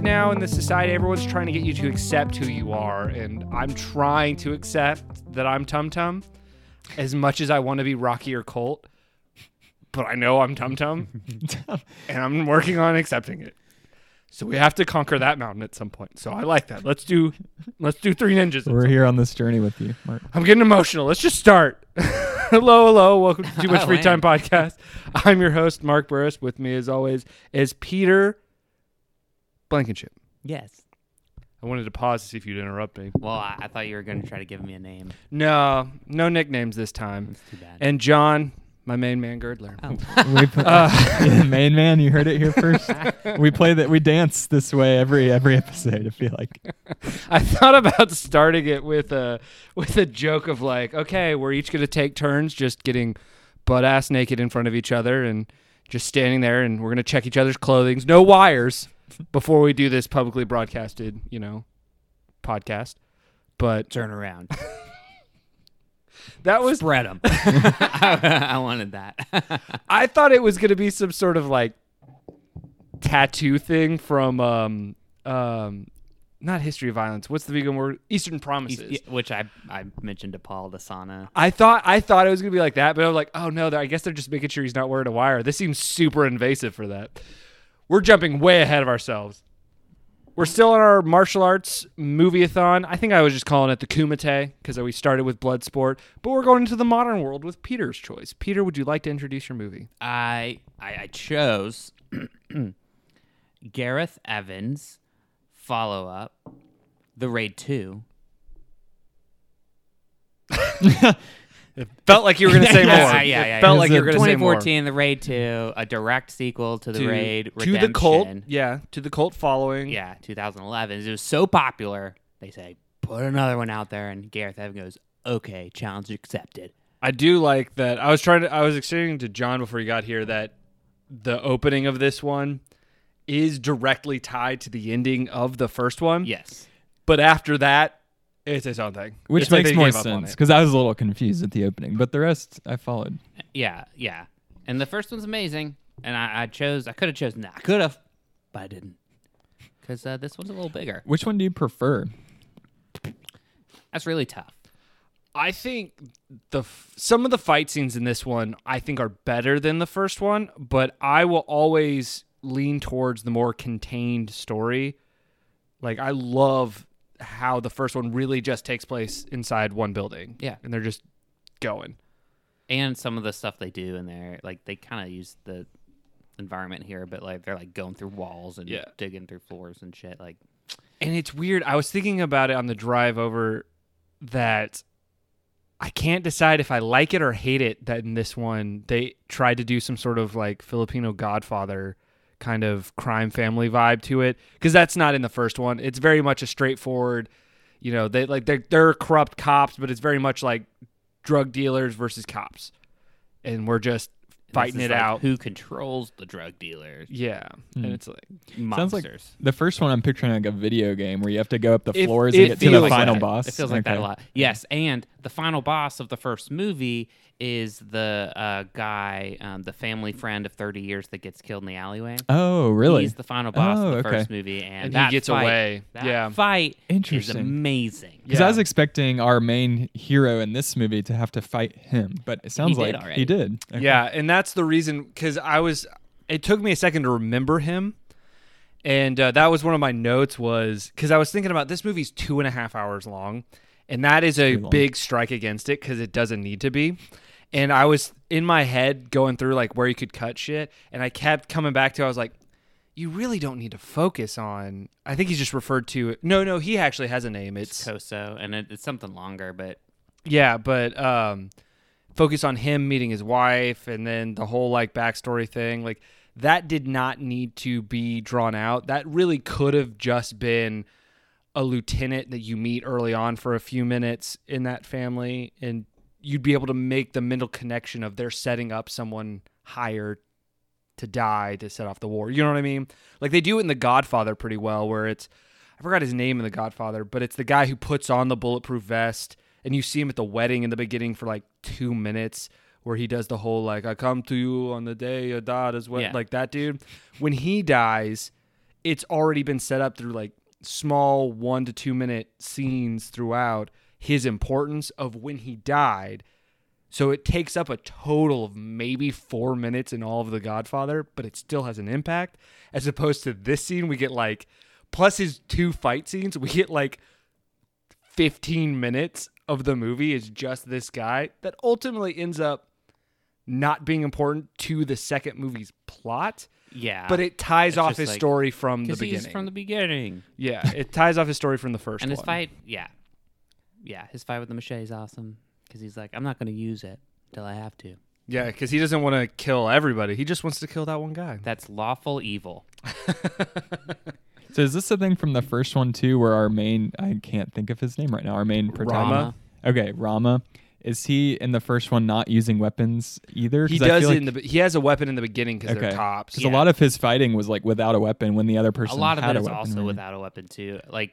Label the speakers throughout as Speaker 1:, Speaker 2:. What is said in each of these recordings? Speaker 1: now in the society, everyone's trying to get you to accept who you are, and I'm trying to accept that I'm Tum Tum, as much as I want to be Rocky or Colt. But I know I'm Tum Tum, and I'm working on accepting it. So we have to conquer that mountain at some point. So I like that. Let's do, let's do three ninjas.
Speaker 2: We're here on this journey with you, Mark.
Speaker 1: I'm getting emotional. Let's just start. hello, hello. Welcome to Too Much
Speaker 3: I
Speaker 1: Free Time
Speaker 3: am.
Speaker 1: Podcast. I'm your host, Mark Burris. With me, as always, is Peter Blankenship.
Speaker 3: Yes.
Speaker 1: I wanted to pause to see if you'd interrupt me.
Speaker 3: Well, I, I thought you were going to try to give me a name.
Speaker 1: No, no nicknames this time.
Speaker 3: It's too bad.
Speaker 1: And John, my main man, Girdler.
Speaker 2: We pl- Yeah, main man, you heard it here first. we play that. We dance this way every every episode. I feel like
Speaker 1: I thought about starting it with a with a joke of like, okay, we're each gonna take turns just getting butt ass naked in front of each other and just standing there, and we're gonna check each other's clothing, no wires, before we do this publicly broadcasted, you know, podcast. But
Speaker 3: turn around.
Speaker 1: that was
Speaker 3: Spread them. I, I wanted that.
Speaker 1: I thought it was gonna be some sort of like tattoo thing from um um not history of violence. What's the vegan word? Eastern Promises.
Speaker 3: Yeah, Which I, I mentioned to Paul Dasana.
Speaker 1: I thought I thought it was gonna be like that, but I was like, oh no, they're- I guess they're just making sure he's not wearing a wire. This seems super invasive for that. We're jumping way ahead of ourselves. We're still in our martial arts movie-a-thon. I think I was just calling it the Kumite because we started with Bloodsport, but we're going into the modern world with Peter's choice. Peter, would you like to introduce your movie?
Speaker 3: I I, I chose Gareth Evans follow up The Raid 2.
Speaker 1: Felt like you were going to say more.
Speaker 3: Yeah, yeah, yeah.
Speaker 1: Felt like you were going to say more.
Speaker 3: 2014 The Raid 2, a direct sequel to The Raid
Speaker 1: to
Speaker 3: Redemption.
Speaker 1: the cult, yeah, to the cult following.
Speaker 3: Yeah, 2011. It was so popular. They say put another one out there and Gareth Evans goes, "Okay, challenge accepted."
Speaker 1: I do like that. I was trying to. I was explaining to John before he got here that the opening of this one is directly tied to the ending of the first one.
Speaker 3: Yes.
Speaker 1: But after that, it's its own thing,
Speaker 2: which
Speaker 1: It's like
Speaker 2: makes
Speaker 1: they
Speaker 2: more
Speaker 1: gave up on
Speaker 2: sense
Speaker 1: it.
Speaker 2: because I was a little confused at the opening, but the rest I followed.
Speaker 3: Yeah, yeah. And the first one's amazing, and I, I chose. I could have chosen that. I could have, but I didn't, because uh, this one's a little bigger.
Speaker 2: Which one do you prefer?
Speaker 3: That's really tough.
Speaker 1: I think the f- some of the fight scenes in this one I think are better than the first one, but I will always lean towards the more contained story. Like I love how the first one really just takes place inside one building.
Speaker 3: Yeah.
Speaker 1: And they're just going.
Speaker 3: And some of the stuff they do in there, like they kind of use the environment here, but like they're like going through walls and
Speaker 1: Yeah.
Speaker 3: digging through floors and shit. Like,
Speaker 1: And it's weird. I was thinking about it on the drive over that I can't decide if I like it or hate it that in this one they tried to do some sort of like Filipino Godfather kind of crime family vibe to it because that's not in the first one. It's very much a straightforward, you know, they like they're, they're corrupt cops, but it's very much like drug dealers versus cops, and we're just fighting
Speaker 3: this is,
Speaker 1: it
Speaker 3: like,
Speaker 1: out.
Speaker 3: Who Hmm. controls the drug dealers?
Speaker 1: yeah, and it's like
Speaker 3: Monsters.
Speaker 2: Sounds like the first one I'm picturing like a video game where you have to go up the
Speaker 1: It-
Speaker 2: floors
Speaker 1: it
Speaker 2: and get to the
Speaker 1: feels like
Speaker 2: final
Speaker 1: that.
Speaker 2: boss.
Speaker 3: It feels like that a
Speaker 2: Okay.
Speaker 3: lot. Yes, and the final boss of the first movie is the uh, guy, um, the family friend of 30 years that gets killed in the alleyway.
Speaker 2: Oh, really?
Speaker 3: He's the final boss
Speaker 2: Oh,
Speaker 3: of the
Speaker 2: okay.
Speaker 3: first movie, and,
Speaker 1: And he
Speaker 3: that
Speaker 1: gets
Speaker 3: fight-
Speaker 1: away.
Speaker 3: That
Speaker 1: Yeah.
Speaker 3: fight is
Speaker 2: Interesting.
Speaker 3: amazing.
Speaker 1: Yeah.
Speaker 2: Because I was expecting our main hero in this movie to have to fight him, but it sounds
Speaker 3: He did
Speaker 2: like he
Speaker 3: already.
Speaker 2: did. Okay.
Speaker 1: Yeah, and that's the reason because I was. It took me a second to remember him, and uh, that was one of my notes was because I was thinking about this movie's two and a half hours long, and that is a
Speaker 2: long.
Speaker 1: big strike against it because it doesn't need to be. And I was in my head going through like where you could cut shit, and I kept coming back to I was like, you really don't need to focus on. I think he's just referred to. No, no, he actually has a name. It's
Speaker 3: Koso, and it, it's something longer, but
Speaker 1: yeah, but um, focus on him meeting his wife and then the whole like backstory thing. Like that did not need to be drawn out. That really could have just been a lieutenant that you meet early on for a few minutes in that family, and you'd be able to make the mental connection of they're setting up someone higher to die to set off the war. You know what I mean? Like they do it in The Godfather pretty well, where it's I forgot his name in The Godfather, but it's the guy who puts on the bulletproof vest, and you see him at the wedding in the beginning for like two minutes, where he does the whole like "I come to you on the day your dad is wed,"
Speaker 3: Yeah.
Speaker 1: like that dude. When he dies, it's already been set up through like small one to two minute scenes throughout his importance of when he died. So it takes up a total of maybe four minutes in all of The Godfather, but it still has an impact. As opposed to this scene, we get like, plus his two fight scenes, we get like 15 minutes of the movie is just this guy that ultimately ends up not being important to the second movie's plot,
Speaker 3: Yeah,
Speaker 1: but it ties
Speaker 3: It's
Speaker 1: off
Speaker 3: just
Speaker 1: his
Speaker 3: like-
Speaker 1: story from the
Speaker 3: because he's
Speaker 1: beginning.
Speaker 3: from the beginning.
Speaker 1: yeah, it ties off his story from the first
Speaker 3: and
Speaker 1: one.
Speaker 3: his fight, yeah, yeah, his fight with the machete is awesome because he's like, I'm not going to use it till I have to.
Speaker 1: yeah, because he doesn't want to kill everybody. He just wants to kill that one guy.
Speaker 3: That's lawful evil.
Speaker 2: So is this the thing from the first one too, where our main I can't think of his name right now. Our main protagonist. Okay, Rama. Is he in the first one not using weapons either?
Speaker 1: He
Speaker 2: 'Cause I
Speaker 1: does
Speaker 2: feel
Speaker 1: it
Speaker 2: like-
Speaker 1: in the. be- He has a weapon in the beginning because they're
Speaker 2: Okay.
Speaker 1: cops.
Speaker 2: Because a lot of his fighting was like without a weapon when the other
Speaker 3: A
Speaker 2: person
Speaker 3: lot of
Speaker 2: had
Speaker 3: it
Speaker 2: a
Speaker 3: is
Speaker 2: weapon, Mm.
Speaker 3: also
Speaker 2: right?
Speaker 3: without a weapon too. Like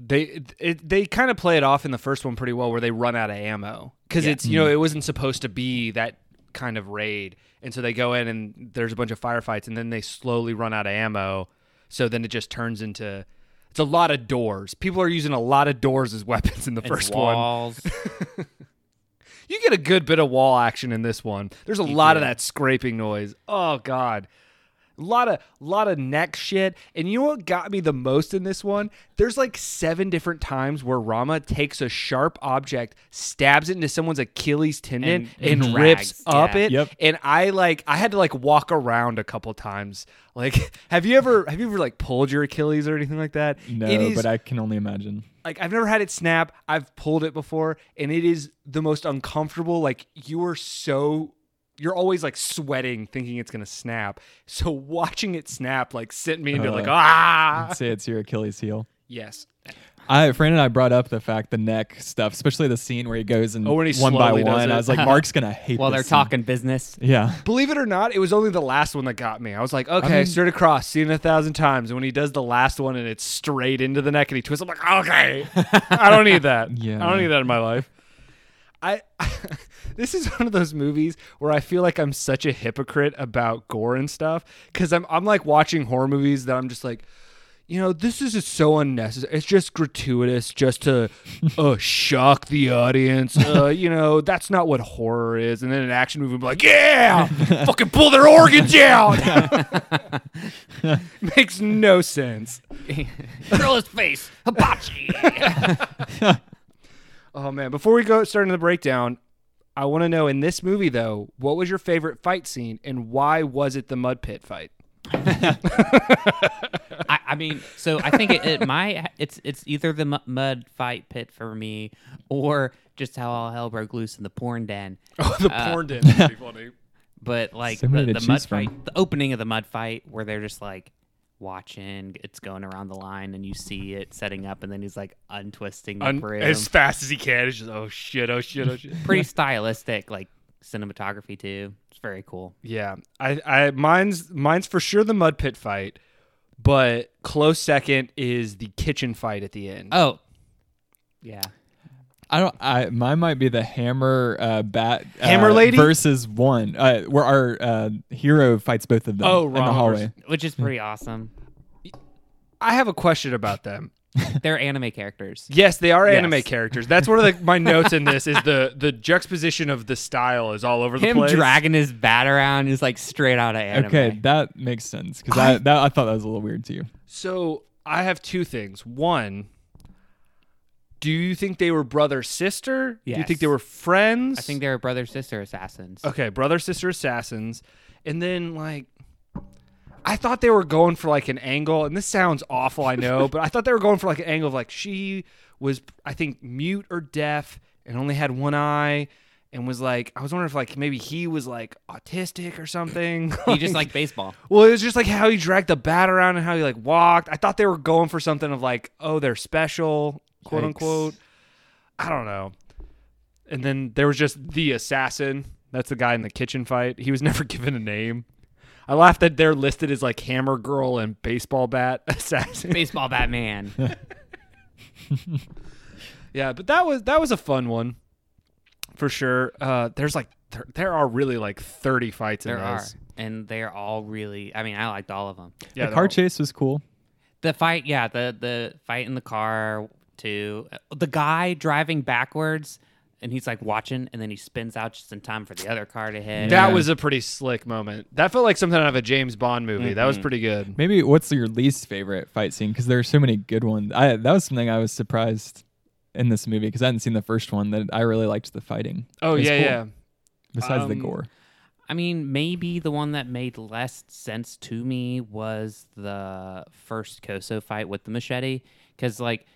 Speaker 1: they it, they kind of play it off in the first one pretty well where they run out of ammo because it's you know
Speaker 2: Mm-hmm.
Speaker 1: it wasn't supposed to be that kind of raid and so they go in and there's a bunch of firefights and then they slowly run out of ammo so then it just turns into it's a lot of doors people are using a lot of doors as weapons in the
Speaker 3: and
Speaker 1: first one
Speaker 3: walls.
Speaker 1: you get a good bit of wall action in this one there's a
Speaker 3: You
Speaker 1: lot of
Speaker 3: do.
Speaker 1: that scraping noise oh god a lot of lot of neck shit. And you know what got me the most in this one? There's like seven different times where Rama takes a sharp object, stabs it into someone's Achilles tendon, and,
Speaker 3: And- and
Speaker 1: rips
Speaker 3: drags,
Speaker 1: up
Speaker 3: yeah.
Speaker 1: it.
Speaker 2: Yep.
Speaker 1: And I like I had to like walk around a couple times. Like, have you ever have you ever like pulled your Achilles or anything like that?
Speaker 2: No,
Speaker 1: It is-
Speaker 2: but I can only imagine.
Speaker 1: like I've never had it snap. I've pulled it before, and it is the most uncomfortable. Like you are so you're always like sweating, thinking it's gonna snap. So watching it snap like sent me into
Speaker 2: Uh,
Speaker 1: like ah
Speaker 2: I'd say it's your Achilles heel.
Speaker 1: yes.
Speaker 2: I, Fran and I brought up the fact the neck stuff, especially the scene where he goes and
Speaker 1: Oh, when he
Speaker 2: one by
Speaker 1: slowly does
Speaker 2: one.
Speaker 1: it.
Speaker 2: I was like, Mark's gonna hate.
Speaker 3: While they're
Speaker 2: this scene.
Speaker 3: talking business,
Speaker 2: Yeah.
Speaker 1: Believe it or not, it was only the last one that got me. I was like, okay,
Speaker 2: mean-
Speaker 1: straight across, seen it a thousand times. And when he does the last one and it's straight into the neck and he twists, I'm like, okay, I don't need that.
Speaker 2: Yeah.
Speaker 1: I don't need that in my life. I this is one of those movies where I feel like I'm such a hypocrite about gore and stuff because I'm I'm like watching horror movies that I'm just like, you know, this is just so unnecessary. It's just gratuitous, just to uh, shock the audience. Uh, you know, that's not what horror is. And then an action movie, would be like, yeah, fucking pull their organs out. Makes no sense.
Speaker 3: grill his face, hibachi.
Speaker 1: Oh man! Before we go start into the breakdown, I want to know in this movie though, what was your favorite fight scene and why was it the mud pit fight?
Speaker 3: I, I mean, so I think it, it my it's it's either the mu- mud fight pit for me, or just how all hell broke loose in the porn den.
Speaker 1: Oh, the
Speaker 3: Uh,
Speaker 1: porn dance would be funny.
Speaker 3: But like
Speaker 2: So many
Speaker 3: the,
Speaker 2: to
Speaker 3: the mud
Speaker 2: choose from.
Speaker 3: fight, the opening of the mud fight, where they're just like watching, it's going around the line, and you see it setting up, and then he's like untwisting the
Speaker 1: Un-
Speaker 3: broom.
Speaker 1: as fast as he can. It's just oh shit, oh shit, oh shit.
Speaker 3: Pretty stylistic, like cinematography too. It's very cool.
Speaker 1: yeah, I, I mine's mine's for sure the mud pit fight, but close second is the kitchen fight at the end.
Speaker 3: Oh, yeah.
Speaker 2: I don't. I mine might be the hammer uh, bat uh,
Speaker 1: Hammer lady?
Speaker 2: versus one uh, where our uh, hero fights both of them.
Speaker 1: Oh,
Speaker 2: in the
Speaker 1: Rama
Speaker 2: hallway.
Speaker 1: versus-
Speaker 3: Which is pretty awesome.
Speaker 1: I have a question about them.
Speaker 3: They're anime characters.
Speaker 1: Yes, they are
Speaker 2: Yes.
Speaker 1: anime characters. That's one of the, my notes in this is the the juxtaposition of the style is all over the
Speaker 3: Him
Speaker 1: place.
Speaker 3: dragging his bat around is like straight out of anime.
Speaker 2: Okay, that makes sense because I, that I thought that was a little weird too.
Speaker 1: So I have two things. One, do you think they were brother sister? Do you
Speaker 3: Yes.
Speaker 1: think they were friends?
Speaker 3: I think they're brother sister assassins.
Speaker 1: okay, brother sister assassins, and then like. I thought they were going for like an angle, and this sounds awful, I know, but I thought they were going for like an angle of like she was, I think, mute or deaf and only had one eye, and was like, I was wondering if like maybe he was like autistic or something.
Speaker 3: You just like baseball.
Speaker 1: Well, it was just like how he dragged the bat around and how he like walked. I thought they were going for something of like, oh, they're special, quote
Speaker 2: Yikes.
Speaker 1: unquote. I don't know. And then there was just the assassin. That's the guy in the kitchen fight. He was never given a name. I laughed that they're listed as like Hammer Girl and Baseball Bat Assassin.
Speaker 3: Baseball Batman.
Speaker 1: yeah, but that was that was a fun one for sure. Uh, there's like there, there are really like 30 fights
Speaker 3: There
Speaker 1: in
Speaker 3: are.
Speaker 1: this.
Speaker 3: And they're all really I mean, I liked all of them.
Speaker 1: Yeah,
Speaker 2: the
Speaker 1: they're
Speaker 2: car
Speaker 1: all-
Speaker 2: chase was cool.
Speaker 3: The fight, yeah, the the fight in the car too. The guy driving backwards and he's like watching and then he spins out just in time for the other car to hit.
Speaker 2: Yeah.
Speaker 1: That was a pretty slick moment. That felt like something out of a James Bond movie. That was pretty good.
Speaker 2: Maybe what's your least favorite fight scene? Because there are so many good ones. I that was something I was surprised in this movie because I hadn't seen the first one. That I really liked the fighting.
Speaker 1: Oh
Speaker 2: It was
Speaker 1: yeah,
Speaker 2: cool,
Speaker 1: yeah.
Speaker 2: Besides the
Speaker 1: Um,
Speaker 2: gore,
Speaker 3: I mean, maybe the one that made less sense to me was the first Koso fight with the machete cuz like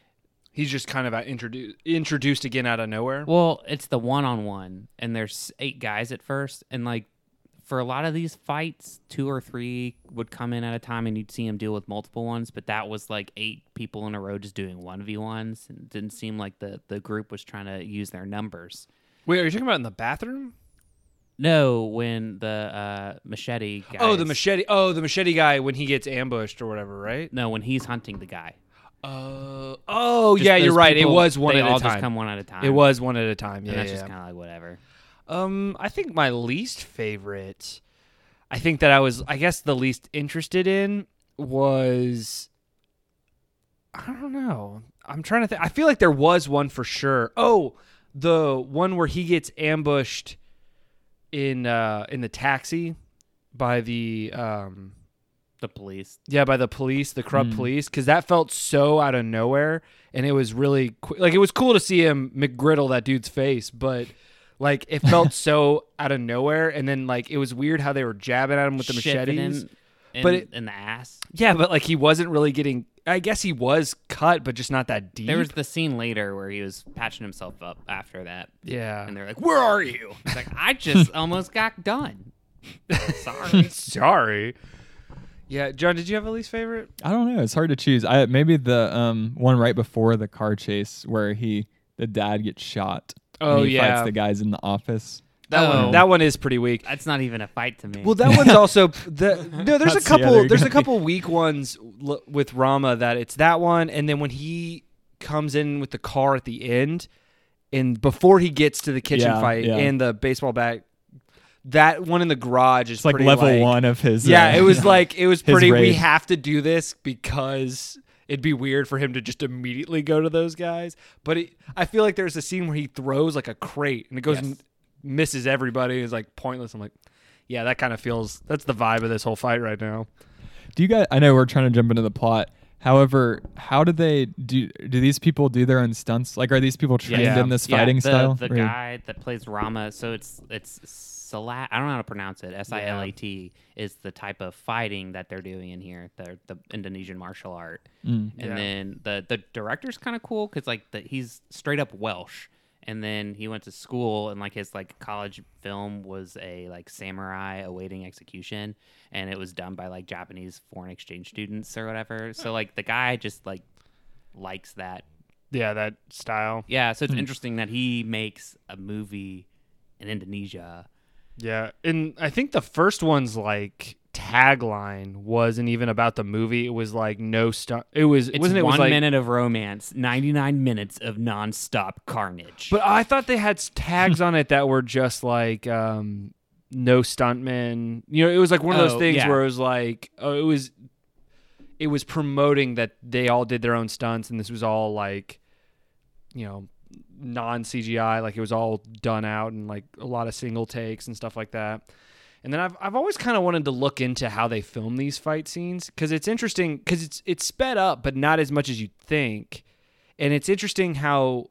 Speaker 1: He's just kind of introduced introduced again out of nowhere.
Speaker 3: Well, it's the one on one, and there's eight guys at first, and like for a lot of these fights, two or three would come in at a time, and you'd see him deal with multiple ones. But that was like eight people in a row just doing one v ones, and it didn't seem like the the group was trying to use their numbers.
Speaker 1: Wait, are you talking about in the bathroom?
Speaker 3: No, when the uh, machete. Guys,
Speaker 1: Oh, the machete. Oh, the machete guy when he gets ambushed or whatever, right?
Speaker 3: No, when he's hunting the guy.
Speaker 1: Uh, oh,
Speaker 3: Just
Speaker 1: yeah, you're
Speaker 3: those
Speaker 1: right.
Speaker 3: people,
Speaker 1: it was one
Speaker 3: they
Speaker 1: at
Speaker 3: all
Speaker 1: a
Speaker 3: Just
Speaker 1: time.
Speaker 3: come one at a time.
Speaker 1: It was one at a time.
Speaker 3: And
Speaker 1: Yeah,
Speaker 3: that's
Speaker 1: yeah.
Speaker 3: just kind of like whatever.
Speaker 1: Um, I think my least favorite, I think that I was, I guess, the least interested in was, I don't know. I'm trying to think. I feel like there was one for sure. Oh, the one where he gets ambushed in uh in the taxi by the um
Speaker 3: The police.
Speaker 1: yeah, by the police, the corrupt
Speaker 2: Mm.
Speaker 3: Hmm.
Speaker 1: police, because that felt so out of nowhere, and it was really qu- like it was cool to see him McGriddle that dude's face, but like it felt so out of nowhere, and then like it was weird how they were jabbing at him with the
Speaker 3: shit in-
Speaker 1: machetes.
Speaker 3: in,
Speaker 1: But it-
Speaker 3: in the ass.
Speaker 1: Yeah, but like he wasn't really getting. I guess he was cut, but just not that deep.
Speaker 3: There was the scene later where he was patching himself up after that,
Speaker 1: yeah.
Speaker 3: and they're like, "Where are you?" It's like, "I just almost got done." Sorry.
Speaker 1: Sorry. Yeah, John, did you have a least favorite?
Speaker 2: I don't know. It's hard to choose. I maybe the um one right before the car chase where he the dad gets shot. and
Speaker 1: Oh,
Speaker 2: he
Speaker 1: yeah.
Speaker 2: fights the guys in the office.
Speaker 1: That
Speaker 3: Oh.
Speaker 1: one. That one is pretty weak.
Speaker 3: That's not even a fight to me.
Speaker 1: Well, that one's also the no. There's a
Speaker 2: That's the
Speaker 1: couple.
Speaker 2: other
Speaker 1: there's a
Speaker 2: guy.
Speaker 1: couple weak ones l- with Rama that it's that one, and then when he comes in with the car at the end, and before he gets to the kitchen
Speaker 2: Yeah,
Speaker 1: fight
Speaker 2: yeah.
Speaker 1: and the baseball bat, that one in the garage is
Speaker 2: It's like
Speaker 1: pretty,
Speaker 2: level one of his.
Speaker 1: Yeah,
Speaker 2: uh,
Speaker 1: it was like it was pretty. We
Speaker 2: rage.
Speaker 1: have to do this because. It'd be weird for him to just immediately go to those guys, but it, I feel like there's a scene where he throws like a crate and it goes
Speaker 3: Yes.
Speaker 1: and misses everybody. It's like pointless. I'm like, yeah, that kind of feels. That's the vibe of this whole fight right now.
Speaker 2: Do you guys? I know we're trying to jump into the plot. However, how do they do? Do these people do their own stunts? Like, are these people trained
Speaker 1: Yeah.
Speaker 2: in this
Speaker 3: Yeah,
Speaker 2: fighting
Speaker 3: the,
Speaker 2: style?
Speaker 3: The
Speaker 2: Or-
Speaker 3: guy that plays Rama, so it's it's Salat. I don't know how to pronounce it. S i l a t is the type of fighting that they're doing in here. The the Indonesian martial art,
Speaker 2: Mm.
Speaker 3: and
Speaker 1: Yeah.
Speaker 3: then the the director's kind of cool because like the, he's straight up Welsh, and then he went to school and like his like college film was a like samurai awaiting execution, and it was done by like Japanese foreign exchange students or whatever. So like the guy just like likes that
Speaker 1: Yeah, that style.
Speaker 3: yeah, so it's
Speaker 1: Hmm.
Speaker 3: interesting that he makes a movie in Indonesia.
Speaker 1: Yeah, and I think the first one's like tagline wasn't even about the movie. It was like no stunt. It was
Speaker 3: It's
Speaker 1: wasn't it
Speaker 3: one
Speaker 1: was like.
Speaker 3: minute of romance, ninety nine minutes of nonstop carnage.
Speaker 1: But I thought they had s- tags on it that were just like um, no stuntmen. You know, it was like one of
Speaker 3: Oh,
Speaker 1: those things
Speaker 3: yeah.
Speaker 1: where it was like oh, it was it was promoting that they all did their own stunts and this was all like you know non CGI like it was all done out and like a lot of single takes and stuff like that. And then I've I've always kind of wanted to look into how they film these fight scenes cuz it's interesting cuz it's it's sped up but not as much as you'd think. And it's interesting how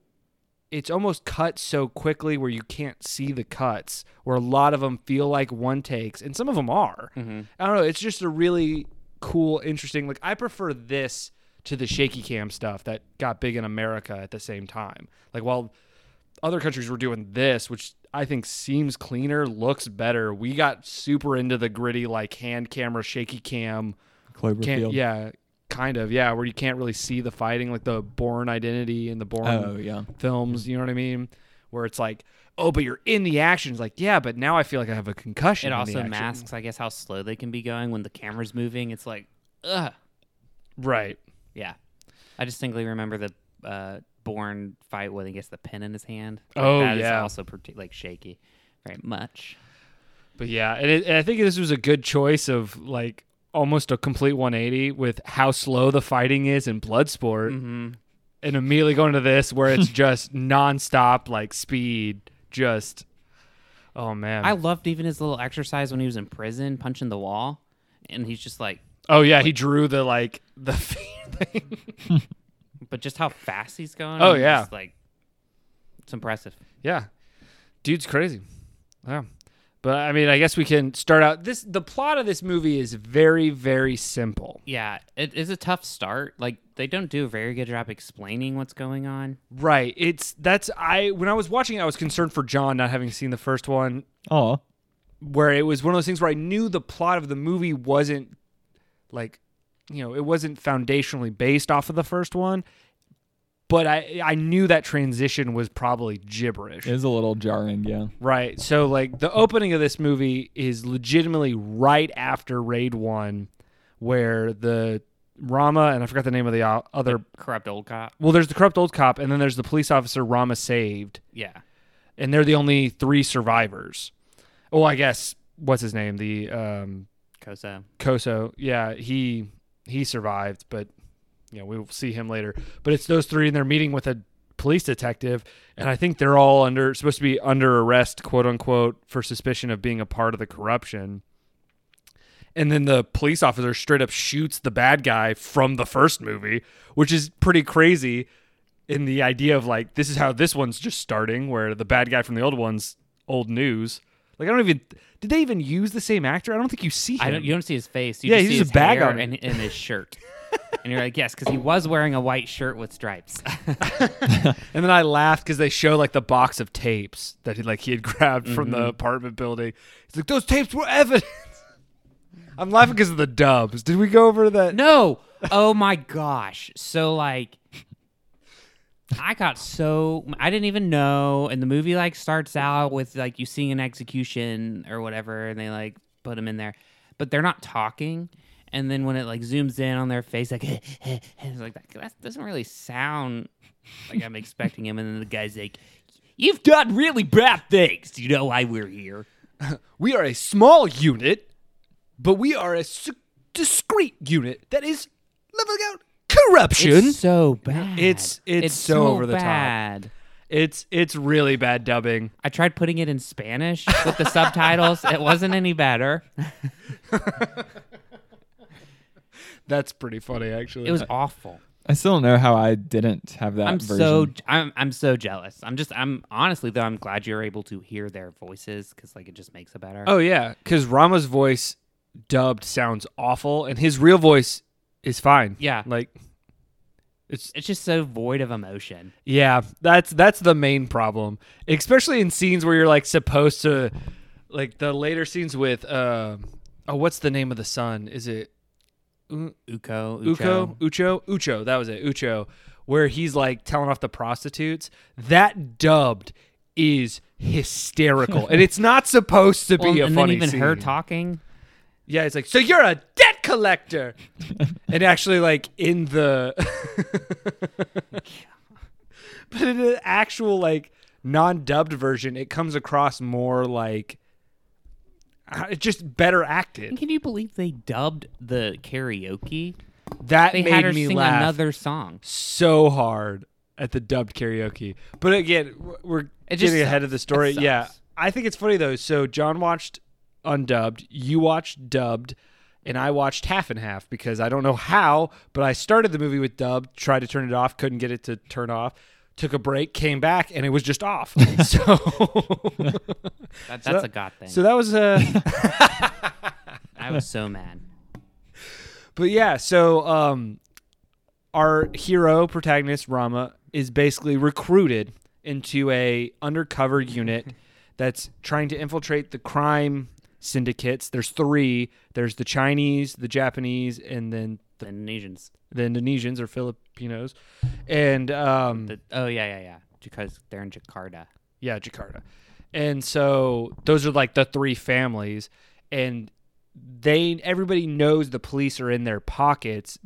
Speaker 1: it's almost cut so quickly where you can't see the cuts where a lot of them feel like one takes and some of them are i don't know it's just a really cool interesting like i prefer this to the shaky cam stuff that got big in america at the same time like while other countries were doing this which i think seems cleaner looks better we got super into the gritty like hand camera shaky cam can't
Speaker 2: Cloverfield.
Speaker 1: yeah kind of yeah where you can't really see the fighting like the born identity and the born
Speaker 2: Oh yeah.
Speaker 1: films, you know what I mean? Where it's like, oh, but you're in the action. It's like, yeah, but now I feel like I have a concussion.
Speaker 3: it
Speaker 1: in the
Speaker 3: also
Speaker 1: action.
Speaker 3: masks, I guess, how slow they can be going when the camera's moving. It's like, ugh,
Speaker 1: Right.
Speaker 3: yeah. I distinctly remember the uh, Born fight when he gets the pen in his hand.
Speaker 1: Oh,
Speaker 3: That is
Speaker 1: yeah.
Speaker 3: also pretty like shaky, very much.
Speaker 1: But yeah, and, it, and I think this was a good choice of like almost a complete 180 with how slow the fighting is in Bloodsport,
Speaker 3: Mm-hmm.
Speaker 1: and immediately going to this where it's just nonstop like speed. Just oh man,
Speaker 3: I loved even his little exercise when he was in prison, punching the wall, and he's just like,
Speaker 1: oh yeah, he drew the like the thing.
Speaker 3: but just how fast he's going.
Speaker 1: Oh,
Speaker 3: and
Speaker 1: yeah.
Speaker 3: just, like it's impressive.
Speaker 1: Yeah. Dude's crazy. Yeah. But I mean, I guess we can start out this the plot of this movie is very very simple.
Speaker 3: Yeah, it is a tough start. Like they don't do a very good job explaining what's going on.
Speaker 1: Right. It's that's I when I was watching it, I was concerned for John not having seen the first one
Speaker 2: Oh,
Speaker 1: where it was one of those things where I knew the plot of the movie wasn't like you know, it wasn't foundationally based off of the first one, but I I knew that transition was probably gibberish.
Speaker 2: it is a little jarring. Yeah.
Speaker 1: Right. So like the opening of this movie is legitimately right after Raid 1 where the Rama and I forgot the name of the o- other
Speaker 3: Corrupt old cop.
Speaker 1: well there's the corrupt old cop and then there's the police officer Rama saved
Speaker 3: Yeah,
Speaker 1: and they're the only three survivors. Oh, I guess what's his name? The um
Speaker 3: Kosa.
Speaker 1: Koso. Yeah, he he survived, but you know, we'll see him later. But it's those three and they're meeting with a police detective and I think they're all under supposed to be under arrest, quote unquote, for suspicion of being a part of the corruption. And then the police officer straight up shoots the bad guy from the first movie, which is pretty crazy in the idea of like this is how this one's just starting where the bad guy from the old one's old news. Like I don't even did they even use the same actor? I don't think you see him.
Speaker 3: I don't. You don't see his face. You
Speaker 1: Yeah,
Speaker 3: just
Speaker 1: he's
Speaker 3: see
Speaker 1: just
Speaker 3: his
Speaker 1: a bag
Speaker 3: hair
Speaker 1: on it.
Speaker 3: and, and his shirt. and you're like, yes, because he was wearing a white shirt with stripes.
Speaker 1: And then I laughed because they show like the box of tapes that he like he had grabbed from the apartment building. He's like, those tapes were evidence. I'm laughing because of the dubs. Did we go over that?
Speaker 3: No. Oh my gosh. So like I got so I didn't even know and the movie like starts out with like you seeing an execution or whatever and they like put him in there. But they're not talking. And then when it like zooms in on their face like it's like that, that doesn't really sound like I'm expecting him and then the guy's like You've done really bad things. You know why we're here.
Speaker 1: We are a small unit, but we are a s- discrete unit that is leveling out corruption.
Speaker 3: It's so bad.
Speaker 1: It's- it's so over the top.
Speaker 3: top.
Speaker 1: it's, it's really bad dubbing.
Speaker 3: I tried putting it in Spanish with the subtitles. It wasn't any better.
Speaker 1: That's pretty funny actually.
Speaker 3: It was awful.
Speaker 2: I still don't know how I didn't have that
Speaker 3: I'm
Speaker 2: version.
Speaker 3: so I'm I'm so jealous. I'm just I'm honestly though I'm glad you're able to hear their voices because like it just makes it better.
Speaker 1: Oh yeah, because Rama's voice dubbed sounds awful, and his real voice is fine.
Speaker 3: Yeah.
Speaker 1: like it's
Speaker 3: It's just so void of emotion.
Speaker 1: yeah. That's that's the main problem, especially in scenes where you're like supposed to, like the later scenes with uh, oh, what's the name of the son? Is it
Speaker 3: Uko,
Speaker 1: Uko,
Speaker 3: Uko,
Speaker 1: Ucho, Ucho. That was it, Ucho. Where he's like telling off the prostitutes. That dubbed is hysterical, and it's not supposed to be
Speaker 3: Well,
Speaker 1: a
Speaker 3: and then
Speaker 1: funny
Speaker 3: even
Speaker 1: scene.
Speaker 3: her talking.
Speaker 1: Yeah, it's like, so you're a debt collector. and actually, like, in the. but in an actual, like, non dubbed version, it comes across more like. uh, It's just better
Speaker 3: And
Speaker 1: acted.
Speaker 3: can you believe they dubbed the karaoke?
Speaker 1: That
Speaker 3: They
Speaker 1: made
Speaker 3: had her
Speaker 1: me
Speaker 3: sing
Speaker 1: laugh
Speaker 3: another song.
Speaker 1: so hard at the dubbed karaoke. But again, w- we're
Speaker 3: It just
Speaker 1: getting ahead of the
Speaker 3: sucks.
Speaker 1: story.
Speaker 3: It
Speaker 1: Yeah,
Speaker 3: sucks.
Speaker 1: I think it's funny though. So John watched undubbed, you watched dubbed, and I watched half and half because I don't know how, but I started the movie with dubbed, tried to turn it off, couldn't get it to turn off. Took a break, came back, and it was just off. so,
Speaker 3: That, that's
Speaker 1: that-
Speaker 3: a god thing.
Speaker 1: so that was uh,
Speaker 3: I was so mad.
Speaker 1: But yeah, so um, our hero protagonist Rama is basically recruited into a undercover unit that's trying to infiltrate the crime syndicates. There's three. There's the Chinese, the Japanese, and then
Speaker 3: The Indonesians.
Speaker 1: the Indonesians or Filipinos, and um,
Speaker 3: The, oh yeah, yeah, yeah. Because they're in Jakarta.
Speaker 1: Yeah, Jakarta. And so those are like the three families and they everybody knows the police are in their pockets,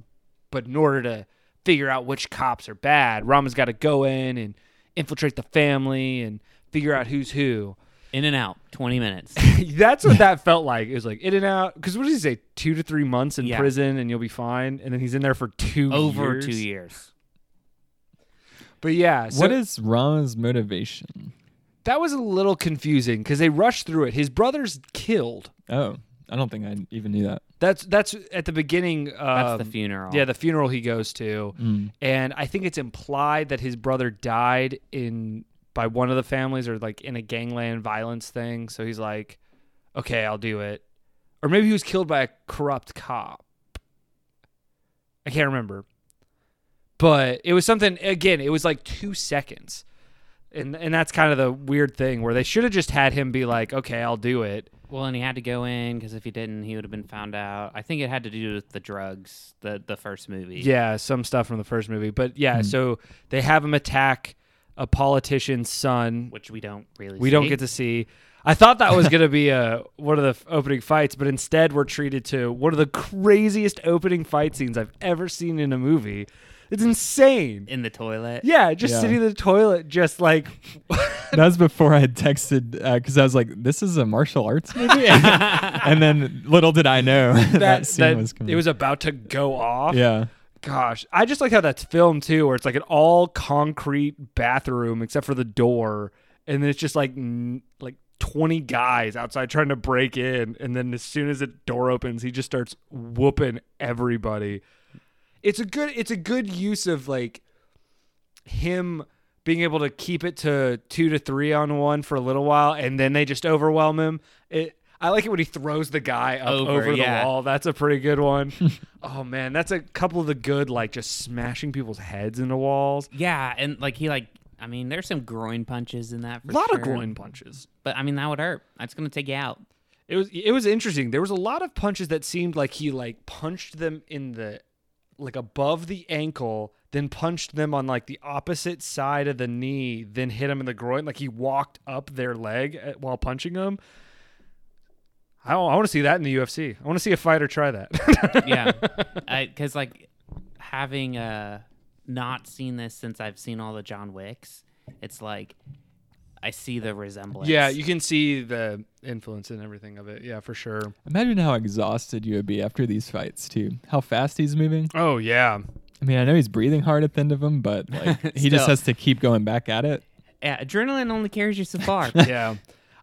Speaker 1: but in order to figure out which cops are bad, Rama's got to go in and infiltrate the family and figure out who's who.
Speaker 3: In and out, twenty minutes.
Speaker 1: That's what that felt like. It was like in and out. Because what did he say? Two to three months in
Speaker 3: Yeah.
Speaker 1: prison and you'll be fine. And then he's in there for two
Speaker 3: Over
Speaker 1: years.
Speaker 3: two years.
Speaker 1: But yeah, so
Speaker 2: what is Rama's motivation?
Speaker 1: that was a little confusing because they rushed through it. His brother's killed.
Speaker 2: Oh, I don't think I even knew that.
Speaker 1: That's that's at the beginning. Um,
Speaker 3: That's the funeral. Mm-hmm.
Speaker 1: Yeah, the funeral he goes to,
Speaker 2: Mm.
Speaker 1: and I think it's implied that his brother died in by one of the families or like in a gangland violence thing. So he's like, okay, I'll do it, or maybe he was killed by a corrupt cop. I can't remember, but it was something. Again, it was like two seconds, and and that's kind of the weird thing where they should have just had him be like, okay, I'll do it.
Speaker 3: well, and he had to go in because if he didn't, he would have been found out. I think it had to do with the drugs. The the first movie.
Speaker 1: Yeah, some stuff from the first movie. But yeah, so they have him attack a politician's son.
Speaker 3: Which we don't really.
Speaker 1: We don't
Speaker 3: see.
Speaker 1: get to see. I thought that was going to be a, one of the f- opening fights, but instead we're treated to one of the craziest opening fight scenes I've ever seen in a movie. It's insane.
Speaker 3: in the toilet.
Speaker 1: Yeah, just
Speaker 2: Yeah.
Speaker 1: sitting in the toilet, just like
Speaker 2: That was before I had texted because I was like, "This is a martial arts movie," and then little did I know that,
Speaker 1: that,
Speaker 2: scene
Speaker 1: that
Speaker 2: was coming.
Speaker 1: it was about to go off.
Speaker 2: yeah.
Speaker 1: Gosh, I just like how that's filmed too, where it's like an all concrete bathroom except for the door, and then it's just like n- like twenty guys outside trying to break in, and then as soon as the door opens, he just starts whooping everybody. It's a good it's a good use of like him being able to keep it to two to three on one for a little while, and then they just overwhelm him. It. I like it when he throws the guy up over,
Speaker 3: Over,
Speaker 1: the
Speaker 3: yeah.
Speaker 1: wall. That's a pretty good one. Oh man, that's a couple of the good, like just smashing people's heads into walls.
Speaker 3: Yeah, and like he like I mean, there's some groin punches in that. For
Speaker 1: A lot of
Speaker 3: sure.
Speaker 1: groin punches.
Speaker 3: but I mean that would hurt. That's gonna take you out.
Speaker 1: It was it was interesting. There was a lot of punches that seemed like he like punched them in the like above the ankle, then punched them on like the opposite side of the knee, then hit him in the groin. Like he walked up their leg uh, while punching them. I, don't- I want to see that in the UFC. I want to see a fighter try that.
Speaker 3: Yeah, because like having uh not seen this since I've seen all the John Wicks, it's like I see the resemblance.
Speaker 1: yeah, you can see the influence and everything of it. Yeah, for sure.
Speaker 2: Imagine how exhausted you would be after these fights too. How fast he's moving.
Speaker 1: Oh yeah.
Speaker 2: I mean, I know he's breathing hard at the end of them, but like he just
Speaker 3: Still.
Speaker 2: has to keep going back at it.
Speaker 3: Yeah, adrenaline only carries you so far.
Speaker 1: yeah.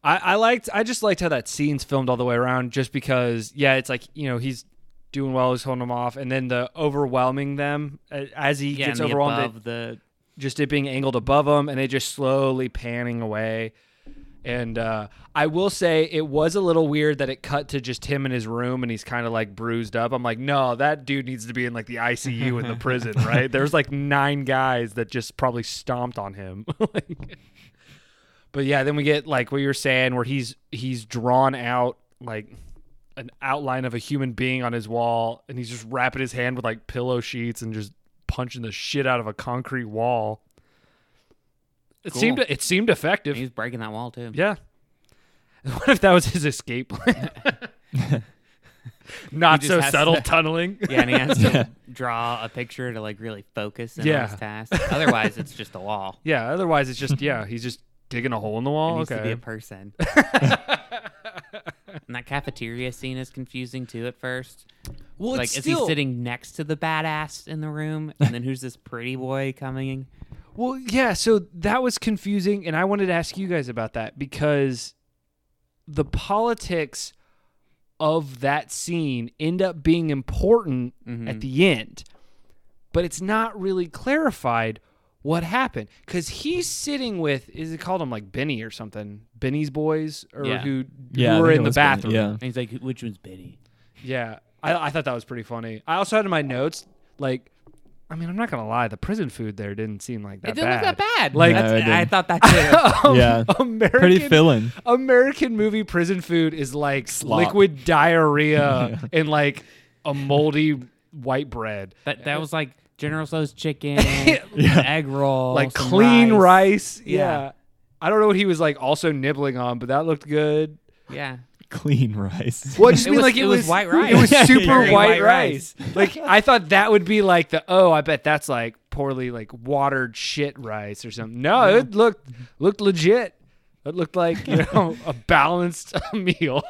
Speaker 1: I, I liked I just liked how that scene's filmed all the way around just because yeah, it's like, you know, he's doing well, he's holding them off, and then the overwhelming them uh, as he
Speaker 3: yeah,
Speaker 1: gets
Speaker 3: and the
Speaker 1: overwhelmed,
Speaker 3: above the
Speaker 1: it- just it being angled above him and they just slowly panning away. And uh, I will say it was a little weird that it cut to just him in his room and he's kind of like bruised up. I'm like, no, that dude needs to be in like the ICU in the prison, right? There's like nine guys that just probably stomped on him. Like- but yeah, then we get like what you were saying, where he's he's drawn out like an outline of a human being on his wall, and he's just wrapping his hand with like pillow sheets and just punching the shit out of a concrete wall. It
Speaker 3: Cool.
Speaker 1: seemed it seemed effective.
Speaker 3: he was breaking that wall too.
Speaker 1: Yeah. What if that was his escape plan? Not
Speaker 3: He just
Speaker 1: so
Speaker 3: has
Speaker 1: subtle
Speaker 3: to-
Speaker 1: tunneling.
Speaker 3: Yeah, and he has to draw a picture to like really focus in
Speaker 1: Yeah.
Speaker 3: on his task. Otherwise, it's just a wall.
Speaker 1: Yeah, otherwise it's just yeah, he's just digging a hole in the
Speaker 3: It
Speaker 1: wall.
Speaker 3: needs to be
Speaker 1: Oh, Okay.
Speaker 3: a person. and that cafeteria scene is confusing too at first.
Speaker 1: well,
Speaker 3: like, is he sitting next to the badass in the room? And then who's this pretty boy coming?
Speaker 1: Well, yeah, so that was confusing and I wanted to ask you guys about that because the politics of that scene end up being important
Speaker 3: Mm-hmm.
Speaker 1: at the end. But it's not really clarified what happened cuz he's sitting with is it called him like Benny or something? Benny's boys or
Speaker 3: Yeah.
Speaker 1: who,
Speaker 2: Yeah, I
Speaker 1: who were
Speaker 2: think
Speaker 1: in
Speaker 2: it
Speaker 1: the
Speaker 2: was Benny,
Speaker 1: bathroom.
Speaker 2: Yeah.
Speaker 3: And he's like, which one's Benny?
Speaker 1: Yeah, I, I thought that was pretty funny. I also had in my notes, like, I mean, I'm not gonna lie, the prison food there didn't seem like that
Speaker 3: it didn't
Speaker 1: bad.
Speaker 3: look that bad.
Speaker 1: Like-
Speaker 3: Like,
Speaker 1: No,
Speaker 2: it
Speaker 3: I
Speaker 2: didn't.
Speaker 3: thought that too.
Speaker 1: Oh,
Speaker 2: Yeah.
Speaker 1: American,
Speaker 2: Pretty filling.
Speaker 1: American movie prison food is like
Speaker 2: Slop.
Speaker 1: liquid diarrhea and like a moldy white bread,
Speaker 3: that, that was like General So's chicken, an egg roll,
Speaker 1: like
Speaker 3: Oh, some
Speaker 1: clean rice. Yeah.
Speaker 3: Yeah.
Speaker 1: I don't know what he was like also nibbling on, but that looked good.
Speaker 3: Yeah.
Speaker 2: Clean rice.
Speaker 1: Well, I just
Speaker 3: It
Speaker 1: mean
Speaker 3: was-
Speaker 1: like it,
Speaker 3: it was white rice.
Speaker 1: It was
Speaker 2: Yeah,
Speaker 1: super
Speaker 3: very
Speaker 1: white,
Speaker 3: white
Speaker 1: rice. like I thought that would be like the oh, I bet that's like poorly like watered shit rice or something. No, it looked looked legit. It looked like you know a balanced meal.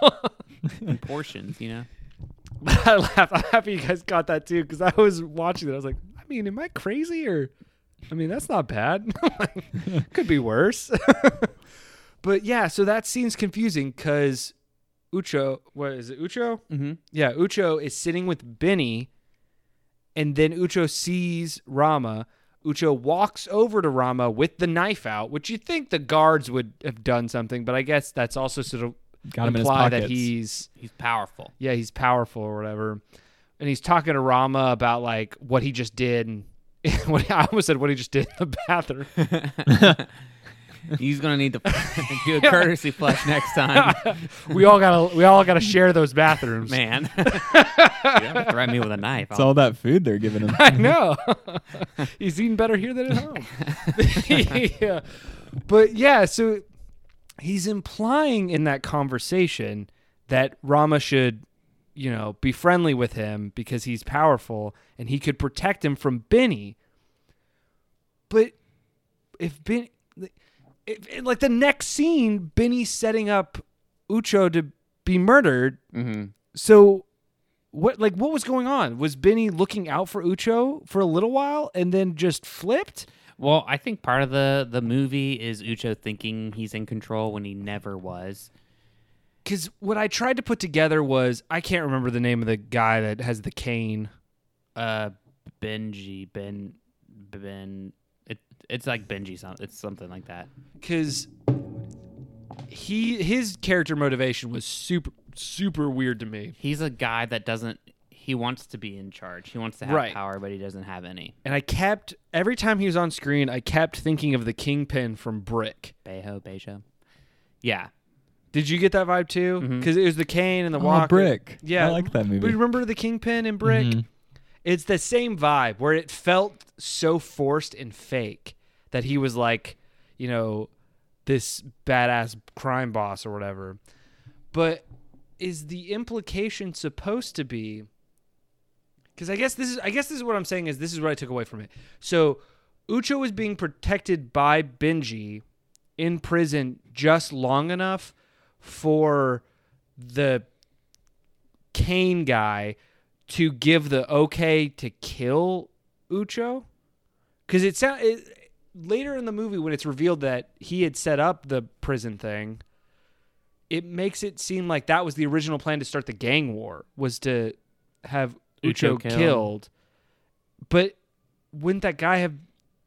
Speaker 3: in portions, you know.
Speaker 1: I laughed. I'm happy you guys got that too because I was watching it. I was like, I mean, am I crazy or? I mean, that's not bad. Like, Could be worse. but yeah, so that scene's confusing because Ucho, what is it? Ucho?
Speaker 3: Mm-hmm.
Speaker 1: Yeah, Ucho is sitting with Benny, and then Ucho sees Rama. Ucho walks over to Rama with the knife out, which you'd think the guards would have done something, but I guess that's also sort of
Speaker 2: Got him in his
Speaker 1: imply
Speaker 2: pockets.
Speaker 1: that he's
Speaker 3: He's powerful.
Speaker 1: yeah he's powerful or whatever, and he's talking to Rama about like what he just did and what he, I almost said what he just did in the bathroom.
Speaker 3: He's gonna need to do a courtesy flush next time,
Speaker 1: we all gotta we all gotta share those bathrooms,
Speaker 3: man. you don't threaten me with a knife.
Speaker 2: it's
Speaker 3: I'll-
Speaker 2: all that food they're giving him.
Speaker 1: I know. He's eating better here than at home. yeah. But yeah, so he's implying in that conversation that Rama should, you know, be friendly with him because he's powerful and he could protect him from Benny. But if Benny, if, if- like the next scene, Benny's setting up Ucho to be murdered.
Speaker 3: Mhm.
Speaker 1: So what like what was going on? Was Benny looking out for Ucho for a little while and then just flipped?
Speaker 3: Well, I think part of the the movie is Ucho thinking he's in control when he never was.
Speaker 1: Cuz what I tried to put together was I can't remember the name of the guy that has the cane.
Speaker 3: Uh, Benji, Ben, Ben. It, it's like Benji. Some, it's something like that.
Speaker 1: Cuz he his character motivation was super super weird to me.
Speaker 3: He's a guy that doesn't. He wants to be in charge. He wants to have
Speaker 1: Right.
Speaker 3: power, but he doesn't have any.
Speaker 1: And I kept every time he was on screen, I kept thinking of the Kingpin from Brick.
Speaker 3: Bejo, Bejo. Yeah,
Speaker 1: Did you get that vibe too? Cuz it was the cane and the
Speaker 2: Mm-hmm. Oh,
Speaker 1: walker.
Speaker 2: Brick.
Speaker 1: Yeah.
Speaker 2: I like that
Speaker 1: But
Speaker 2: movie.
Speaker 1: remember the Kingpin and Brick?
Speaker 2: Mhm.
Speaker 1: It's the same vibe where it felt so forced and fake that he was like, you know, this badass crime boss or whatever. But is the implication supposed to be because I guess this is I guess this is what I'm saying is this is what I took away from it. So Ucho was being protected by Benji in prison just long enough for the Kane guy to give the okay to kill Ucho? Because it sound it, later in the movie when it's revealed that he had set up the prison thing, it makes it seem like that was the original plan to start the gang war was to have Ucho,
Speaker 3: Ucho killed.
Speaker 1: killed. But wouldn't that guy have?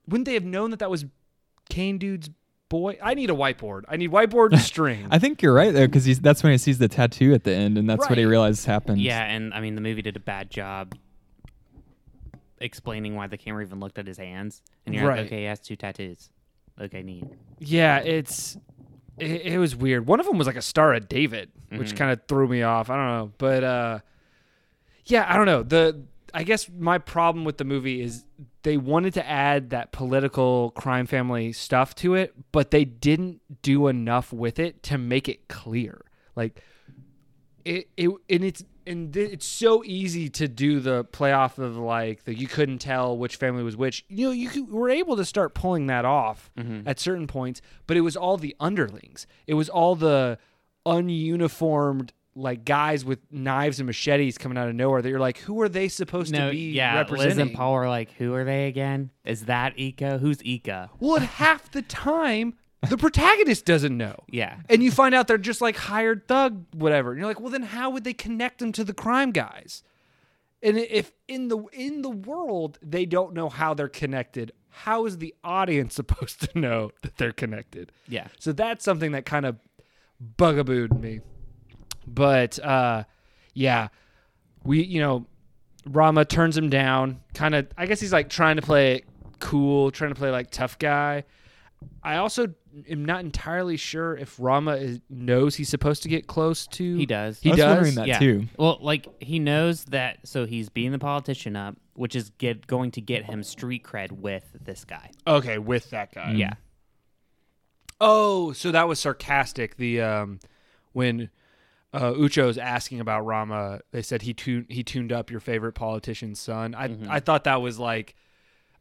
Speaker 1: Wouldn't they have known that that was Kane dude's boy? I need a whiteboard. I need whiteboard and string.
Speaker 2: I think you're right though, because that's when he sees the tattoo at the end, and that's what he
Speaker 1: Right.
Speaker 2: realizes happened.
Speaker 3: yeah, and I mean the movie did a bad job explaining why the camera even looked at his hands. And you're
Speaker 1: Right.
Speaker 3: like, okay, he has two tattoos. Okay, neat.
Speaker 1: Yeah, it's it, it was weird. One of them was like a Star of David, which kind of threw me off. I don't know, but uh yeah, I don't know. The I guess my problem with the movie is they wanted to add that political crime family stuff to it, but they didn't do enough with it to make it clear. Like it, it and it's and th- it's so easy to do the playoff of like that you couldn't tell which family was which. You know, you could, were able to start pulling that off at certain points, but it was all the underlings. It was all the ununiformed like guys with knives and machetes coming out of nowhere that you're like, who are they supposed
Speaker 3: No,
Speaker 1: to be
Speaker 3: yeah, Liz
Speaker 1: representing?
Speaker 3: and Paul are like, who are they again? Is that Ika? Who's Ika?
Speaker 1: Well, and half the time the protagonist doesn't know.
Speaker 3: Yeah.
Speaker 1: And you find out they're just like hired thug, whatever. And you're like, well, then how would they connect them to the crime guys? And i- if in the in the world they don't know how they're connected, how is the audience supposed to know that they're connected?
Speaker 3: Yeah.
Speaker 1: So that's something that kind of bugabooed me. But uh, yeah, we you know, Rama turns him down. Kind of, I guess he's like trying to play it cool, trying to play like tough guy. I also am not entirely sure if Rama is, knows he's supposed to get close to.
Speaker 3: He does.
Speaker 1: He
Speaker 2: I was
Speaker 1: does.
Speaker 2: wondering that
Speaker 3: yeah.
Speaker 2: too.
Speaker 3: Well, like he knows that so he's beating the politician up, which is get going to get him street cred with this guy.
Speaker 1: Okay, with that guy.
Speaker 3: Yeah.
Speaker 1: Oh, so that was sarcastic. The um, when uh, Ucho's asking about Rama, they said he tuned he tuned up your favorite politician's son. I
Speaker 3: Mm-hmm.
Speaker 1: I thought that was like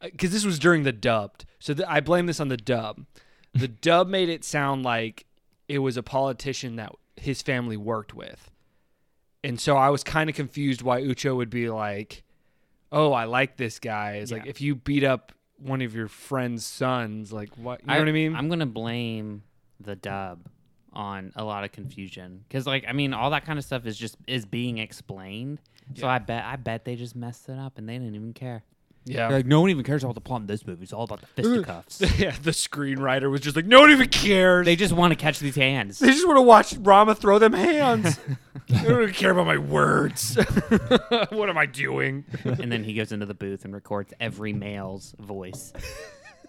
Speaker 1: uh, because this was during the dubbed, so th- I blame this on the dub. The dub made it sound like it was a politician that his family worked with. And so I was kind of confused why Ucho would be like, "Oh, I like this guy." It's like
Speaker 3: Yeah.
Speaker 1: if you beat up one of your friend's sons, like what? You know what I mean?
Speaker 3: I'm gonna blame the dub on a lot of confusion because, like, I mean, all that kind of stuff is just is being explained. So I bet I bet they just messed it up and they didn't even care.
Speaker 1: yeah.
Speaker 3: Like, no one even cares about the plot in this movie. It's all about the fisticuffs.
Speaker 1: yeah, the screenwriter was just like, no one even cares.
Speaker 3: they just want to catch these hands.
Speaker 1: They just want to watch Rama throw them hands. they don't even care about my words. what am I doing?
Speaker 3: and then he goes into the booth and records every male's voice.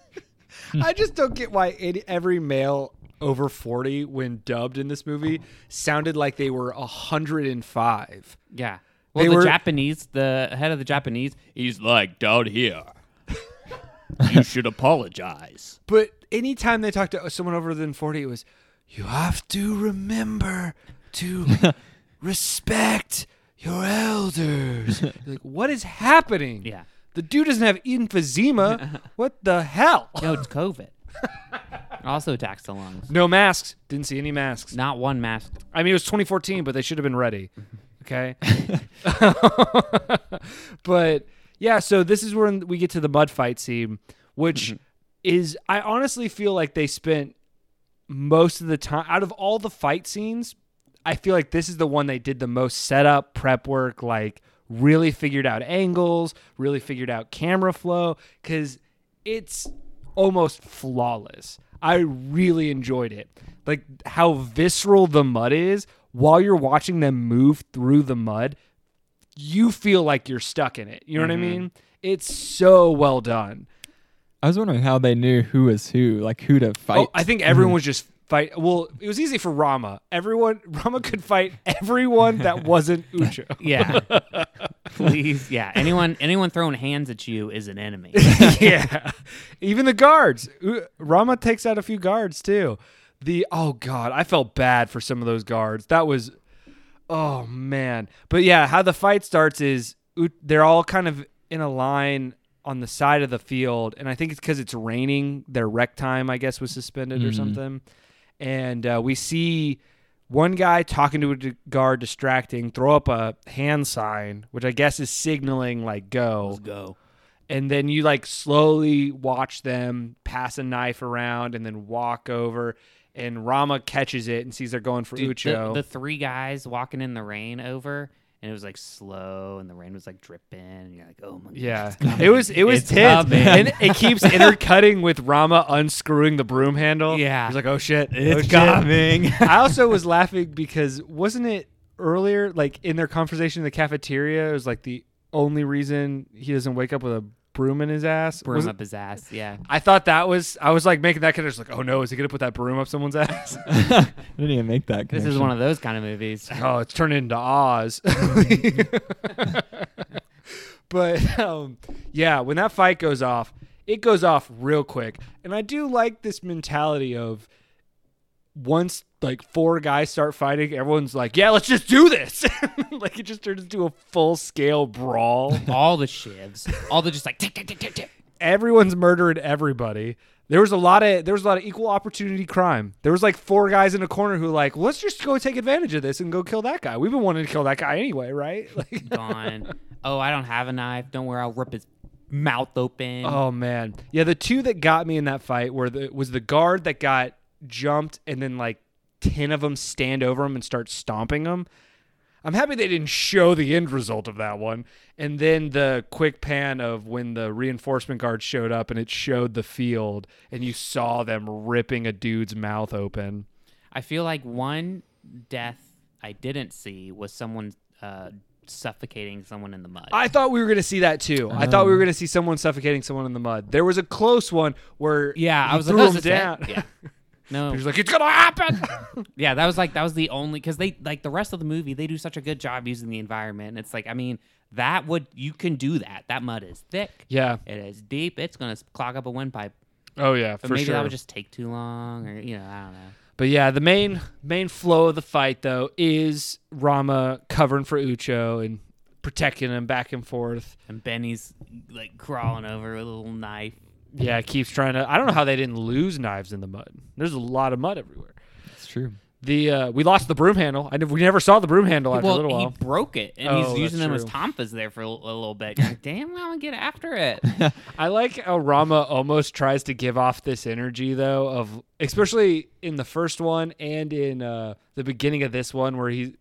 Speaker 1: I just don't get why any, every male over 40, when dubbed in this movie, sounded like they were 105.
Speaker 3: Yeah. Well,
Speaker 1: They
Speaker 3: the
Speaker 1: were-
Speaker 3: Japanese, the head of the Japanese, he's like down here. you should apologize.
Speaker 1: But anytime they talked to someone over than 40, it was, you have to remember to respect your elders. You're like, what is happening?
Speaker 3: Yeah.
Speaker 1: The dude doesn't have emphysema. what the hell?
Speaker 3: No, it's COVID. also attacks the lungs.
Speaker 1: No masks. Didn't see any masks.
Speaker 3: Not one mask.
Speaker 1: I mean, it was 2014, but they should have been ready. Okay. but yeah, so this is when we get to the mud fight scene, which is, I honestly feel like they spent most of the time, out of all the fight scenes, I feel like this is the one they did the most setup, prep work, like really figured out angles, really figured out camera flow, because it's almost flawless. I really enjoyed it. Like how visceral the mud is while you're watching them move through the mud, you feel like you're stuck in it. You know what I mean? It's so well done.
Speaker 2: I was wondering how they knew who was who, like who to fight.
Speaker 1: Oh, I think everyone was just fight. Well, it was easy for Rama. Everyone, Rama could fight everyone that wasn't Ucho.
Speaker 3: Yeah. Please. Yeah. Anyone anyone throwing hands at you is an enemy.
Speaker 1: yeah, even the guards. U- Rama takes out a few guards too. The oh god, I felt bad for some of those guards. That was oh man. But yeah, how the fight starts is U- they're all kind of in a line on the side of the field, and I think it's because it's raining. Their rec time, I guess, was suspended or something. And uh, we see one guy talking to a d- guard, distracting, throw up a hand sign, which I guess is signaling like go
Speaker 3: Go.
Speaker 1: and then you like slowly watch them pass a knife around and then walk over and Rama catches it and sees they're going for
Speaker 3: Dude, the,
Speaker 1: Ucho.
Speaker 3: the three guys walking in the rain over and it was like slow and the rain was like dripping and you're like, oh my
Speaker 1: yeah,
Speaker 3: God.
Speaker 1: it was it was
Speaker 3: It's
Speaker 1: tense,
Speaker 3: coming.
Speaker 1: and it keeps intercutting with Rama unscrewing the broom handle.
Speaker 3: Yeah.
Speaker 1: he's like, "Oh shit, oh,
Speaker 3: It's
Speaker 1: shit."
Speaker 3: coming.
Speaker 1: I also was laughing because wasn't it earlier, like in their conversation in the cafeteria, it was like the only reason he doesn't wake up with a broom in his ass.
Speaker 3: Broom
Speaker 1: Was-
Speaker 3: up his ass. Yeah.
Speaker 1: I thought that was I was like making that connection. Like, oh no, is he gonna put that broom up someone's ass?
Speaker 2: I didn't even make that.
Speaker 3: This
Speaker 2: Connection.
Speaker 3: is one of those kind of movies.
Speaker 1: oh, it's turned into Oz. but um, yeah, when that fight goes off, it goes off real quick, and I do like this mentality of once like four guys start fighting, everyone's like, yeah, let's just do this. like it just turns into a full scale brawl.
Speaker 3: all the shivs, all the just like tick, tick, tick, tick, tick.
Speaker 1: everyone's murdering everybody. There was a lot of there was a lot of equal opportunity crime. There was like four guys in a corner who like, let's just go take advantage of this and go kill that guy. We've been wanting to kill that guy anyway, right? Like,
Speaker 3: gone. oh, I don't have a knife. Don't worry, I'll rip his mouth open.
Speaker 1: oh man, yeah. The two that got me in that fight were the was the guard that got jumped and then like ten of them stand over him and start stomping him. I'm happy they didn't show the end result of that one. And then the quick pan of when the reinforcement guard showed up and it showed the field and you saw them ripping a dude's mouth open.
Speaker 3: I feel like one death I didn't see was someone uh, suffocating someone in the mud.
Speaker 1: I thought we were going to see that too. I thought we were
Speaker 3: Oh.
Speaker 1: going to see someone suffocating someone in the mud. There was a close one where
Speaker 3: yeah,
Speaker 1: he
Speaker 3: I was
Speaker 1: threw
Speaker 3: like,
Speaker 1: him
Speaker 3: "That's it."
Speaker 1: down.
Speaker 3: Yeah.
Speaker 1: He
Speaker 3: No,
Speaker 1: was like, it's going to happen.
Speaker 3: yeah, that was like that was the only because they like the rest of the movie they do such a good job using the environment. It's like I mean that would you can do that. That mud is thick.
Speaker 1: yeah.
Speaker 3: It is deep. It's gonna clog up a windpipe.
Speaker 1: Oh, yeah,
Speaker 3: But
Speaker 1: for
Speaker 3: maybe
Speaker 1: sure.
Speaker 3: that would just take too long, or you know, I don't know.
Speaker 1: But yeah, the main main flow of the fight though is Rama covering for Ucho and protecting him back and forth.
Speaker 3: And Benny's like crawling over with a little knife.
Speaker 1: Yeah, it keeps trying to. I don't know how they didn't lose knives in the mud. There's a lot of mud everywhere.
Speaker 2: It's true.
Speaker 1: The uh, we lost the broom handle. I never, we never saw the broom handle after a
Speaker 3: well,
Speaker 1: little
Speaker 3: he
Speaker 1: while.
Speaker 3: broke it, and
Speaker 1: Oh,
Speaker 3: he's using
Speaker 1: that's
Speaker 3: them as
Speaker 1: true.
Speaker 3: tomfas there for a, l- a little bit. You're like, damn, I'm gonna get after it.
Speaker 1: I like how Rama almost tries to give off this energy though of especially in the first one and in uh, the beginning of this one where he's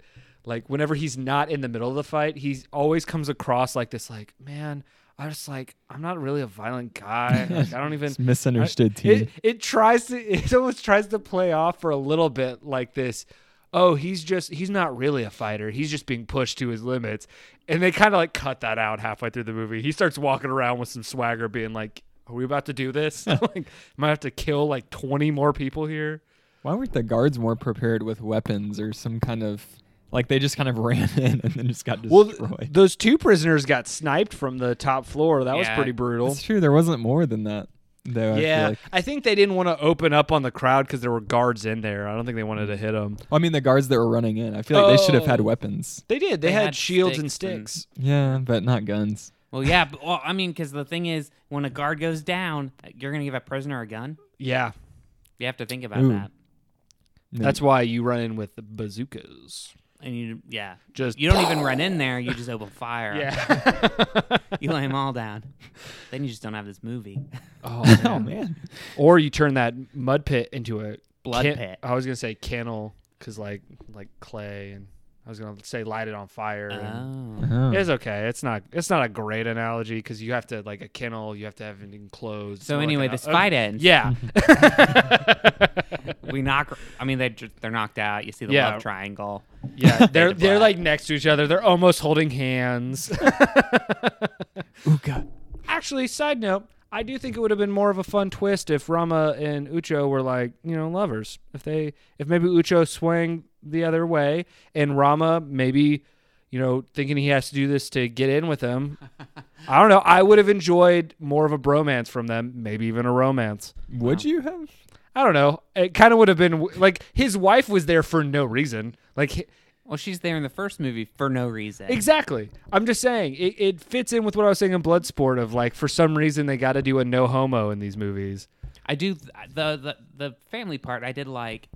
Speaker 1: like whenever he's not in the middle of the fight, he always comes across like this like, man, I just like I'm not really a violent guy. Like, I don't even
Speaker 2: It's misunderstood
Speaker 1: I-
Speaker 2: tea.
Speaker 1: It, it tries to it almost tries to play off for a little bit like this. Oh, he's just he's not really a fighter. He's just being pushed to his limits. And they kind of like cut that out halfway through the movie. He starts walking around with some swagger being like, "Are we about to do this? like, might have to kill like 20 more people here."
Speaker 2: Why weren't the guards more prepared with weapons or some kind of like they just kind of ran in and then just got
Speaker 1: Well,
Speaker 2: destroyed?
Speaker 1: th- those two prisoners got sniped from the top floor. That was
Speaker 3: Yeah.
Speaker 1: pretty brutal.
Speaker 2: That's true. There wasn't more than that, though. I
Speaker 1: yeah,
Speaker 2: feel like.
Speaker 1: I think they didn't want to open up on the crowd because there were guards in there. I don't think they wanted to hit them.
Speaker 2: Well, I mean, the guards that were running in, I feel like they should have had
Speaker 1: Oh.
Speaker 2: weapons.
Speaker 1: They did. They,
Speaker 3: They
Speaker 1: had,
Speaker 3: had
Speaker 1: shields and
Speaker 3: sticks and-
Speaker 1: sticks.
Speaker 2: Yeah, but not guns.
Speaker 3: Well, yeah, but, well, I mean, because the thing is, when a guard goes down, uh, you're gonna give a prisoner a gun.
Speaker 1: Yeah,
Speaker 3: You have to think about
Speaker 2: Ooh.
Speaker 3: that,
Speaker 2: No.
Speaker 1: that's why you run in with the bazookas.
Speaker 3: and you, yeah,
Speaker 1: Just
Speaker 3: you don't even run in there. You just open fire.
Speaker 1: Yeah.
Speaker 3: you lay them all down. Then you just don't have this movie.
Speaker 1: oh,
Speaker 2: oh man.
Speaker 1: Or you turn that mud pit into a
Speaker 3: Blood
Speaker 1: can-
Speaker 3: pit.
Speaker 1: I was gonna say kennel because like like clay, and I was gonna say light it on fire. and-
Speaker 3: Oh,
Speaker 2: Oh.
Speaker 1: It's okay. It's not. It's not a great analogy because you have to like a kennel. You have to have it enclosed.
Speaker 3: so
Speaker 1: or, like,
Speaker 3: anyway,
Speaker 1: an-
Speaker 3: this
Speaker 1: uh,
Speaker 3: fight ends.
Speaker 1: Yeah.
Speaker 3: we knock. I mean, they ju- they're knocked out. You see the
Speaker 1: Yeah.
Speaker 3: love triangle.
Speaker 1: Yeah. They're
Speaker 3: to
Speaker 1: they're
Speaker 3: black.
Speaker 1: like next to each other. They're almost holding hands.
Speaker 2: Ooga.
Speaker 1: Actually, side note, I do think it would have been more of a fun twist if Rama and Ucho were like, you know, lovers. If they if maybe Ucho swung the other way and Rama maybe, you know, thinking he has to do this to get in with him. I don't know. I would have enjoyed more of a bromance from them, maybe even a romance.
Speaker 2: Would you have?
Speaker 1: I don't know. It kind of would have been like his wife was there for no reason. Like hi-
Speaker 3: Well, she's there in the first movie for no reason.
Speaker 1: Exactly. I'm just saying it, it fits in with what I was saying in Bloodsport of like for some reason they got to do a no homo in these movies.
Speaker 3: I do th- the, the the family part. I did like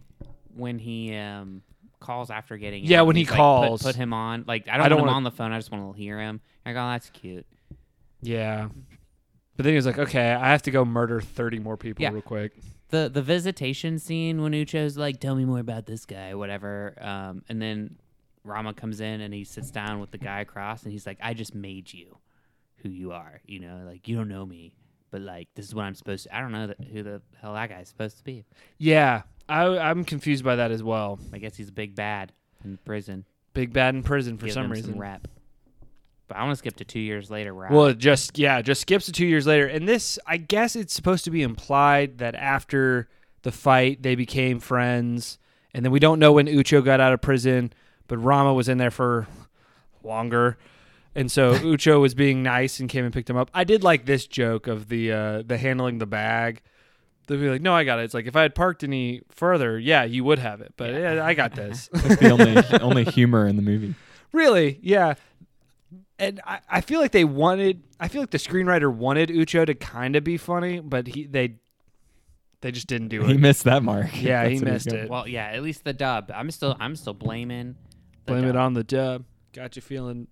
Speaker 3: when he um calls after getting.
Speaker 1: Yeah,
Speaker 3: out,
Speaker 1: when he
Speaker 3: he's like, put-
Speaker 1: calls.
Speaker 3: put, him on. Like I don't,
Speaker 1: I don't
Speaker 3: want him
Speaker 1: wanna-
Speaker 3: on the phone. I just want to hear him. Like, oh, that's cute.
Speaker 1: Yeah. But then he was like, okay, I have to go murder 30 more people
Speaker 3: Yeah.
Speaker 1: real quick.
Speaker 3: the the visitation scene when Ucho's like, "Tell me more about this guy," whatever. Um, and then Rama comes in and he sits down with the guy across, and he's like, "I just made you who you are. You know, like you don't know me, but like this is what I'm supposed to. I don't know th- who the hell that guy's supposed to be.
Speaker 1: Yeah. I, I'm confused by that as well.
Speaker 3: I guess he's a big bad in prison
Speaker 1: Big bad in prison for
Speaker 3: Give
Speaker 1: some
Speaker 3: him
Speaker 1: reason.
Speaker 3: Some rep. But I want to skip to two years later. Rap.
Speaker 1: Well, it just yeah, it just skips to two years later, and this I guess it's supposed to be implied that after the fight they became friends, and then we don't know when Ucho got out of prison, but Rama was in there for longer, and so Ucho was being nice and came and picked him up. I did like this joke of the uh, the handling the bag. They'd be like, "No, I got it." It's like if I had parked any further, yeah, you would have it, but yeah, I got this.
Speaker 2: That's the only only humor in the movie.
Speaker 1: Really? Yeah. And I, I feel like they wanted I feel like the screenwriter wanted Ucho to kind of be funny, but he they they just didn't do
Speaker 2: He
Speaker 1: it.
Speaker 2: missed that mark.
Speaker 1: Yeah, he
Speaker 2: That's what
Speaker 1: missed
Speaker 2: got.
Speaker 1: it.
Speaker 3: well, yeah. At least the dub. I'm still I'm still blaming. the
Speaker 1: Blame it
Speaker 3: dub.
Speaker 1: on the dub. Got you feeling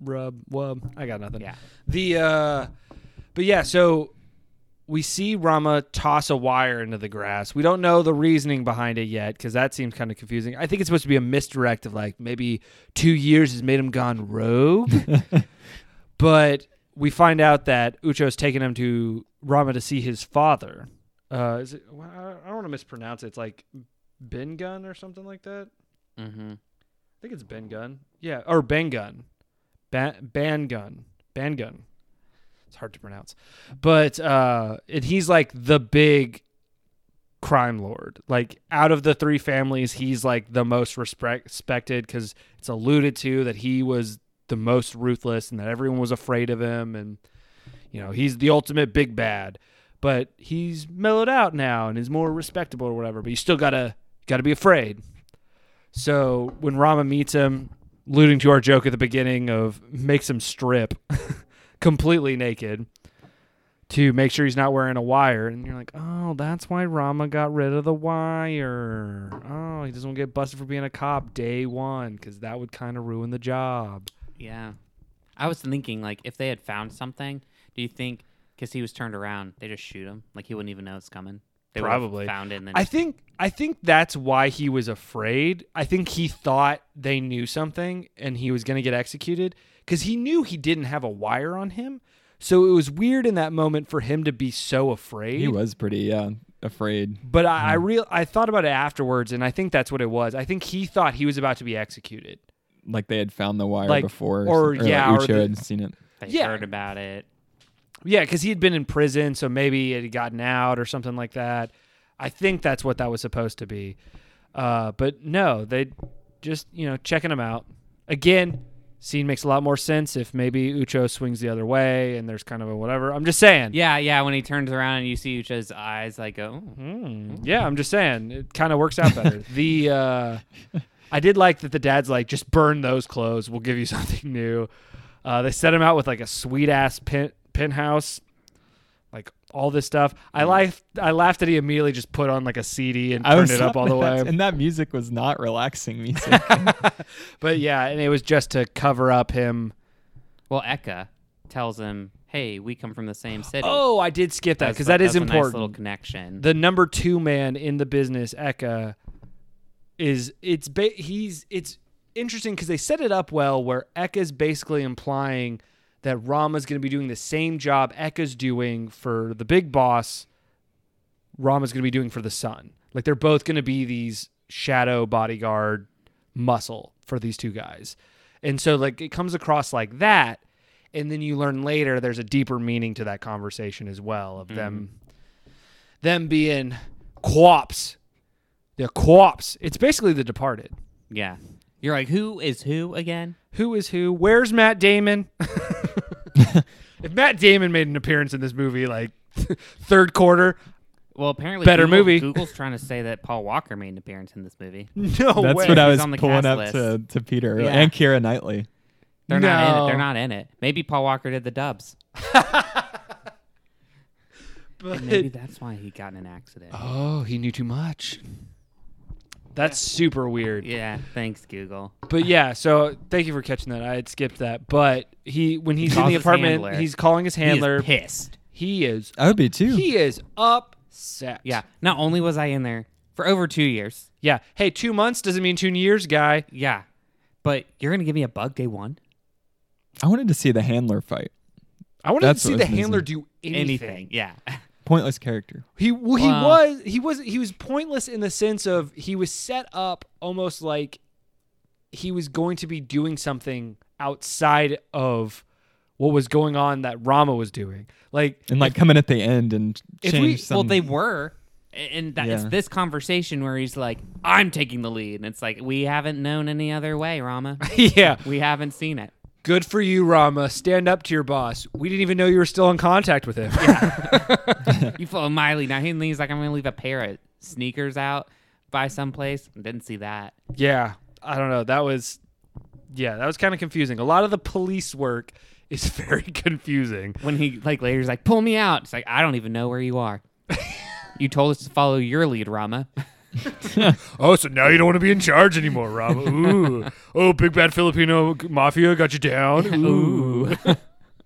Speaker 1: rub wub. I got nothing.
Speaker 3: Yeah.
Speaker 1: The uh but yeah, so we see Rama toss a wire into the grass. We don't know the reasoning behind it yet because that seems kind of confusing. I think it's supposed to be a misdirect of like maybe two years has made him gone rogue. but we find out that Ucho's taking him to Rama to see his father. Uh, is it, well, I I don't want to mispronounce it. It's like Ben Gun or something like that.
Speaker 3: Mm-hmm.
Speaker 1: I think it's Ben Gun. Yeah, or Ben Gun. Ban Ban Gun. Ban Gun. It's hard to pronounce. But uh and he's like the big crime lord. Like out of the three families, he's like the most respect- respected cuz it's alluded to that he was the most ruthless and that everyone was afraid of him and you know, he's the ultimate big bad. But he's mellowed out now and is more respectable or whatever, but you still got to got to be afraid. So when Rama meets him, alluding to our joke at the beginning of makes him strip completely naked to make sure he's not wearing a wire. And you're like, oh, that's why Rama got rid of the wire. Oh, he doesn't want to get busted for being a cop day one because that would kind of ruin the job.
Speaker 3: Yeah. I was thinking, like, if they had found something, do you think, because he was turned around, they just shoot him? Like, he wouldn't even know it's coming? They would've
Speaker 1: Probably.
Speaker 3: found it and then
Speaker 1: I think I think that's why he was afraid. I think he thought they knew something and he was going to get executed cuz he knew he didn't have a wire on him. So it was weird in that moment for him to be so afraid.
Speaker 2: He was Mm-hmm. pretty yeah afraid.
Speaker 1: But I, I real I thought about it afterwards and I think that's what it was. I think he thought he was about to be executed.
Speaker 2: Like they had found the wire
Speaker 1: Like-
Speaker 2: before,
Speaker 1: or,
Speaker 2: like
Speaker 1: yeah, or
Speaker 2: Ucho
Speaker 1: the-
Speaker 2: had seen it.
Speaker 3: they
Speaker 1: yeah.
Speaker 3: heard about it.
Speaker 1: Yeah, cuz he had been in prison, so maybe it had gotten out or something like that. I think that's what that was supposed to be. Uh, but no, they just, you know, checking him out. Again, scene makes a lot more sense if maybe Ucho swings the other way and there's kind of a whatever. I'm just saying.
Speaker 3: Yeah, yeah. When he turns around and you see Ucha's eyes, like, oh,
Speaker 1: Hmm. Yeah, I'm just saying. It kind of works out better. the uh, I did like that the dad's like, just burn those clothes. We'll give you something new. Uh, they set him out with like a sweet ass pin, penthouse. Like all this stuff, I
Speaker 3: Hmm.
Speaker 1: laughed. I laughed that he immediately just put on like a CD and turned it up all the way.
Speaker 2: and that music was not relaxing music.
Speaker 1: But yeah, and it was just to cover up him.
Speaker 3: well, Eka tells him, hey, we come from the same city.
Speaker 1: Oh, I did skip that
Speaker 3: That's
Speaker 1: because
Speaker 3: like-
Speaker 1: that is
Speaker 3: that's a nice little
Speaker 1: important.
Speaker 3: connection.
Speaker 1: the number two man in the business, Eka, is it's ba- he's it's interesting because they set it up well where Eka's basically implying that Rama's going to be doing the same job Eka's doing for the big boss. Rama's going to be doing for the son. Like they're both going to be these shadow bodyguard muscle for these two guys. And so like it comes across like that and then you learn later there's a deeper meaning to that conversation as well of them them being co-ops. They're co-ops. It's basically the departed.
Speaker 3: yeah. You're like, who is who again?
Speaker 1: Who is who? Where's Matt Damon? if Matt Damon made an appearance in this movie like third quarter,
Speaker 3: Well, apparently,
Speaker 1: Better
Speaker 3: Google-
Speaker 1: movie.
Speaker 3: Google's trying to say that Paul Walker made an appearance in this movie.
Speaker 1: no
Speaker 2: That's
Speaker 1: way.
Speaker 2: what I
Speaker 3: he's
Speaker 2: was
Speaker 3: on the
Speaker 2: pulling
Speaker 3: cast
Speaker 2: up
Speaker 3: list.
Speaker 2: to, to Peter
Speaker 3: Yeah.
Speaker 2: and Kira Knightley.
Speaker 3: They're not in
Speaker 1: No.
Speaker 3: it. They're not in it. Maybe Paul Walker did the dubs.
Speaker 1: But-
Speaker 3: Maybe that's why he got in an accident.
Speaker 1: Oh, he knew too much. That's super weird.
Speaker 3: Yeah, thanks Google.
Speaker 1: But yeah, so thank you for catching that. I had skipped that. But he when he's in
Speaker 3: calls
Speaker 1: the
Speaker 3: his
Speaker 1: apartment,
Speaker 3: handler.
Speaker 1: he's calling his handler.
Speaker 3: He is pissed.
Speaker 1: He is
Speaker 2: I would be too.
Speaker 1: he is upset.
Speaker 3: Yeah. Not only was I in there for over two years.
Speaker 1: Yeah. Hey, two months doesn't mean two years, guy.
Speaker 3: Yeah, but you're gonna give me a bug day one.
Speaker 2: I wanted to see the handler fight.
Speaker 1: I wanted
Speaker 2: That's
Speaker 1: to see
Speaker 2: what
Speaker 1: the
Speaker 2: was
Speaker 1: handler do anything.
Speaker 3: Yeah.
Speaker 2: Pointless character.
Speaker 1: He well, he
Speaker 3: Wow.
Speaker 1: was he was he was pointless in the sense of he was set up almost like he was going to be doing something outside of what was going on that Rama was doing. Like
Speaker 2: And like coming at the end and
Speaker 1: If
Speaker 2: change
Speaker 1: we-
Speaker 2: some.
Speaker 3: well, they were. And that, it's
Speaker 2: Yeah.
Speaker 3: this conversation where he's like, "I'm taking the lead," and it's like we haven't known any other way, Rama.
Speaker 1: yeah,
Speaker 3: we haven't seen it.
Speaker 1: good for you Rama, stand up to your boss. We didn't even know you were still in contact with him.
Speaker 3: You follow Miley now. He's like, I'm gonna leave a pair of sneakers out by someplace. Didn't see that.
Speaker 1: Yeah, I don't know. That was yeah, that was kind of confusing. A lot of the police work is very confusing.
Speaker 3: When he like later, he's like, pull me out. It's like I don't even know where you are. you told us to follow your lead, Rama.
Speaker 1: Oh, so now you don't want to be in charge anymore, Rob. Ooh. oh, big bad Filipino mafia got you down. Ooh.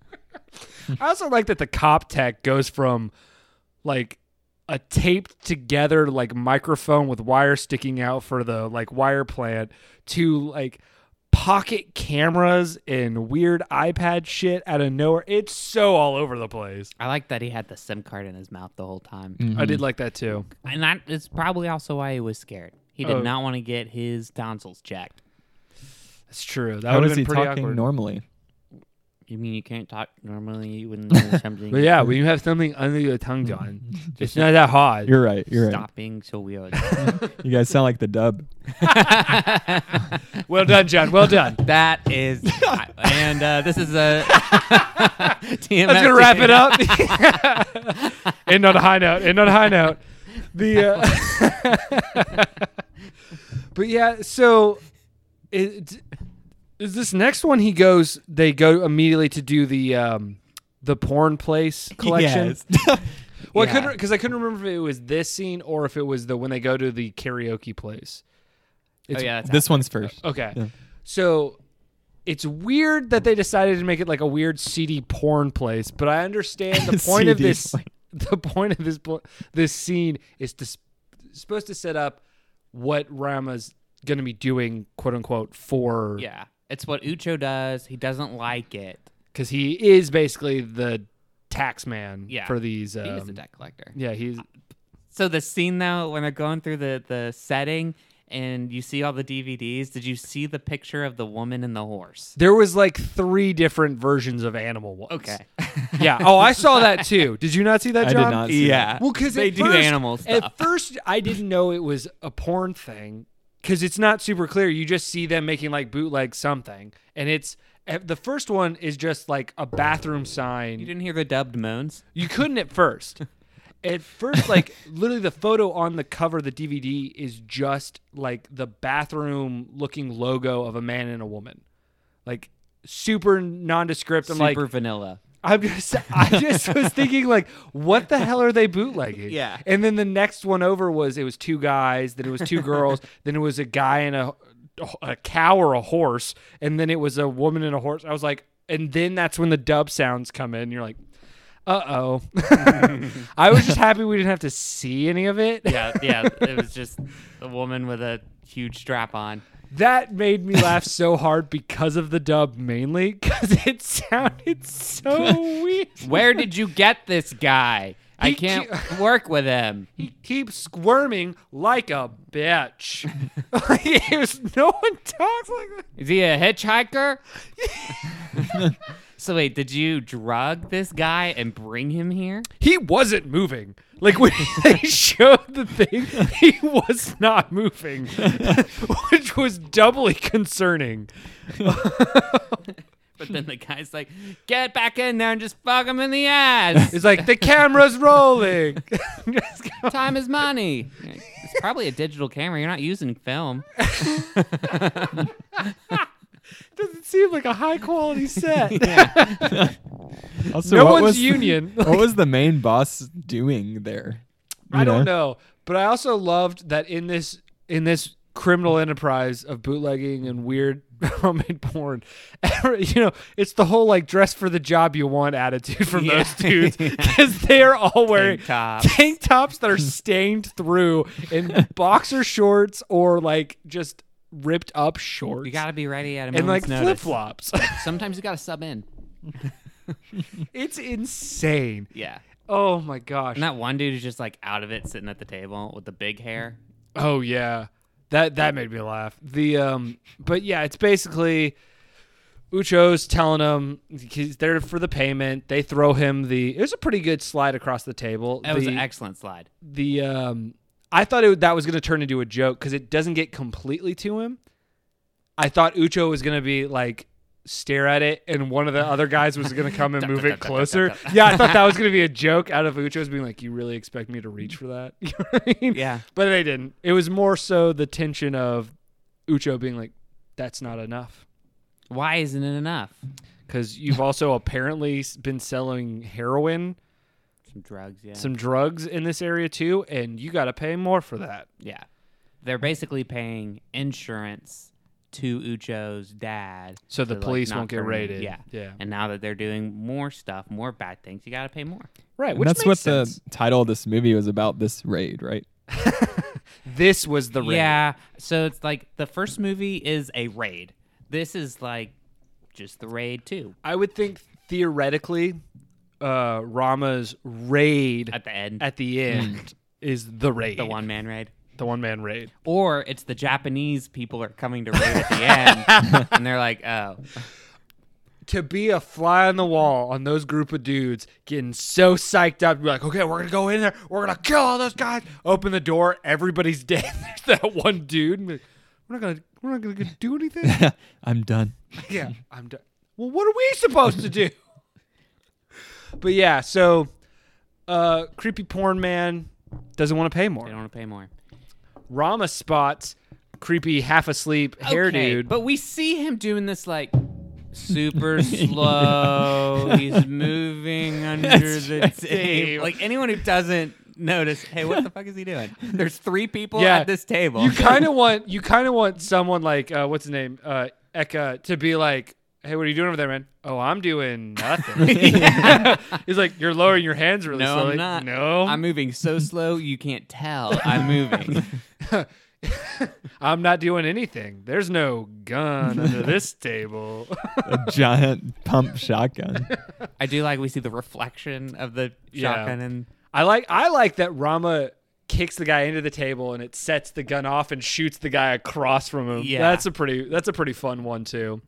Speaker 1: I also like that the cop tech goes from like a taped together like microphone with wire sticking out for the like wire plant to like pocket cameras and weird iPad shit out of nowhere. It's so all over the place.
Speaker 3: I like that he had the SIM card in his mouth the whole time,
Speaker 2: Mm-hmm.
Speaker 1: I did like that too.
Speaker 3: and that is probably also why he was scared. He did
Speaker 1: Oh.
Speaker 3: not want to get his tonsils checked.
Speaker 1: That's true. That
Speaker 2: How
Speaker 1: would have
Speaker 2: is he
Speaker 1: been pretty
Speaker 2: talking
Speaker 1: awkward.
Speaker 2: normally?
Speaker 3: You mean you can't talk normally when there's something? Mm.
Speaker 1: But yeah, when you have something under your tongue, John, it's not that hard.
Speaker 2: You're right. You're
Speaker 3: Stop being so weird.
Speaker 2: right. You guys sound like the dub.
Speaker 1: well done, John. Well done.
Speaker 3: that is, and uh, this is a. TMS
Speaker 1: That's gonna wrap it up. End on a high note. End on a high note. The uh, but yeah, so it, is this next one? He goes. They go immediately to do the um, the porn place collection.
Speaker 2: Yes.
Speaker 1: Well,
Speaker 3: Yeah.
Speaker 1: I couldn't because I couldn't remember if it was this scene or if it was the when they go to the karaoke place. It's-
Speaker 3: oh yeah, that's
Speaker 2: this one's first.
Speaker 1: Okay.
Speaker 2: Yeah.
Speaker 1: So it's weird that they decided to make it like a weird CD porn place, but I understand the point of
Speaker 2: CD
Speaker 1: this.
Speaker 2: porn.
Speaker 1: The point of this po- this scene is to s- supposed to set up what Rama's going to be doing, quote unquote, for
Speaker 3: yeah. It's what Ucho does. He doesn't like it.
Speaker 1: because he is basically the tax man
Speaker 3: Yeah.
Speaker 1: for these. Um,
Speaker 3: He is the debt collector.
Speaker 1: yeah, he's
Speaker 3: So the scene though, when they're going through the the setting and you see all the DVDs, did you see the picture of the woman and the horse?
Speaker 1: there was like three different versions of animal ones.
Speaker 3: Okay.
Speaker 1: yeah. Oh, I saw that too. Did you not see that,
Speaker 2: I did
Speaker 1: John?
Speaker 2: not see that.
Speaker 1: Well, because
Speaker 3: they
Speaker 1: at
Speaker 3: do
Speaker 1: first,
Speaker 3: animal stuff.
Speaker 1: At first, I didn't know it was a porn thing because it's not super clear. You just see them making like bootleg something, and it's eh, the first one is just like a bathroom sign.
Speaker 3: You didn't hear the dubbed moans?
Speaker 1: You couldn't at first. At first, like literally, the photo on the cover of the DVD is just like the bathroom looking logo of a man and a woman, like super nondescript. I'm like,
Speaker 3: Super vanilla.
Speaker 1: I'm just, I just was thinking, like, what the hell are they bootlegging?
Speaker 3: Yeah.
Speaker 1: And then the next one over was it was two guys, then it was two girls, then it was a guy and a a cow or a horse, and then it was a woman and a horse. I was like, and then that's when the dub sounds come in. And you're like, uh oh. I was just happy we didn't have to see any of it.
Speaker 3: Yeah, yeah. It was just a woman with a huge strap on.
Speaker 1: That made me laugh so hard because of the dub mainly, because it sounded so weird.
Speaker 3: Where did you get this guy? I
Speaker 1: He
Speaker 3: can't work with him.
Speaker 1: He keeps squirming like a bitch. like, it was, no one talks like that.
Speaker 3: Is he a hitchhiker? so wait, did you drug this guy and bring him here?
Speaker 1: He wasn't moving. Like when they showed the thing, he was not moving, which was doubly concerning.
Speaker 3: But then the guy's like, "Get back in there and just fuck him in the ass.
Speaker 1: It's like the camera's rolling.
Speaker 3: Time is money." It's probably a digital camera. You're not using film.
Speaker 1: Doesn't seem like a high quality set.
Speaker 2: Also,
Speaker 1: No
Speaker 2: what
Speaker 1: one's
Speaker 2: was the-
Speaker 1: union.
Speaker 2: what was the main boss doing there?
Speaker 1: I don't know, but I also loved that in this in this criminal enterprise of bootlegging and weird homemade porn, you know, it's the whole like dress for the job you want attitude from
Speaker 3: Yeah.
Speaker 1: those dudes because they are all wearing
Speaker 3: Tank tops.
Speaker 1: tank tops that are stained through and boxer shorts or like just ripped up shorts
Speaker 3: You gotta be ready at a
Speaker 1: and like
Speaker 3: moment's
Speaker 1: flip
Speaker 3: notice.
Speaker 1: flops.
Speaker 3: Sometimes you gotta sub in.
Speaker 1: it's insane.
Speaker 3: Yeah.
Speaker 1: Oh my gosh.
Speaker 3: And that one dude is just like out of it, sitting at the table with the big hair.
Speaker 1: Oh yeah. That that made me laugh. The um but yeah, it's basically Ucho's telling him he's there for the payment. They throw him the it was a pretty good slide across the table.
Speaker 3: That
Speaker 1: the,
Speaker 3: was an excellent slide.
Speaker 1: the um I thought it, that was going to turn into a joke cuz it doesn't get completely to him. I thought Ucho was going to be like stare at it and one of the other guys was going to come and move it closer. Yeah, I thought that was going to be a joke out of Ucho's being like you really expect me to reach for that? You know what I mean?
Speaker 3: Yeah.
Speaker 1: But they didn't. It was more so the tension of Ucho being like, "That's not enough,"
Speaker 3: Why isn't it enough?
Speaker 1: because you've also apparently s- been selling heroin,
Speaker 3: Some drugs, yeah.
Speaker 1: some drugs in this area too, and you got to pay more for that.
Speaker 3: yeah. They're basically paying insurance to Ucho's dad.
Speaker 1: So the
Speaker 3: to, like,
Speaker 1: police
Speaker 3: not
Speaker 1: won't get
Speaker 3: turn him-
Speaker 1: raided.
Speaker 3: Yeah.
Speaker 1: Yeah.
Speaker 3: And now that they're doing more stuff, more bad things, you gotta pay more.
Speaker 1: Right.
Speaker 2: And
Speaker 1: Which
Speaker 2: that's
Speaker 1: makes
Speaker 2: what
Speaker 1: sense.
Speaker 2: the title of this movie was about. This raid, right?
Speaker 1: this was the raid.
Speaker 3: Yeah. So it's like the first movie is a raid. This is like just the raid too.
Speaker 1: I would think theoretically, uh, Rama's raid
Speaker 3: At the end.
Speaker 1: at the end is the raid,
Speaker 3: the one man raid.
Speaker 1: the one man raid.
Speaker 3: Or it's the Japanese people are coming to raid at the end and they're like, Oh,
Speaker 1: to be a fly on the wall on those group of dudes getting so psyched up, you're like, okay, we're gonna go in there, we're gonna kill all those guys. Open the door, everybody's dead. There's that one dude. and be like, we're not gonna, we're not gonna do anything.
Speaker 2: I'm done.
Speaker 1: yeah, I'm done. Well, what are we supposed to do? But yeah, so uh, creepy porn man doesn't want to pay
Speaker 3: they
Speaker 1: more.
Speaker 3: don't want to pay more.
Speaker 1: Rama spots creepy half asleep hair
Speaker 3: Okay,
Speaker 1: dude.
Speaker 3: But we see him doing this like super slow. He's moving under
Speaker 2: That's
Speaker 3: the
Speaker 2: right.
Speaker 3: table. Like anyone who doesn't notice, hey, what the fuck is he doing? There's three people
Speaker 1: Yeah.
Speaker 3: at this table.
Speaker 1: You kind of want you kind of want someone like uh, what's his name uh, Eka to be like, hey, what are you doing over there, man? Oh, I'm doing nothing. He's like, you're lowering your hands really
Speaker 3: no,
Speaker 1: slowly.
Speaker 3: I'm not.
Speaker 1: No,
Speaker 3: I'm
Speaker 1: I'm,
Speaker 3: moving so slow you can't tell I'm moving.
Speaker 1: not doing anything. There's no gun under this table.
Speaker 2: a giant pump shotgun.
Speaker 3: I do like we see the reflection of the
Speaker 1: Yeah.
Speaker 3: shotgun and
Speaker 1: I like I like that Rama kicks the guy into the table and it sets the gun off and shoots the guy across from him.
Speaker 3: Yeah.
Speaker 1: That's a pretty that's a pretty fun one too.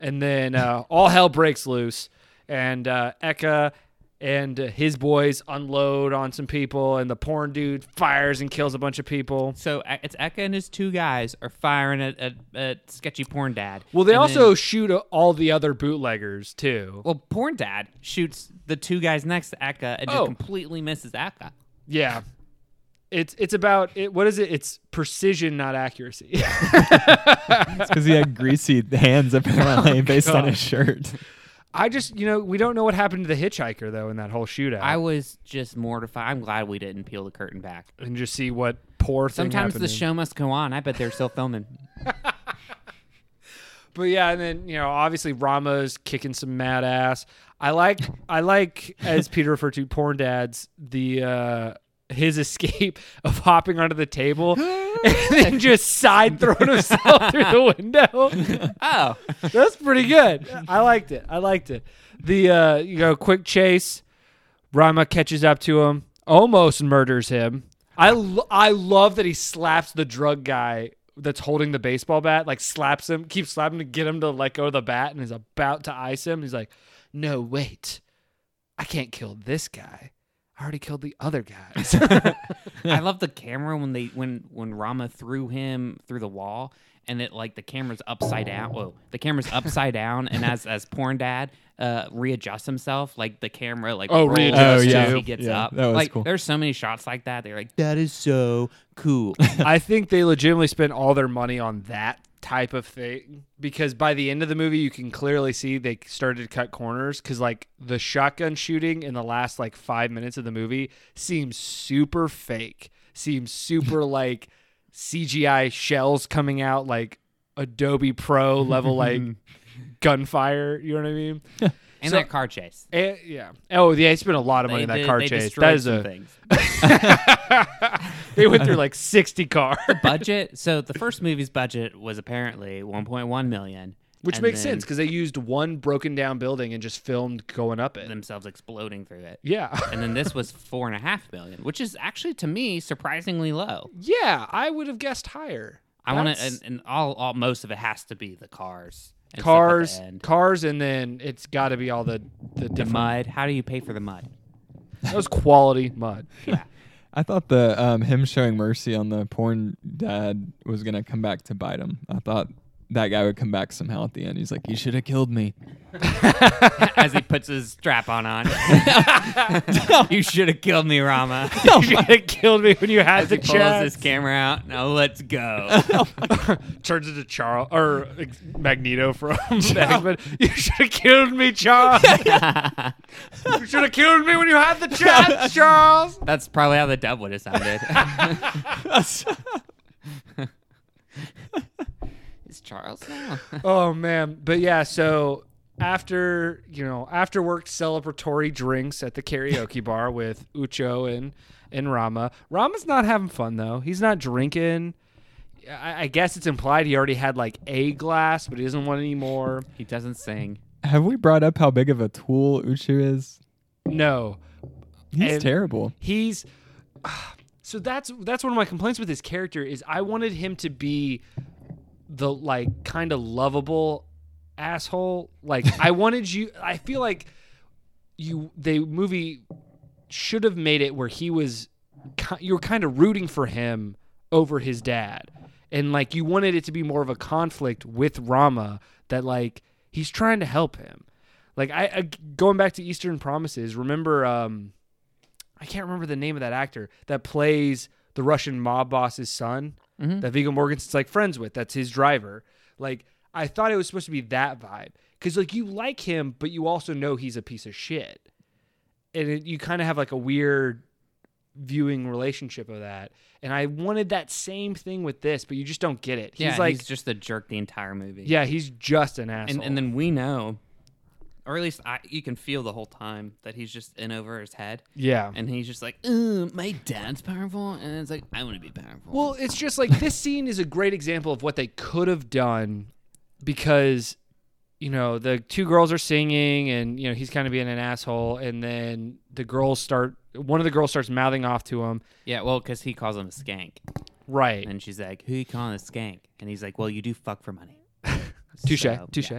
Speaker 1: And then uh, all hell breaks loose and uh Eka and uh, his boys unload on some people and the porn dude fires and kills a bunch of people.
Speaker 3: so uh, it's Eka and his two guys are firing at, at, at sketchy porn dad.
Speaker 1: Well, they
Speaker 3: And
Speaker 1: also
Speaker 3: then-
Speaker 1: shoot uh, all the other bootleggers too.
Speaker 3: well porn dad shoots the two guys next to Eka and just
Speaker 1: Oh.
Speaker 3: completely misses Eka.
Speaker 1: Yeah. It's it's about it, what is it? It's precision, not accuracy.
Speaker 2: It's because he had greasy hands apparently, based on his shirt.
Speaker 1: I just, you know, we don't know what happened to the hitchhiker though in that whole shootout,
Speaker 3: I was just mortified. I'm glad we didn't peel the curtain back.
Speaker 1: and just see what poor thing
Speaker 3: Sometimes the
Speaker 1: happened to him.
Speaker 3: show must go on. I bet they're still filming.
Speaker 1: But yeah, and then you know, obviously Rama's kicking some mad ass. I like, I like, as Peter referred to, porn dads. The uh his escape of hopping onto the table and then just side throwing himself through the window.
Speaker 3: oh,
Speaker 1: That's pretty good. I liked it. I liked it. The uh you know, quick chase. Rama catches up to him, almost murders him. I lo- I love that he slaps the drug guy that's holding the baseball bat, like slaps him, keeps slapping him to get him to let go of the bat, and is about to ice him. He's like, "No, wait, I can't kill this guy. I already killed the other guys."
Speaker 3: I love the camera when they when when Rama threw him through the wall, and it like the camera's upside down. Whoa, the camera's upside down, and as as porn dad uh readjusts himself, like the camera like
Speaker 1: Oh,
Speaker 3: rolls
Speaker 1: readjusts
Speaker 3: as
Speaker 2: too.
Speaker 3: he gets
Speaker 2: Yeah,
Speaker 3: up.
Speaker 2: that was
Speaker 3: like
Speaker 2: cool.
Speaker 3: there's so many shots like that. They're like that is so cool.
Speaker 1: I think they legitimately spent all their money on that type of thing because by the end of the movie you can clearly see they started to cut corners cuz like the shotgun shooting in the last like 5 minutes of the movie seems super fake. Seems super like CGI shells coming out like Adobe Pro level like gunfire, you know what I mean?
Speaker 3: and
Speaker 1: So-
Speaker 3: that car chase.
Speaker 1: Eh, yeah. Oh, yeah, they spent a lot of money
Speaker 3: They,
Speaker 1: on that
Speaker 3: they-
Speaker 1: car
Speaker 3: they
Speaker 1: chase.
Speaker 3: destroyed
Speaker 1: That is
Speaker 3: some
Speaker 1: a
Speaker 3: things.
Speaker 1: They went through like 60 cars.
Speaker 3: budget. So the first movie's budget was apparently 1.1 million,
Speaker 1: Which
Speaker 3: and
Speaker 1: makes
Speaker 3: then
Speaker 1: sense because they used one broken down building and just filmed going up it.
Speaker 3: Themselves exploding through it.
Speaker 1: Yeah.
Speaker 3: and then this was four and a half million, which is actually to me surprisingly low.
Speaker 1: yeah, I would have guessed higher.
Speaker 3: I want to,
Speaker 1: That's-
Speaker 3: and, and all, all most of it has to be the cars, and stuff at the
Speaker 1: cars,
Speaker 3: end.
Speaker 1: cars, and then it's got to be all the the
Speaker 3: the
Speaker 1: different.
Speaker 3: mud. How do you pay for the mud?
Speaker 1: That was quality mud.
Speaker 2: I thought the um, him showing mercy on the porn dad was gonna come back to bite him. I thought that guy would come back somehow at the end. He's like, "You should have killed me."
Speaker 3: As he puts his strap on on, you should have killed me, Rama.
Speaker 1: you should have killed me when you had
Speaker 3: As he
Speaker 1: the
Speaker 3: pulls
Speaker 1: chance.
Speaker 3: his camera out, now let's go.
Speaker 1: Turns into Charles or Magneto from X-Men. You should have killed me, Charles. you should have killed me when you had the chance, Charles.
Speaker 3: That's probably how the dub would have sounded. Is Charles now?
Speaker 1: Oh man, but yeah. So after you know after work celebratory drinks at the karaoke bar with Ucho and and Rama. Rama's not having fun though. He's not drinking. I, I guess it's implied he already had like a glass, but he doesn't want any more.
Speaker 3: He doesn't sing.
Speaker 2: Have we brought up how big of a tool Uchu is?
Speaker 1: No,
Speaker 2: He's
Speaker 1: And-
Speaker 2: terrible.
Speaker 1: he's so that's that's one of my complaints with his character is I wanted him to be the like kind of lovable asshole. Like I wanted you I feel like you the movie should have made it where he was ki- you were kind of rooting for him over his dad. And like you wanted it to be more of a conflict with Rama that like he's trying to help him. Like I, I going back to Eastern Promises, remember um I can't remember the name of that actor that plays the Russian mob boss's son
Speaker 3: Mm-hmm.
Speaker 1: that Viggo Mortensen's like friends with. That's his driver. Like I thought it was supposed to be that vibe. because like you like him, but you also know he's a piece of shit, and it, you kind of have like a weird viewing relationship of that. And I wanted that same thing with this, but you just don't get it.
Speaker 3: yeah,
Speaker 1: he's like,
Speaker 3: he's just a jerk the entire movie.
Speaker 1: yeah, he's just an asshole.
Speaker 3: and and then we know, or at least I, you can feel the whole time that he's just in over his head,
Speaker 1: yeah.
Speaker 3: and he's just like, "Ooh, my dad's powerful," and it's like, "I want to be powerful."
Speaker 1: Well, it's just like this scene is a great example of what they could have done because you know, the two girls are singing and you know, he's kind of being an asshole and then the girls start one of the girls starts mouthing off to him.
Speaker 3: yeah, well, because he calls him a skank,
Speaker 1: Right.
Speaker 3: and she's like, "Who you calling a skank?" And he's like, "Well, you do fuck for money."
Speaker 1: Touche,
Speaker 3: So, yeah.
Speaker 1: touche.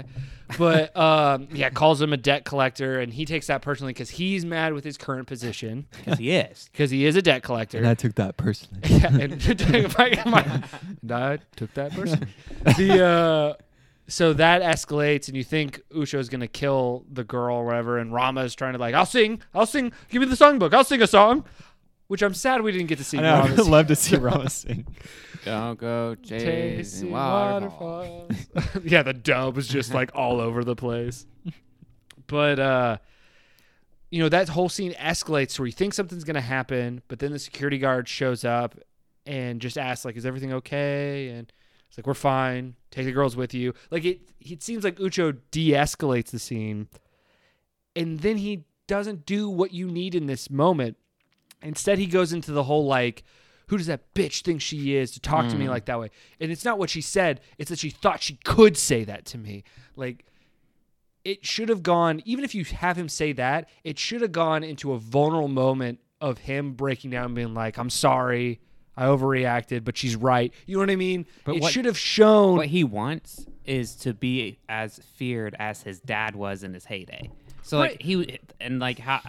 Speaker 1: But um yeah, calls him a debt collector and he takes that personally cuz he's mad with his current position
Speaker 3: 'Cause he is.
Speaker 1: cuz he is a debt collector.
Speaker 2: And I took that personally.
Speaker 1: yeah, and, my- my- and I took that person. The uh, so that escalates, and you think Usho is gonna kill the girl, or whatever, and Rama is trying to like, I'll sing, I'll sing, give me the songbook, I'll sing a song, which I'm sad we didn't get to see.
Speaker 2: I know, I would
Speaker 1: Rama's-
Speaker 2: love to see Rama sing.
Speaker 4: Don't go chasing
Speaker 1: Tasting
Speaker 4: waterfall.
Speaker 1: waterfalls. yeah, the dub was just like all over the place. But uh you know, that whole scene escalates to where you think something's gonna happen, but then the security guard shows up and just asks, like, is everything okay? And it's like, we're fine. Take the girls with you. Like it it seems like Ucho de escalates the scene and then he doesn't do what you need in this moment. Instead, he goes into the whole like, who does that bitch think she is to talk to
Speaker 3: Mm.
Speaker 1: me like that way? And it's not what she said, it's that she thought she could say that to me. Like, it should have gone, even if you have him say that, it should have gone into a vulnerable moment of him breaking down and being like, I'm sorry. I overreacted, but she's right. You know what I mean?
Speaker 3: But
Speaker 1: it
Speaker 3: what-
Speaker 1: should have shown.
Speaker 3: What he wants is to be as feared as his dad was in his heyday. So
Speaker 1: Right.
Speaker 3: like he and like how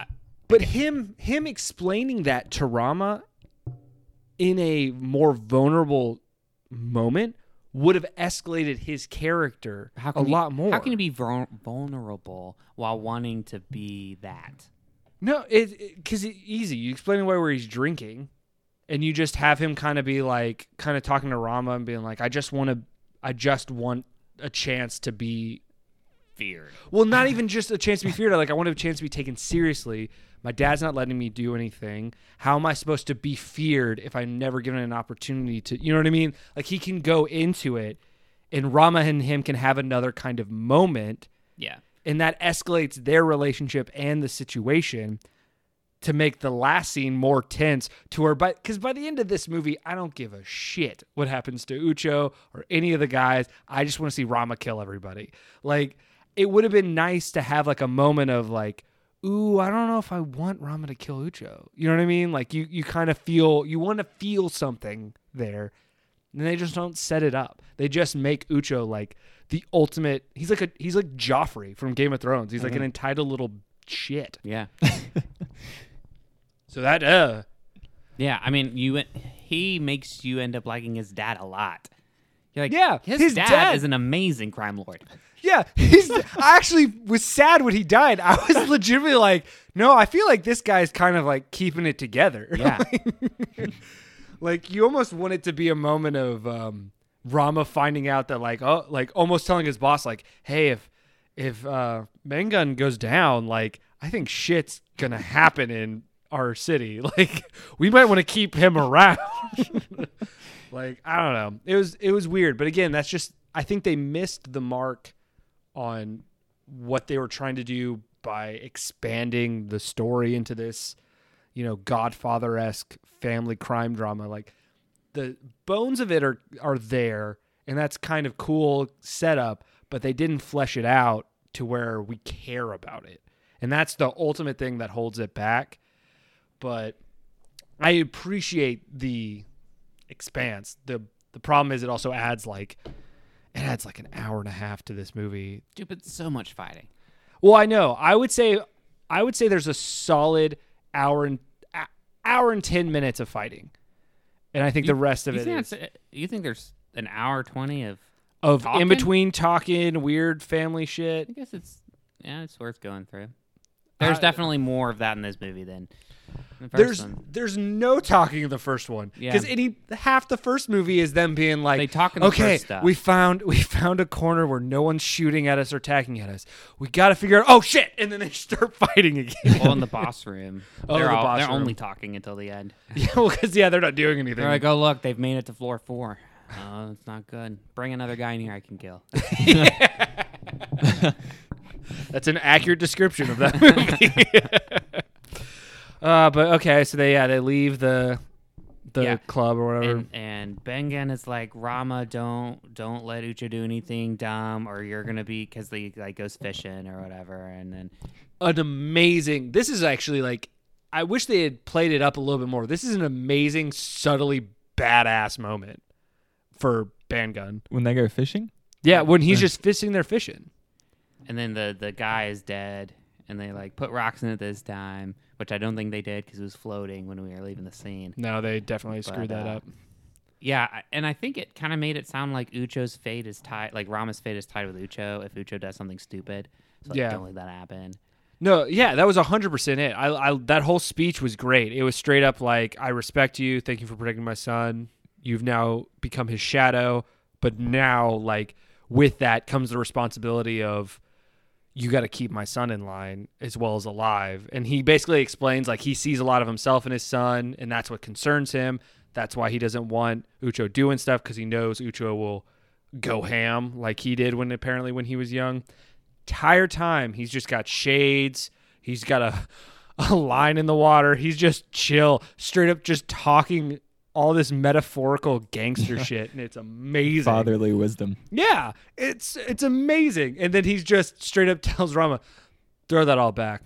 Speaker 1: But him him explaining that to Rama in a more vulnerable moment would have escalated his character
Speaker 3: how can
Speaker 1: a
Speaker 3: you-
Speaker 1: lot more.
Speaker 3: How can you be vul- vulnerable while wanting to be that?
Speaker 1: No, it because it, easy. You explain away where he's drinking, and you just have him kind of be like, kind of talking to Rama and being like, "I just want to, I just want a chance to be
Speaker 3: Feared.
Speaker 1: Well, not even just a chance to be feared. Like I want a chance to be taken seriously. My dad's not letting me do anything. How am I supposed to be feared if I'm never given an opportunity to? You know what I mean? Like he can go into it, and Rama and him can have another kind of moment,
Speaker 3: Yeah.
Speaker 1: and that escalates their relationship and the situation to make the last scene more tense to her but because by the end of this movie i don't give a shit what happens to ucho or any of the guys i just want to see rama kill everybody like it would have been nice to have like a moment of like ooh i don't know if i want rama to kill ucho you know what i mean like you you kind of feel you want to feel something there and they just don't set it up they just make ucho like the ultimate he's like a he's like joffrey from game of thrones he's like an entitled little shit
Speaker 3: Yeah.
Speaker 1: so that uh
Speaker 3: Yeah. I mean, you he makes you end up liking his dad a lot. You're like,
Speaker 1: Yeah,
Speaker 3: his,
Speaker 1: his
Speaker 3: dad,
Speaker 1: dad-
Speaker 3: is an amazing crime lord.
Speaker 1: Yeah, he's. I actually was sad when he died. I was legitimately like, no, I feel like this guy's kind of like keeping it together.
Speaker 3: Yeah.
Speaker 1: like you almost want it to be a moment of um, Rama finding out that like oh like almost telling his boss like hey if if uh, Mangun goes down like I think shit's gonna happen in our city like we might want to keep him around like I don't know it was it was weird but again that's just I think they missed the mark on what they were trying to do by expanding the story into this you know godfather esque family crime drama. Like the bones of it are are there, and that's kind of cool setup, but they didn't flesh it out to where we care about it, and that's the ultimate thing that holds it back. But I appreciate the expanse. the The problem is it also adds like it adds like an hour and a half to this movie
Speaker 3: Dude, but so much fighting.
Speaker 1: well, I know. I would say, I would say there's a solid hour and a- hour and ten minutes of fighting, and I think the rest of
Speaker 3: You
Speaker 1: it
Speaker 3: think,
Speaker 1: is
Speaker 3: that's, you think there's an hour twenty of?
Speaker 1: of
Speaker 3: talking?
Speaker 1: in between talking, weird family shit.
Speaker 3: I guess it's yeah, it's worth going through. There's
Speaker 1: I-
Speaker 3: definitely more of that in this movie than the first
Speaker 1: There's
Speaker 3: one.
Speaker 1: there's no talking in the first one
Speaker 3: Yeah.
Speaker 1: because any half the first movie is them being like
Speaker 3: They talk in the
Speaker 1: okay
Speaker 3: first stuff."
Speaker 1: we found we found a corner where no one's shooting at us or attacking at us we got to figure out oh shit and then they start fighting again
Speaker 3: Well, in the boss room,
Speaker 1: Oh,
Speaker 3: they're,
Speaker 1: the
Speaker 3: all,
Speaker 1: boss
Speaker 3: they're
Speaker 1: room.
Speaker 3: only talking until the end.
Speaker 1: yeah because yeah they're not doing anything
Speaker 3: They're like, "Oh look, they've made it to floor four. Oh, it's not good. Bring another guy in here I can kill."
Speaker 1: That's an accurate description of that movie. uh, but okay, so they yeah they leave the the
Speaker 3: Yeah.
Speaker 1: club or whatever.
Speaker 3: and, and Bengen is like, "Rama, don't don't let Ucha do anything dumb, or you're gonna be because they like goes fishing or whatever." And then
Speaker 1: an amazing. This is actually like I wish they had played it up a little bit more. This is an amazing, subtly badass moment for Bangun.
Speaker 2: when they go fishing.
Speaker 1: Yeah, when he's just fisting their fishing.
Speaker 3: and then the the guy is dead, and they like put rocks in it this time, which I don't think they did because it was floating when we were leaving the scene.
Speaker 1: No, they definitely screwed that
Speaker 3: uh,
Speaker 1: up.
Speaker 3: Yeah, I- and I think it kind of made it sound like Ucho's fate is tied, like Rama's fate is tied with Ucho if Ucho does something stupid. So like,
Speaker 1: Yeah.
Speaker 3: don't let that happen.
Speaker 1: No, yeah, that was hundred percent it. I, I that whole speech was great. It was straight up like, "I respect you. Thank you for protecting my son. You've now become his shadow, but now like with that comes the responsibility of you got to keep my son in line as well as alive." And he basically explains like he sees a lot of himself in his son, and that's what concerns him. That's why he doesn't want Ucho doing stuff because he knows Ucho will go ham like he did when apparently when he was young entire time he's just got shades he's got a, a line in the water he's just chill straight up just talking all this metaphorical gangster shit and it's amazing
Speaker 2: Fatherly wisdom.
Speaker 1: yeah it's it's amazing and then he's just straight up tells rama throw that all back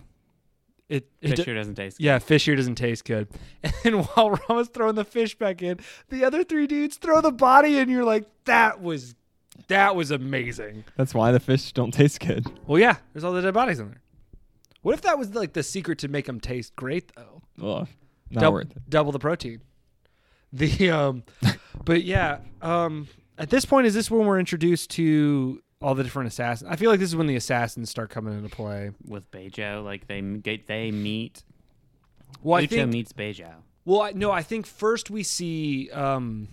Speaker 1: it, it
Speaker 3: Fisher doesn't taste.
Speaker 1: yeah, fish here doesn't taste good. And while Rama's throwing the fish back in, the other three dudes throw the body in. You're like, that was, that was amazing.
Speaker 2: That's why the fish don't taste good.
Speaker 1: Well, yeah, there's all the dead bodies in there. What if that was like the secret to make them taste great though?
Speaker 2: Ugh, not
Speaker 1: Dou-
Speaker 2: worth it.
Speaker 1: Double the protein. The um, but yeah, um, at this point is this when we're introduced to all the different assassins? I feel like this is when the assassins start coming into play.
Speaker 3: with Bejo. Like they m- get they meet.
Speaker 1: Well, I
Speaker 3: Ucho
Speaker 1: think.
Speaker 3: meets Bejo.
Speaker 1: Well, I, no, I think first we see um,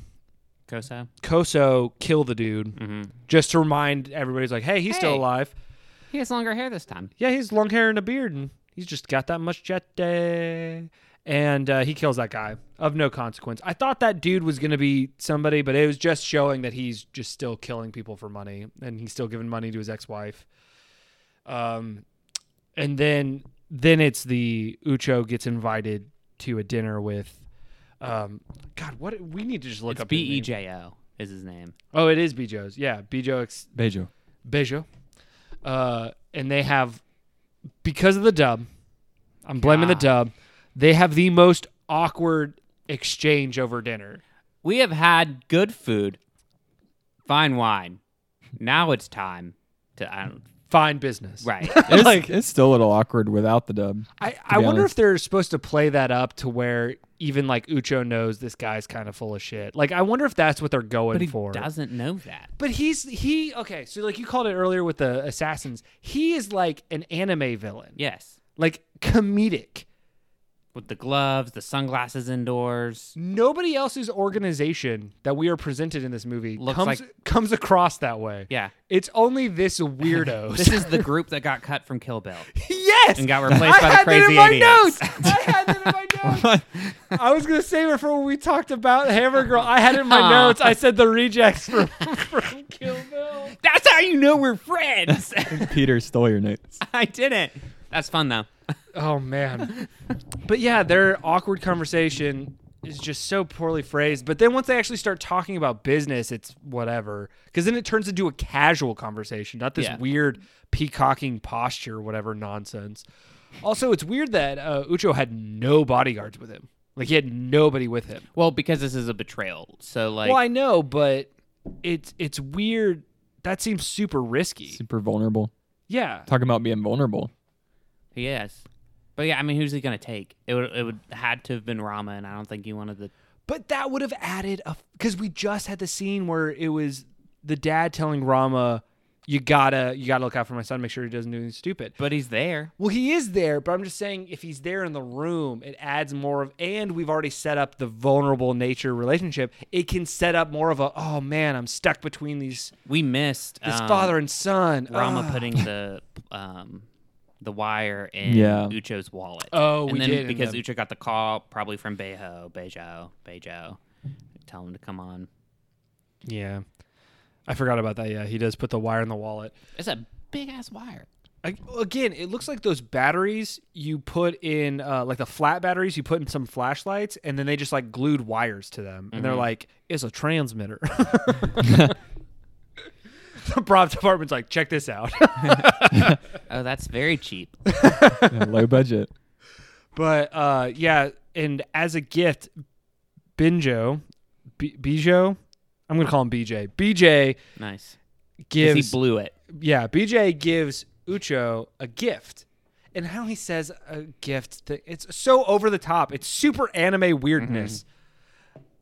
Speaker 3: Koso.
Speaker 1: Koso kill the dude
Speaker 3: Mm-hmm.
Speaker 1: just to remind everybody's like, hey, he's still
Speaker 3: Hey.
Speaker 1: alive.
Speaker 3: He has longer hair this time.
Speaker 1: Yeah, he's long hair and a beard, and he's just got that much jet day. And uh, he kills that guy of no consequence. I thought that dude was going to be somebody, but it was just showing that he's just still killing people for money, and he's still giving money to his ex-wife. Um, and then then it's the Ucho gets invited to a dinner with, um, God, what we need to just look
Speaker 3: It's
Speaker 1: up
Speaker 3: B
Speaker 1: his name.
Speaker 3: E J O is his name.
Speaker 1: Oh, it is Bijo's. Yeah, Bijo ex-
Speaker 2: Bejo.
Speaker 1: Bejo. Uh, and they have, because of the dub, I'm blaming the dub, they have the most awkward exchange over dinner.
Speaker 3: We have had good food, fine wine. Now it's time to I don't
Speaker 1: Fine business.
Speaker 3: right.
Speaker 2: It's,
Speaker 1: Like-
Speaker 2: it's still a little awkward without the dub.
Speaker 1: I, I
Speaker 2: be
Speaker 1: wonder
Speaker 2: honest.
Speaker 1: if they're supposed to play that up to where even like Ucho knows this guy's kind of full of shit. Like, I wonder if that's what they're going
Speaker 3: but he
Speaker 1: for.
Speaker 3: doesn't know that.
Speaker 1: But he's, he, okay, so like you called it earlier with the assassins. He is like an anime villain,
Speaker 3: Yes,
Speaker 1: like comedic.
Speaker 3: with the gloves, the sunglasses indoors.
Speaker 1: nobody else's organization that we are presented in this movie
Speaker 3: Looks
Speaker 1: comes
Speaker 3: like-
Speaker 1: comes across that way.
Speaker 3: Yeah.
Speaker 1: It's only this weirdo.
Speaker 3: This is the group that got cut from Kill Bill.
Speaker 1: yes,
Speaker 3: and got replaced
Speaker 1: I
Speaker 3: by the
Speaker 1: had that in
Speaker 3: crazy
Speaker 1: my
Speaker 3: idiots.
Speaker 1: notes. I had that in my notes. I was gonna save it for when we talked about Hammer Girl. I had it in my
Speaker 3: Aw.
Speaker 1: notes. I said the rejects from, from Kill Bill.
Speaker 3: That's how you know we're friends.
Speaker 2: Peter stole your notes.
Speaker 3: I didn't. That's fun though.
Speaker 1: Oh man. but yeah, their awkward conversation is just so poorly phrased. But then once they actually start talking about business, it's whatever. Because then it turns into a casual conversation, not this
Speaker 3: Yeah.
Speaker 1: weird peacocking posture, whatever nonsense. Also, it's weird that uh, Ucho had no bodyguards with him. Like he had nobody with him.
Speaker 3: Well, because this is a betrayal. So like
Speaker 1: well, I know, but it's it's weird. That seems super risky.
Speaker 2: Super vulnerable.
Speaker 1: Yeah.
Speaker 2: Talking about being vulnerable.
Speaker 3: Yes. But yeah, I mean, who's he gonna take? It would it would had to have been Rama, and I don't think he wanted the.
Speaker 1: But that would have added a because we just had the scene where it was the dad telling Rama you gotta you gotta look out for my son, make sure he doesn't do anything stupid.
Speaker 3: But he's there.
Speaker 1: Well, he is there, but I'm just saying if he's there in the room, it adds more of, and we've already set up the vulnerable nature relationship. It can set up more of a, oh man, I'm stuck between these
Speaker 3: We missed
Speaker 1: this
Speaker 3: um,
Speaker 1: father and son.
Speaker 3: Rama
Speaker 1: Ah.
Speaker 3: putting the um the wire in
Speaker 2: Yeah.
Speaker 3: Ucho's wallet.
Speaker 1: Oh,
Speaker 3: and
Speaker 1: we
Speaker 3: then
Speaker 1: did, and
Speaker 3: because
Speaker 1: then-
Speaker 3: Ucho got the call probably from Bejo, Bejo, Bejo. Tell him to come on.
Speaker 1: Yeah, I forgot about that. Yeah, he does put the wire in the wallet.
Speaker 3: It's a big ass wire.
Speaker 1: I, again, it looks like those batteries you put in, uh, like the flat batteries you put in some flashlights, and then they just like glued wires to them, and they're like, "It's a transmitter." the prop department's like, "Check this out."
Speaker 3: Oh, that's very cheap.
Speaker 2: Yeah, low budget.
Speaker 1: But uh, yeah, and as a gift, Binjo, B- Bijo, I'm gonna call him BJ. BJ
Speaker 3: Nice. 'Cause
Speaker 1: gives,
Speaker 3: he blew it.
Speaker 1: yeah, BJ gives Ucho a gift, and how he says a gift, th- it's so over the top. It's super anime weirdness. Mm-hmm.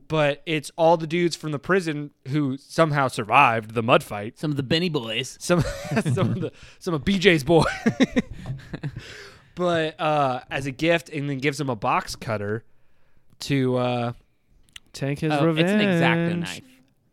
Speaker 1: But it's all the dudes from the prison who somehow survived the mud fight
Speaker 3: Some of the Benny boys.
Speaker 1: some some of the some of BJ's boy. but uh, as a gift, and then gives him a box cutter to uh, take his
Speaker 3: Oh,
Speaker 1: revenge.
Speaker 3: it's an exacto knife.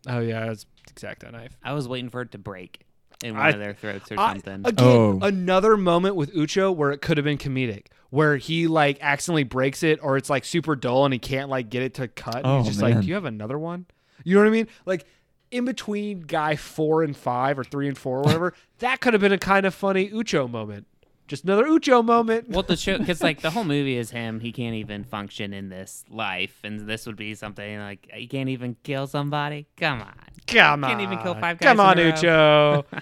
Speaker 1: Oh yeah, it's exacto knife.
Speaker 3: I was waiting for it to break in one
Speaker 1: I-
Speaker 3: of their throats or
Speaker 1: I-
Speaker 3: something.
Speaker 1: again,
Speaker 2: Oh.
Speaker 1: another moment with Ucho where it could have been comedic, where he like accidentally breaks it, or it's like super dull and he can't like get it to cut. and
Speaker 2: Oh,
Speaker 1: he's just
Speaker 2: man.
Speaker 1: like, "Do you have another one?" You know what I mean? Like in between guy four and five, or three and four, or whatever. that could have been a kind of funny Ucho moment. Just another Ucho moment.
Speaker 3: well, the show because like the whole movie is him. He can't even function in this life, and this would be something like he can't even kill somebody. Come on,
Speaker 1: Come on,
Speaker 3: Can't even kill five
Speaker 1: Come
Speaker 3: guys
Speaker 1: on,
Speaker 3: in a
Speaker 1: Ucho.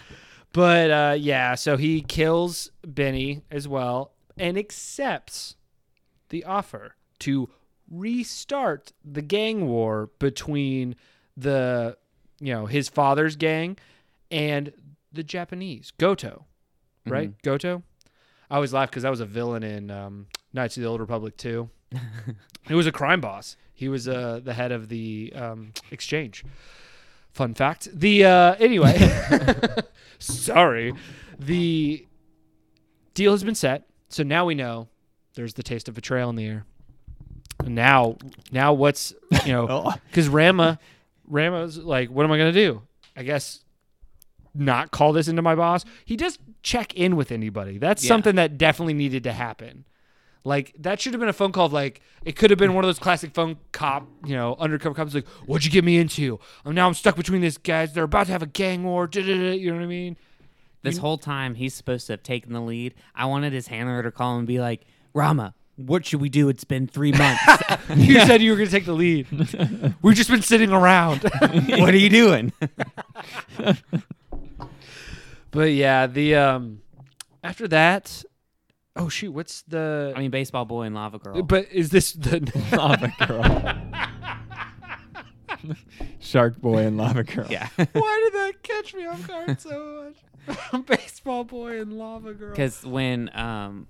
Speaker 1: but uh, yeah, so he kills Benny as well and accepts the offer to restart the gang war between the you know his father's gang and the Japanese Goto,
Speaker 3: Mm-hmm.
Speaker 1: right? Goto. I always laugh because I was a villain in um, Knights of the Old Republic too. he was a crime boss. He was uh, the head of the um, exchange. Fun fact. The uh, anyway, sorry. The deal has been set, so now we know there's the taste of betrayal in the air. Now, now what's you know
Speaker 2: Oh.
Speaker 1: because Rama, Rama's like, what am I gonna do? I guess not call this into my boss. He does check in with anybody. That's
Speaker 3: Yeah.
Speaker 1: something that definitely needed to happen. Like that should have been a phone call. Of like it could have been one of those classic phone cop, you know, undercover cops. Like, what'd you get me into? Um, now I'm stuck between these guys. They're about to have a gang war. da-da-da," You know what I mean?
Speaker 3: This whole time he's supposed to have taken the lead. I wanted his handler to call and be like, Rama, what should we do? It's been three months.
Speaker 1: You said you were gonna take the lead. We've just been sitting around.
Speaker 3: what are you doing?
Speaker 1: but yeah, the um, after that, oh shoot, what's the?
Speaker 3: I mean, baseball boy and lava girl.
Speaker 1: but is this the?
Speaker 2: Lava girl. Shark boy and lava girl.
Speaker 3: yeah,
Speaker 1: Why did that catch me off guard so much? Baseball boy and lava girl.
Speaker 3: because when um.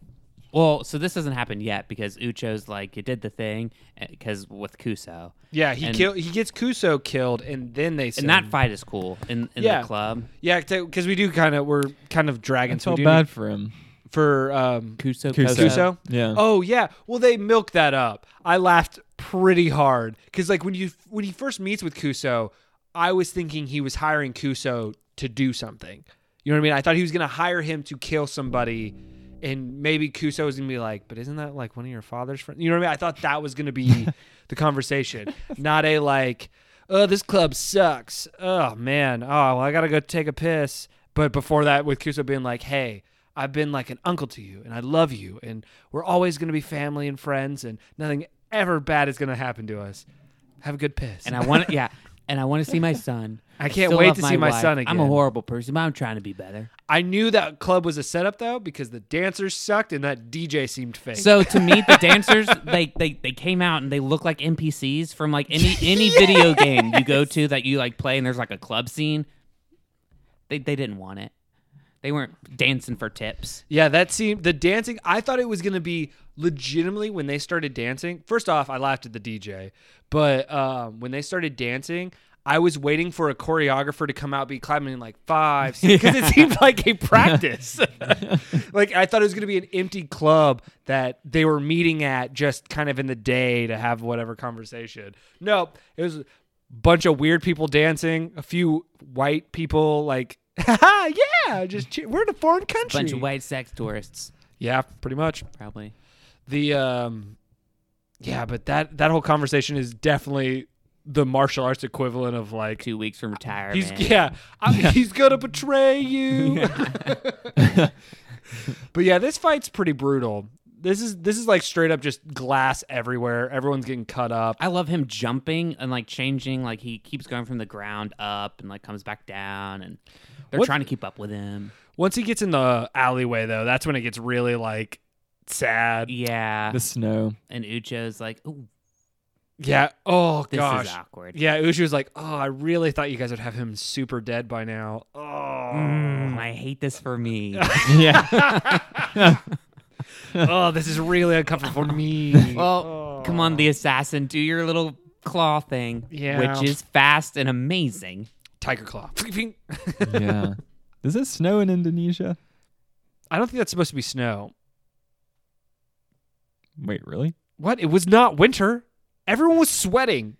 Speaker 3: Well, so this doesn't happen yet because Ucho's like, you did the thing because with Kuso.
Speaker 1: Yeah, he
Speaker 3: And-
Speaker 1: kill he gets Kuso killed, and then they
Speaker 3: And
Speaker 1: send
Speaker 3: that fight is cool in, in
Speaker 1: Yeah.
Speaker 3: the club.
Speaker 1: Yeah, because we do kind of we're kind of
Speaker 2: I
Speaker 1: dragging. so
Speaker 2: felt
Speaker 1: we do
Speaker 2: bad
Speaker 1: need-
Speaker 2: for him.
Speaker 1: for um,
Speaker 3: Kuso,
Speaker 2: Kuso.
Speaker 1: Kuso.
Speaker 2: Yeah.
Speaker 1: Oh yeah. Well, they milk that up. I laughed pretty hard because like when you when he first meets with Kuso, I was thinking he was hiring Kuso to do something. You know what I mean? I thought he was gonna hire him to kill somebody, and maybe Kuso was gonna be like, "But isn't that like one of your father's friends?" You know what I mean? I thought that was gonna be the conversation, not a like, "Oh, this club sucks." Oh man. Oh, well, I gotta go take a piss. But before that, with Kuso being like, "Hey." I've been like an uncle to you and I love you and we're always going to be family and friends and nothing ever bad is going to happen to us. Have a good piss.
Speaker 3: and I want yeah, and I want to see my son.
Speaker 1: I can't
Speaker 3: still
Speaker 1: wait
Speaker 3: love
Speaker 1: to see my
Speaker 3: wife.
Speaker 1: son
Speaker 3: I'm a
Speaker 1: again.
Speaker 3: horrible person, but I'm trying to be better.
Speaker 1: I knew that club was a setup though because the dancers sucked and that DJ seemed fake.
Speaker 3: So to me, the dancers they, they they came out and they look like NPCs from like any any video game you go to that you like play and there's like a club scene. They they didn't want it. They weren't dancing for tips.
Speaker 1: Yeah, that seemed the dancing. I thought it was gonna be legitimately when they started dancing. First off, I laughed at the DJ, but um, when they started dancing, I was waiting for a choreographer to come out, be clapping in like five, because it seemed like a practice. like I thought it was going to be an empty club that they were meeting at just kind of in the day to have whatever conversation. Nope, it was a bunch of weird people dancing, a few white people like, "Ha yeah, just che- we're in a foreign country.
Speaker 3: bunch of white sex tourists,
Speaker 1: Yeah, pretty much
Speaker 3: probably.
Speaker 1: the um yeah but that that whole conversation is definitely the martial arts equivalent of like
Speaker 3: Two weeks from retirement.
Speaker 1: he's yeah, I'm- he's gonna betray you but yeah this fight's pretty brutal this is this is like straight up just glass everywhere everyone's getting cut up
Speaker 3: I love him jumping and like changing. Like he keeps going from the ground up and like comes back down, and they're
Speaker 1: What-
Speaker 3: trying to keep up with him.
Speaker 1: once he gets in the alleyway though that's when it gets really like sad
Speaker 3: Yeah,
Speaker 2: The snow.
Speaker 3: and Ucho's like, "Ooh,
Speaker 1: yeah oh
Speaker 3: this
Speaker 1: gosh
Speaker 3: is awkward."
Speaker 1: yeah Ushi was like oh i really thought you guys would have him super dead by now oh
Speaker 3: Mm, I hate this for me.
Speaker 2: Yeah.
Speaker 1: oh, this is really uncomfortable for me. Oh.
Speaker 3: well, come on, the assassin, do your little claw thing,
Speaker 1: Yeah.
Speaker 3: which is fast and amazing.
Speaker 1: Tiger Claw.
Speaker 2: yeah. Does it snow in Indonesia?
Speaker 1: I don't think that's supposed to be snow.
Speaker 2: Wait, really?
Speaker 1: What? It was not winter. Everyone was sweating.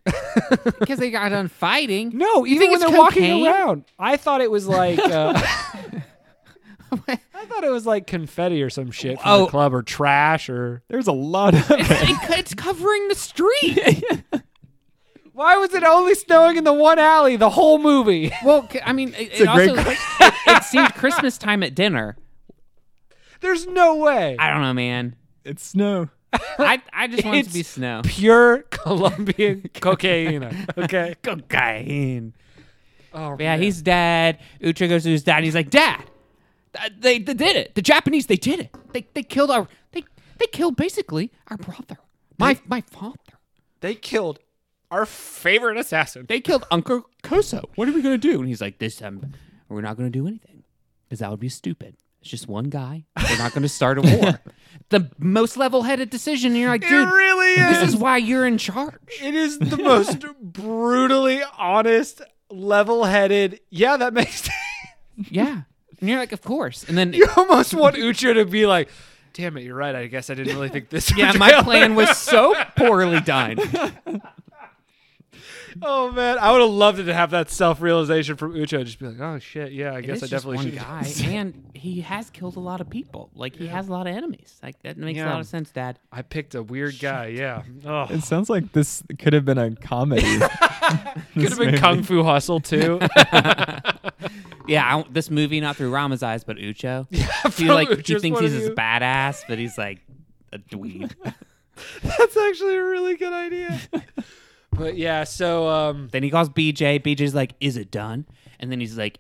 Speaker 3: Because they got done fighting.
Speaker 1: No, even
Speaker 3: think
Speaker 1: when
Speaker 3: it's
Speaker 1: they're walking
Speaker 3: cocaine?
Speaker 1: around. I thought it was like. Uh, I thought it was like confetti or some shit from
Speaker 3: Oh.
Speaker 1: the club or trash or.
Speaker 2: There's a lot of it.
Speaker 3: it's covering the street.
Speaker 1: Why was it only snowing in the one alley the whole movie?
Speaker 3: well, c- I mean, it, it
Speaker 2: a great
Speaker 3: also it, it seemed Christmas time at dinner.
Speaker 1: There's no way.
Speaker 3: I don't know, man.
Speaker 2: It's snow.
Speaker 3: I I just want it
Speaker 1: It's
Speaker 3: to be snow.
Speaker 1: Pure Colombian cocaine. Okay.
Speaker 3: Cocaine.
Speaker 1: Oh,
Speaker 3: Yeah, he's dead. Ucha goes to his dad. And he's like, Dad, th- they, they did it. The Japanese, they did it. They they killed our they they killed basically our brother, my my father.
Speaker 1: They killed our favorite assassin.
Speaker 3: They killed Uncle Koso. What are we gonna do? And he's like, This time we're not gonna do anything because that would be stupid. It's just one guy. We're not gonna start a war. the most level-headed decision. And you're like, Dude,
Speaker 1: really
Speaker 3: this is why you're in charge.
Speaker 1: It is the most brutally honest, level-headed. Yeah, that makes.
Speaker 3: Yeah. And you're like, of course. And then
Speaker 1: you almost want Ucha to be like, "Damn it, you're right. I guess I didn't really think this."
Speaker 3: Yeah,
Speaker 1: would
Speaker 3: my
Speaker 1: go."
Speaker 3: plan was so poorly done.
Speaker 1: Oh man, I would have loved it to have that self-realization from Ucha. Just be like, "Oh shit, yeah, I
Speaker 3: It
Speaker 1: guess
Speaker 3: is
Speaker 1: I
Speaker 3: just
Speaker 1: definitely
Speaker 3: one
Speaker 1: should."
Speaker 3: guy, and he has killed a lot of people. Like he has a lot of enemies. Like that makes a
Speaker 1: Yeah.
Speaker 3: lot of sense, Dad.
Speaker 1: I picked a weird guy. Yeah. Oh.
Speaker 2: It sounds like this could have been a comedy.
Speaker 1: Could have been Kung Fu Hustle too.
Speaker 3: Yeah, I, this movie not through Rama's eyes, but Ucho. Yeah, he
Speaker 1: from
Speaker 3: like he
Speaker 1: Ucho's
Speaker 3: thinks
Speaker 1: point
Speaker 3: he's
Speaker 1: of
Speaker 3: this
Speaker 1: view.
Speaker 3: badass, but he's like a dweeb.
Speaker 1: That's actually a really good idea. But yeah, so um,
Speaker 3: then he calls BJ. BJ's like, "Is it done?" And then he's like,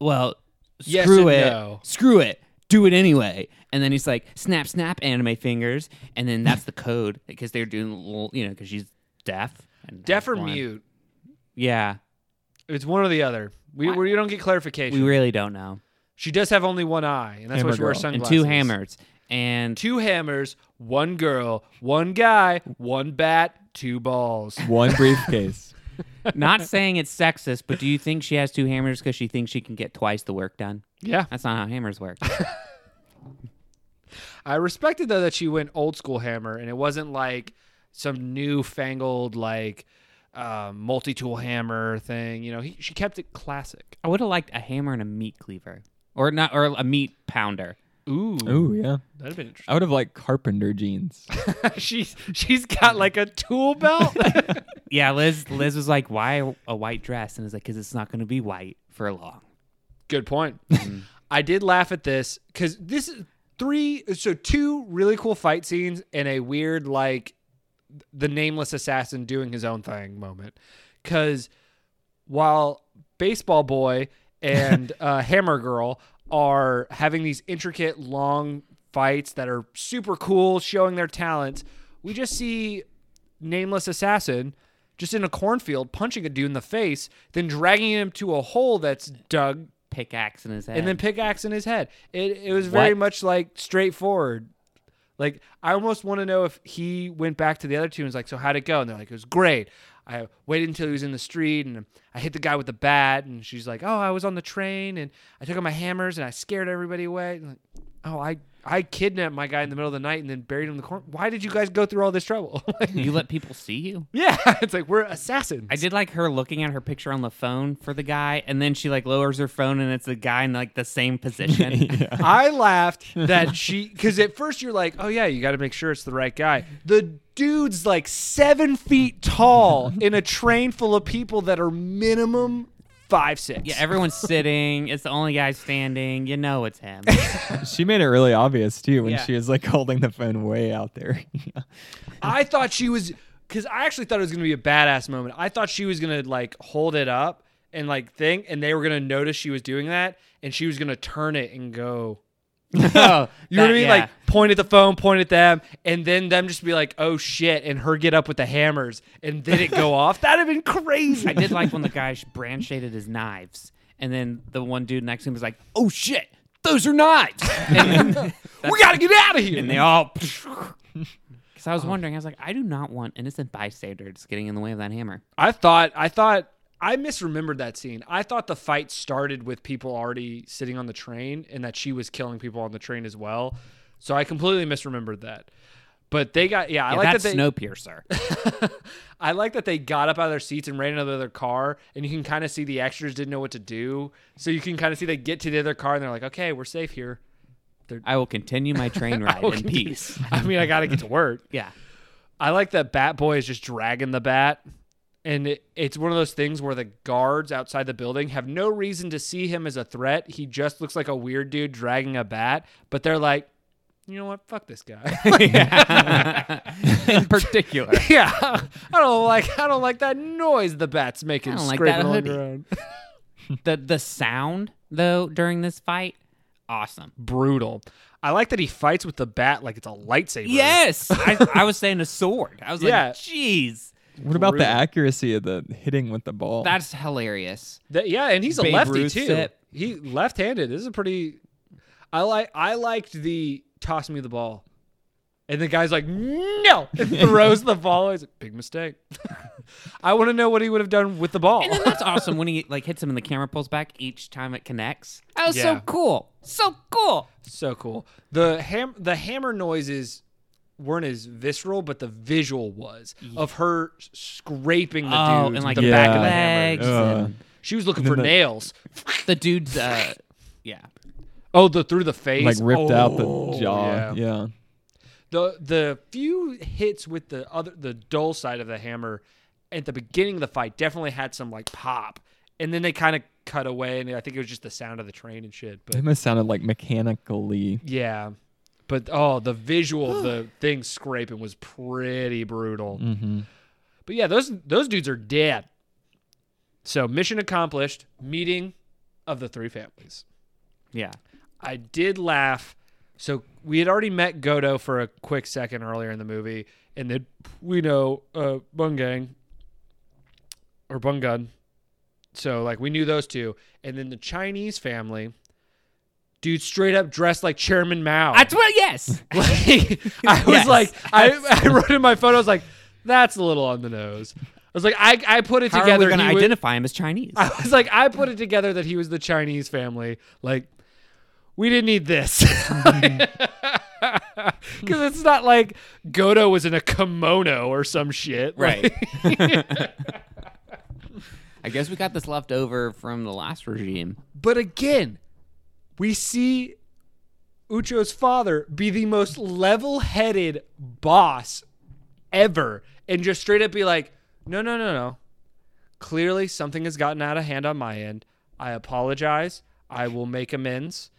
Speaker 3: "Well,
Speaker 1: Yes
Speaker 3: screw
Speaker 1: and
Speaker 3: it,
Speaker 1: no.
Speaker 3: screw it, do it anyway." And then he's like, "Snap, snap, anime fingers." And then that's the code because they're doing, little, you know, because she's deaf. And
Speaker 1: deaf or
Speaker 3: blind.
Speaker 1: mute.
Speaker 3: Yeah,
Speaker 1: It's one or the other. We, we don't get clarification.
Speaker 3: we really don't know.
Speaker 1: She does have only one eye, and that's why
Speaker 2: Hammer
Speaker 1: she wears
Speaker 2: girl.
Speaker 3: and
Speaker 1: sunglasses.
Speaker 3: two hammers and
Speaker 1: Two hammers, one girl, one guy, one bat, two balls.
Speaker 2: One briefcase.
Speaker 3: not saying it's sexist but do you think she has two hammers because she thinks she can get twice the work done
Speaker 1: Yeah.
Speaker 3: that's not how hammers work
Speaker 1: I respected, though, that she went old school hammer, and it wasn't like some newfangled, like, uh, multi tool hammer thing. You know, he, she kept it classic.
Speaker 3: i would have liked a hammer and a meat cleaver or not or a meat pounder
Speaker 1: Ooh.
Speaker 2: Ooh, yeah.
Speaker 1: That'd have been interesting.
Speaker 2: I would have liked carpenter jeans.
Speaker 1: she's, she's got like a tool belt.
Speaker 3: yeah liz liz was like why a white dress and it's like because it's not going to be white for long
Speaker 1: Good point. Mm-hmm. I did laugh at this because this is three, so two really cool fight scenes and a weird, like, the nameless assassin doing his own thing moment. Because while Baseball Boy and uh, Hammer Girl are having these intricate, long fights that are super cool, showing their talents, we just see Nameless Assassin just in a cornfield punching a dude in the face, then dragging him to a hole that's dug
Speaker 3: pickaxe in his head
Speaker 1: and then pickaxe in his head. It it was very
Speaker 3: What?
Speaker 1: much like straightforward. Like I almost want to know if he went back to the other two and was like, "So how'd it go?" And they're like, "It was great. I waited until he was in the street and I hit the guy with the bat. And she's like, oh, I was on the train and I took out my hammers and I scared everybody away. And like, oh, I, I kidnapped my guy in the middle of the night and then buried him in the corner. Why did you guys go through all this trouble? Like,
Speaker 3: you let people see you.
Speaker 1: yeah, it's like we're assassins.
Speaker 3: I did like her looking at her picture on the phone for the guy, and then she like lowers her phone, and it's the guy in like the same position.
Speaker 1: I laughed that she because at first you're like, oh yeah, you got to make sure it's the right guy. The dude's like seven feet tall in a train full of people that are minimum five six.
Speaker 3: Yeah, everyone's sitting. It's the only guy standing. You know it's him.
Speaker 2: She made it really obvious too when
Speaker 3: Yeah.
Speaker 2: she was like holding the phone way out there.
Speaker 1: I thought she was because I actually thought it was gonna be a badass moment. I thought she was gonna like hold it up and like thing, and they were gonna notice she was doing that, and she was gonna turn it and go. you know what I
Speaker 3: That-
Speaker 1: mean?
Speaker 3: yeah.
Speaker 1: Like point at the phone, point at them, and then them just be like, "Oh shit!" and her get up with the hammers, and then it go off. That'd have been crazy.
Speaker 3: I did like when the guy sh- brand shaded his knives, and then the one dude next to him was like, "Oh shit, those are knives!" And, then,
Speaker 1: we gotta get out of here.
Speaker 3: and they all. Because I was wondering, I was like, I do not want innocent bystanders getting in the way of that hammer.
Speaker 1: I thought I thought I misremembered that scene. I thought the fight started with people already sitting on the train and that she was killing people on the train as well. So I completely misremembered that. But they got yeah, I
Speaker 3: Yeah,
Speaker 1: like that
Speaker 3: that's
Speaker 1: they
Speaker 3: Snowpiercer.
Speaker 1: I like that they got up out of their seats and ran into the other car and you can kind of see the extras didn't know what to do. So you can kind of see they get to the other car and they're like, "Okay, we're safe here."
Speaker 3: I will continue my train ride in peace.
Speaker 1: I mean, I got to get to work.
Speaker 3: Yeah.
Speaker 1: I like that Bat Boy is just dragging the bat. And it, it's one of those things where the guards outside the building have no reason to see him as a threat. He just looks like a weird dude dragging a bat, but they're like, you know what? Fuck this guy.
Speaker 3: in particular.
Speaker 1: yeah, I don't like. I don't like that noise the bat's making.
Speaker 3: I don't like
Speaker 1: scraping
Speaker 3: that
Speaker 1: on the
Speaker 3: hoodie.
Speaker 1: ground.
Speaker 3: The the sound though during this fight, awesome.
Speaker 1: Brutal. I like that he fights with the bat like it's a lightsaber.
Speaker 3: Yes, I, I was saying a sword. I was
Speaker 1: Yeah.
Speaker 3: like, "Jeez,
Speaker 2: what about
Speaker 1: Brutal.
Speaker 2: the accuracy of the hitting with the ball?
Speaker 3: that's hilarious."
Speaker 1: That- yeah, and he's a
Speaker 3: Babe
Speaker 1: lefty
Speaker 3: Ruth
Speaker 1: too.
Speaker 3: set.
Speaker 1: He left-handed. This is a pretty. I like. I liked the toss me the ball, and the guy's like no, and throws the ball. It's a big mistake. I want to know what he would have done with the ball.
Speaker 3: And then that's awesome when he like hits him and the camera pulls back each time it connects. That was
Speaker 1: Yeah.
Speaker 3: Oh, so cool, so cool.
Speaker 1: so cool. The ham. The hammer noises weren't as visceral, but the visual was of her scraping the
Speaker 3: Oh,
Speaker 1: dude
Speaker 3: and like
Speaker 1: the
Speaker 2: Yeah.
Speaker 1: back of the hammer.
Speaker 3: legs.
Speaker 2: Uh,
Speaker 1: She was looking
Speaker 2: And
Speaker 1: for
Speaker 2: then the-
Speaker 1: nails.
Speaker 3: The dude's, uh, yeah,
Speaker 1: Oh, the through the face,
Speaker 2: like ripped out the
Speaker 1: Oh,
Speaker 2: jaw. Yeah.
Speaker 1: the the few hits with the other the dull side of the hammer at the beginning of the fight definitely had some like pop and then they kind of cut away and i think it was just the sound of the train and shit but
Speaker 2: It must sounded like mechanically.
Speaker 1: yeah but oh the visual of the thing scraping was pretty brutal
Speaker 2: hmm
Speaker 1: but yeah those those dudes are dead so mission accomplished meeting of the three families
Speaker 3: yeah.
Speaker 1: I did laugh. So we had already met Godo for a quick second earlier in the movie, and then we know uh, Bungang or Bungun. So like we knew those two, and then the Chinese family, dude, straight up dressed like Chairman Mao.
Speaker 3: That's what. Yes,
Speaker 1: Like, I was
Speaker 3: Yes.
Speaker 1: like, I, I wrote in my phone, I was like, that's a little on the nose. I was like, I, I put it
Speaker 3: how
Speaker 1: together.
Speaker 3: are we going
Speaker 1: he
Speaker 3: to
Speaker 1: was-
Speaker 3: identify him as Chinese?
Speaker 1: I was like, I put it together that he was the Chinese family. Like, we didn't need this. Because it's not like Godo was in a kimono or some shit.
Speaker 3: Right.
Speaker 1: Like,
Speaker 3: I guess we got this left over from the last regime.
Speaker 1: but again, we see Ucho's father be the most level headed boss ever and just straight up be like, no, no, no, no. Clearly, something has gotten out of hand on my end. I apologize. I will make amends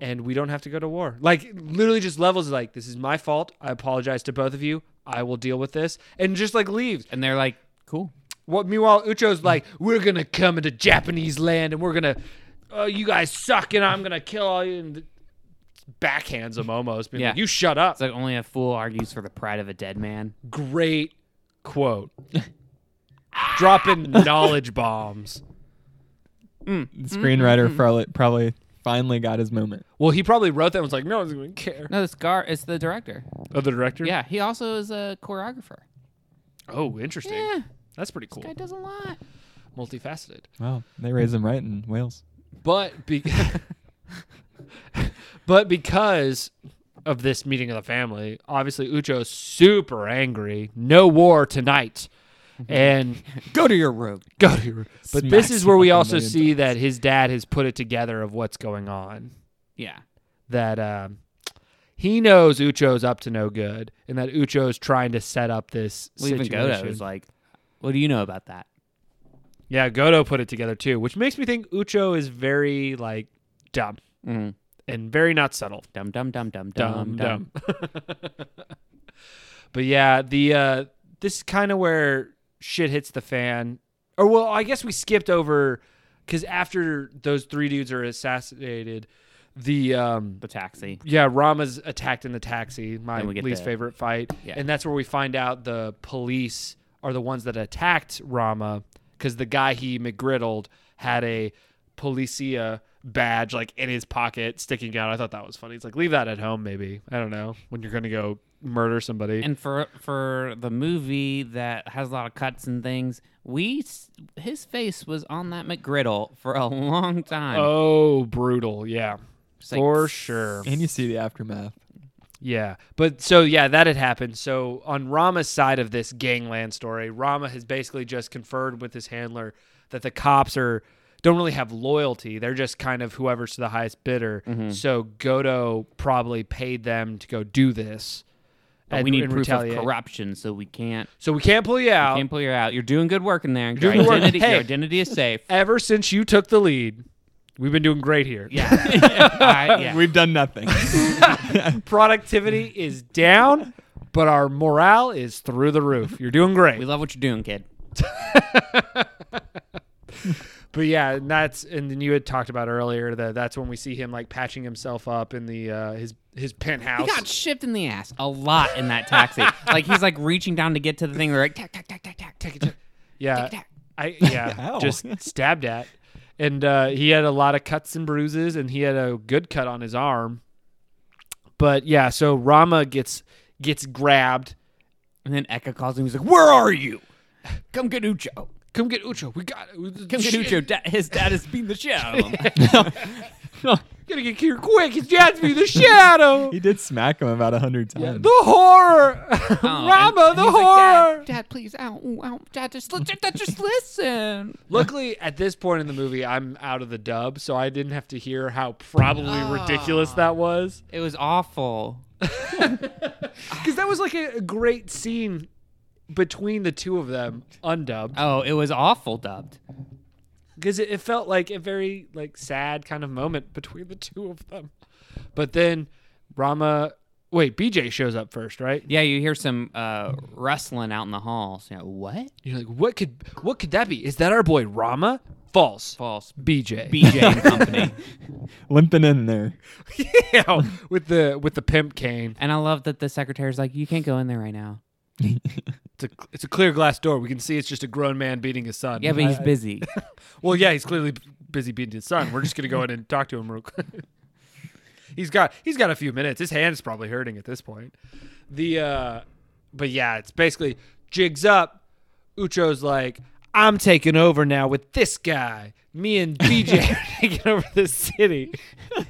Speaker 1: and we don't have to go to war. Like, literally, just levels is like, this is my fault. I apologize to both of you. I will deal with this. And just like leaves.
Speaker 3: And they're like, cool.
Speaker 1: What? Meanwhile, Ucho's like, we're gonna come into Japanese land and we're gonna, oh, you guys suck, and I'm gonna kill all you. And th- backhands him almost. Being
Speaker 3: Yeah.
Speaker 1: like, you shut up.
Speaker 3: It's like only a fool argues for the pride of a dead man.
Speaker 1: Great quote. Dropping knowledge bombs.
Speaker 2: The screenwriter probably probably finally got his moment.
Speaker 1: Well, he probably wrote that and was like, no one's gonna care.
Speaker 3: No, this gar it's the director.
Speaker 1: Oh, the director.
Speaker 3: Yeah, he also is a choreographer.
Speaker 1: Oh, interesting. That's pretty cool.
Speaker 3: Guy does a lot.
Speaker 1: Multifaceted.
Speaker 2: Well, they raise them right in Wales.
Speaker 1: But be- but because of this meeting of the family, obviously Ucho's super angry. No war tonight. And
Speaker 3: Mm-hmm. Go to your room.
Speaker 1: go to your But
Speaker 2: Smacks
Speaker 1: this is where we
Speaker 2: him a
Speaker 1: also
Speaker 2: million
Speaker 1: see that his dad has put it together of what's going on.
Speaker 3: Yeah.
Speaker 1: That um, he knows Ucho's up to no good, and that Ucho's trying to set up this
Speaker 3: Well, even Godo
Speaker 1: situation.
Speaker 3: is like, what do you know about that?
Speaker 1: yeah, Godo put it together too, which makes me think Ucho is very like dumb
Speaker 3: Mm.
Speaker 1: and very not subtle.
Speaker 3: Dum dum dum dum
Speaker 1: dumb
Speaker 3: dum dum.
Speaker 1: but yeah, the uh this is kind of where shit hits the fan. Or well, I guess we skipped over cuz after those three dudes are assassinated, the um
Speaker 3: The taxi.
Speaker 1: yeah, Rama's attacked in the taxi, my
Speaker 3: Then we get
Speaker 1: least
Speaker 3: the-
Speaker 1: favorite fight.
Speaker 3: Yeah.
Speaker 1: And that's where we find out the police are the ones that attacked Rama cuz the guy he McGriddled had a policia badge like in his pocket sticking out. I thought that was funny. It's like leave that at home maybe. I don't know. When you're going to go murder somebody.
Speaker 3: And for for the movie that has a lot of cuts and things, we s- his face was on that McGriddle for a long time.
Speaker 1: oh, brutal. Yeah.
Speaker 3: It's like,
Speaker 1: for sure.
Speaker 2: And you see the aftermath.
Speaker 1: Yeah. But so, yeah, that had happened. So, on Rama's side of this gangland story, Rama has basically just conferred with his handler that the cops are don't really have loyalty. They're just kind of whoever's to the highest bidder.
Speaker 3: Mm-hmm.
Speaker 1: So, Godo probably paid them to go do this.
Speaker 3: But
Speaker 1: and-
Speaker 3: we need
Speaker 1: and
Speaker 3: proof
Speaker 1: retaliate.
Speaker 3: of corruption, so we can't
Speaker 1: So, we can't pull you out.
Speaker 3: can't pull you out. You're doing good work in there. Your
Speaker 1: doing good work.
Speaker 3: identity,
Speaker 1: Hey.
Speaker 3: your identity is safe.
Speaker 1: Ever since you took the lead, we've been doing great here.
Speaker 3: Yeah. I- yeah.
Speaker 2: We've done nothing.
Speaker 1: Productivity is down, but our morale is through the roof. You're doing great.
Speaker 3: We love what you're doing, kid.
Speaker 1: But yeah, and that's and then you had talked about earlier that that's when we see him like patching himself up in the uh, his his penthouse.
Speaker 3: He got shipped in the ass a lot in that taxi. like he's like reaching down to get to the thing. They're like tack tack tack tack tack tack. tack.
Speaker 1: yeah,
Speaker 3: Tic-tac.
Speaker 1: I yeah,
Speaker 2: Ow.
Speaker 1: just stabbed at, and uh, he had a lot of cuts and bruises, and he had a good cut on his arm. But yeah, so Rama gets gets grabbed.
Speaker 3: And then Eka calls him. He's like, "Where are you? Come get Ucho.
Speaker 1: Come get Ucho. We got it.
Speaker 3: Come get Ucho. Da- his dad is beating the shit out of him."
Speaker 1: Gotta get here quick. It's Jasmine the shadow.
Speaker 2: he did smack him about a hundred times.
Speaker 1: The horror, Rama,
Speaker 3: Oh, and- and
Speaker 1: the
Speaker 3: he's like,
Speaker 1: horror.
Speaker 3: Dad, Dad, please, ow, ooh, ow, Dad, just, li- Dad, just listen.
Speaker 1: Luckily, at this point in the movie, I'm out of the dub, so I didn't have to hear how probably
Speaker 3: Oh.
Speaker 1: ridiculous that was.
Speaker 3: It was awful.
Speaker 1: Because that was like a, a great scene between the two of them, undubbed.
Speaker 3: Oh, it was awful dubbed.
Speaker 1: Because it, it felt like a very like sad kind of moment between the two of them. But then Rama, wait, BJ shows up first, right?
Speaker 3: Yeah, you hear some uh, rustling out in the halls. You know, what?
Speaker 1: You're like, what could what could that be? Is that our boy Rama? False.
Speaker 3: False.
Speaker 1: BJ.
Speaker 3: BJ and company.
Speaker 2: Limping in there.
Speaker 1: Yeah, with the with the pimp cane.
Speaker 3: and I love that the secretary's like, "You can't go in there right now."
Speaker 1: It's a, it's a clear glass door. We can see it's just a grown man beating his son.
Speaker 3: Yeah, but he's busy.
Speaker 1: Well, yeah, he's clearly b- busy beating his son. We're just gonna go in and talk to him real quick. he's got he's got a few minutes. His hand's probably hurting at this point. The uh but yeah, it's basically jigs up. Ucho's like, I'm taking over now with this guy. Me and BJ are taking over this city.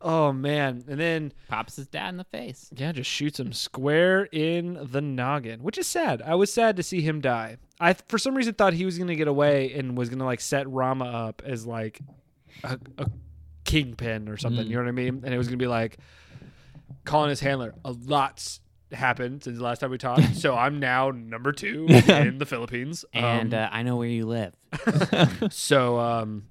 Speaker 1: oh man. And then
Speaker 3: Pops his dad in the face.
Speaker 1: yeah, just shoots him square in the noggin, which is sad. I was sad to see him die. I for some reason thought he was gonna get away and was gonna like set Rama up as like a, a kingpin or something. You know what I mean? And it was gonna be like calling his handler. A lot's happened since the last time we talked, so I'm now number two in the Philippines. Um,
Speaker 3: And uh, I know where you live.
Speaker 1: so, um,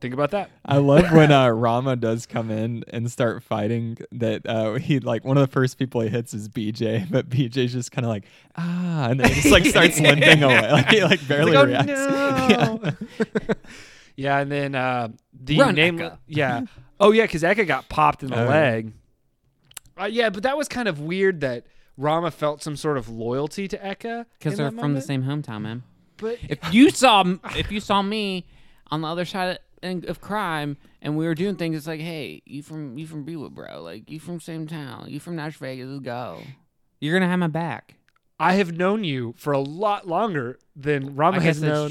Speaker 1: think about that.
Speaker 2: I love when uh, Rama does come in and start fighting. That uh, he like one of the first people he hits is BJ, but BJ's just kind of like ah, and then he just like starts limping away. Like he like barely
Speaker 1: Like, oh,
Speaker 2: reacts.
Speaker 1: no. yeah, and then uh, the
Speaker 3: Run,
Speaker 1: name.
Speaker 3: Eka.
Speaker 1: Yeah. Oh yeah, because Eka got popped in the
Speaker 2: Oh.
Speaker 1: leg. Uh, yeah, but that was kind of weird that Rama felt some sort of loyalty to Eka
Speaker 3: Because
Speaker 1: in
Speaker 3: they're
Speaker 1: that
Speaker 3: from the
Speaker 1: moment.
Speaker 3: same hometown, man.
Speaker 1: But
Speaker 3: If you saw, if you saw me on the other side of, of crime, and we were doing things, it's like, hey, you from you from Bewood, bro. Like you from same town. You from Nash Vegas. Let's go. You're gonna have my back.
Speaker 1: I have known you for a lot longer than Rama
Speaker 3: I
Speaker 1: has
Speaker 3: guess that's
Speaker 1: known.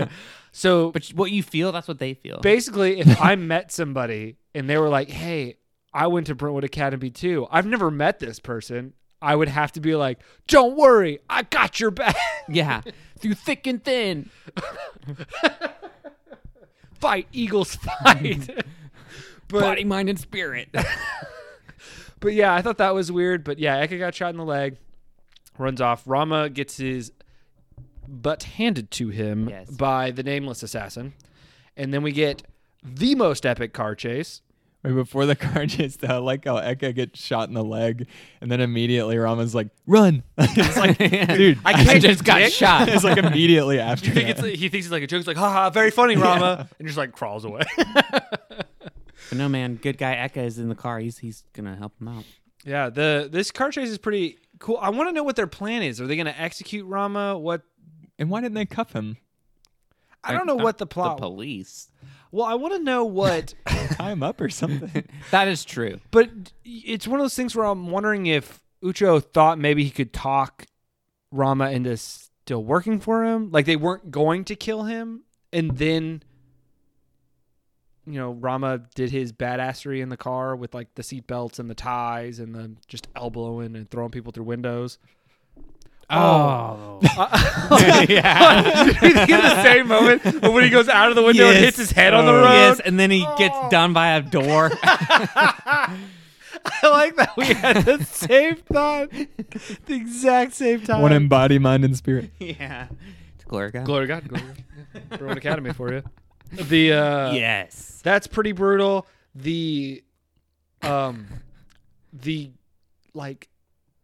Speaker 3: true.
Speaker 1: so
Speaker 3: But what you feel, that's what they feel.
Speaker 1: basically, if I met somebody and they were like, "Hey, I went to Brentwood Academy too. I've never met this person." I would have to be like, "Don't worry, I got your back.
Speaker 3: yeah, through thick and thin.
Speaker 1: Fight, Eagles, fight." but
Speaker 3: Body, mind, and spirit.
Speaker 1: But yeah, I thought that was weird. But yeah, Eka got shot in the leg, runs off. Rama gets his butt handed to him
Speaker 3: Yes.
Speaker 1: by the nameless assassin. And then we get the most epic car chase.
Speaker 2: Wait, before the car chase, though, I like how Eka gets shot in the leg, and then immediately Rama's like, "Run!" it's like, dude,
Speaker 1: I can't-
Speaker 3: just got
Speaker 1: Dick.
Speaker 3: shot.
Speaker 2: it's like immediately after. that.
Speaker 1: he thinks he's like a joke. He's like, haha, very funny, Rama. And just like crawls away.
Speaker 3: But no, man, good guy Eka is in the car. He's he's gonna help him out.
Speaker 1: yeah, the this car chase is pretty cool. I want to know what their plan is. Are they going to execute Rama? What?
Speaker 2: and why didn't they cuff him?
Speaker 1: I don't know what the plot.
Speaker 3: The police.
Speaker 1: well, I want to know what.
Speaker 2: Tie him up or something?
Speaker 3: That is true.
Speaker 1: But it's one of those things where I'm wondering if Ucho thought maybe he could talk Rama into still working for him. Like they weren't going to kill him. And then, you know, Rama did his badassery in the car with like the seatbelts and the ties and the just elbowing and throwing people through windows.
Speaker 3: Oh,
Speaker 1: yeah. in the same moment when he goes out of the window and
Speaker 3: Yes. Oh.
Speaker 1: hits his head on the road. Oh.
Speaker 3: yes, and then he gets done by a door.
Speaker 1: I like that we had the same thought, the exact same time.
Speaker 2: One in body, mind, and spirit.
Speaker 3: yeah, it's glory God.
Speaker 1: Glory to God. Glory to God. Bruin Academy for you. The uh
Speaker 3: yes.
Speaker 1: that's pretty brutal. The um the like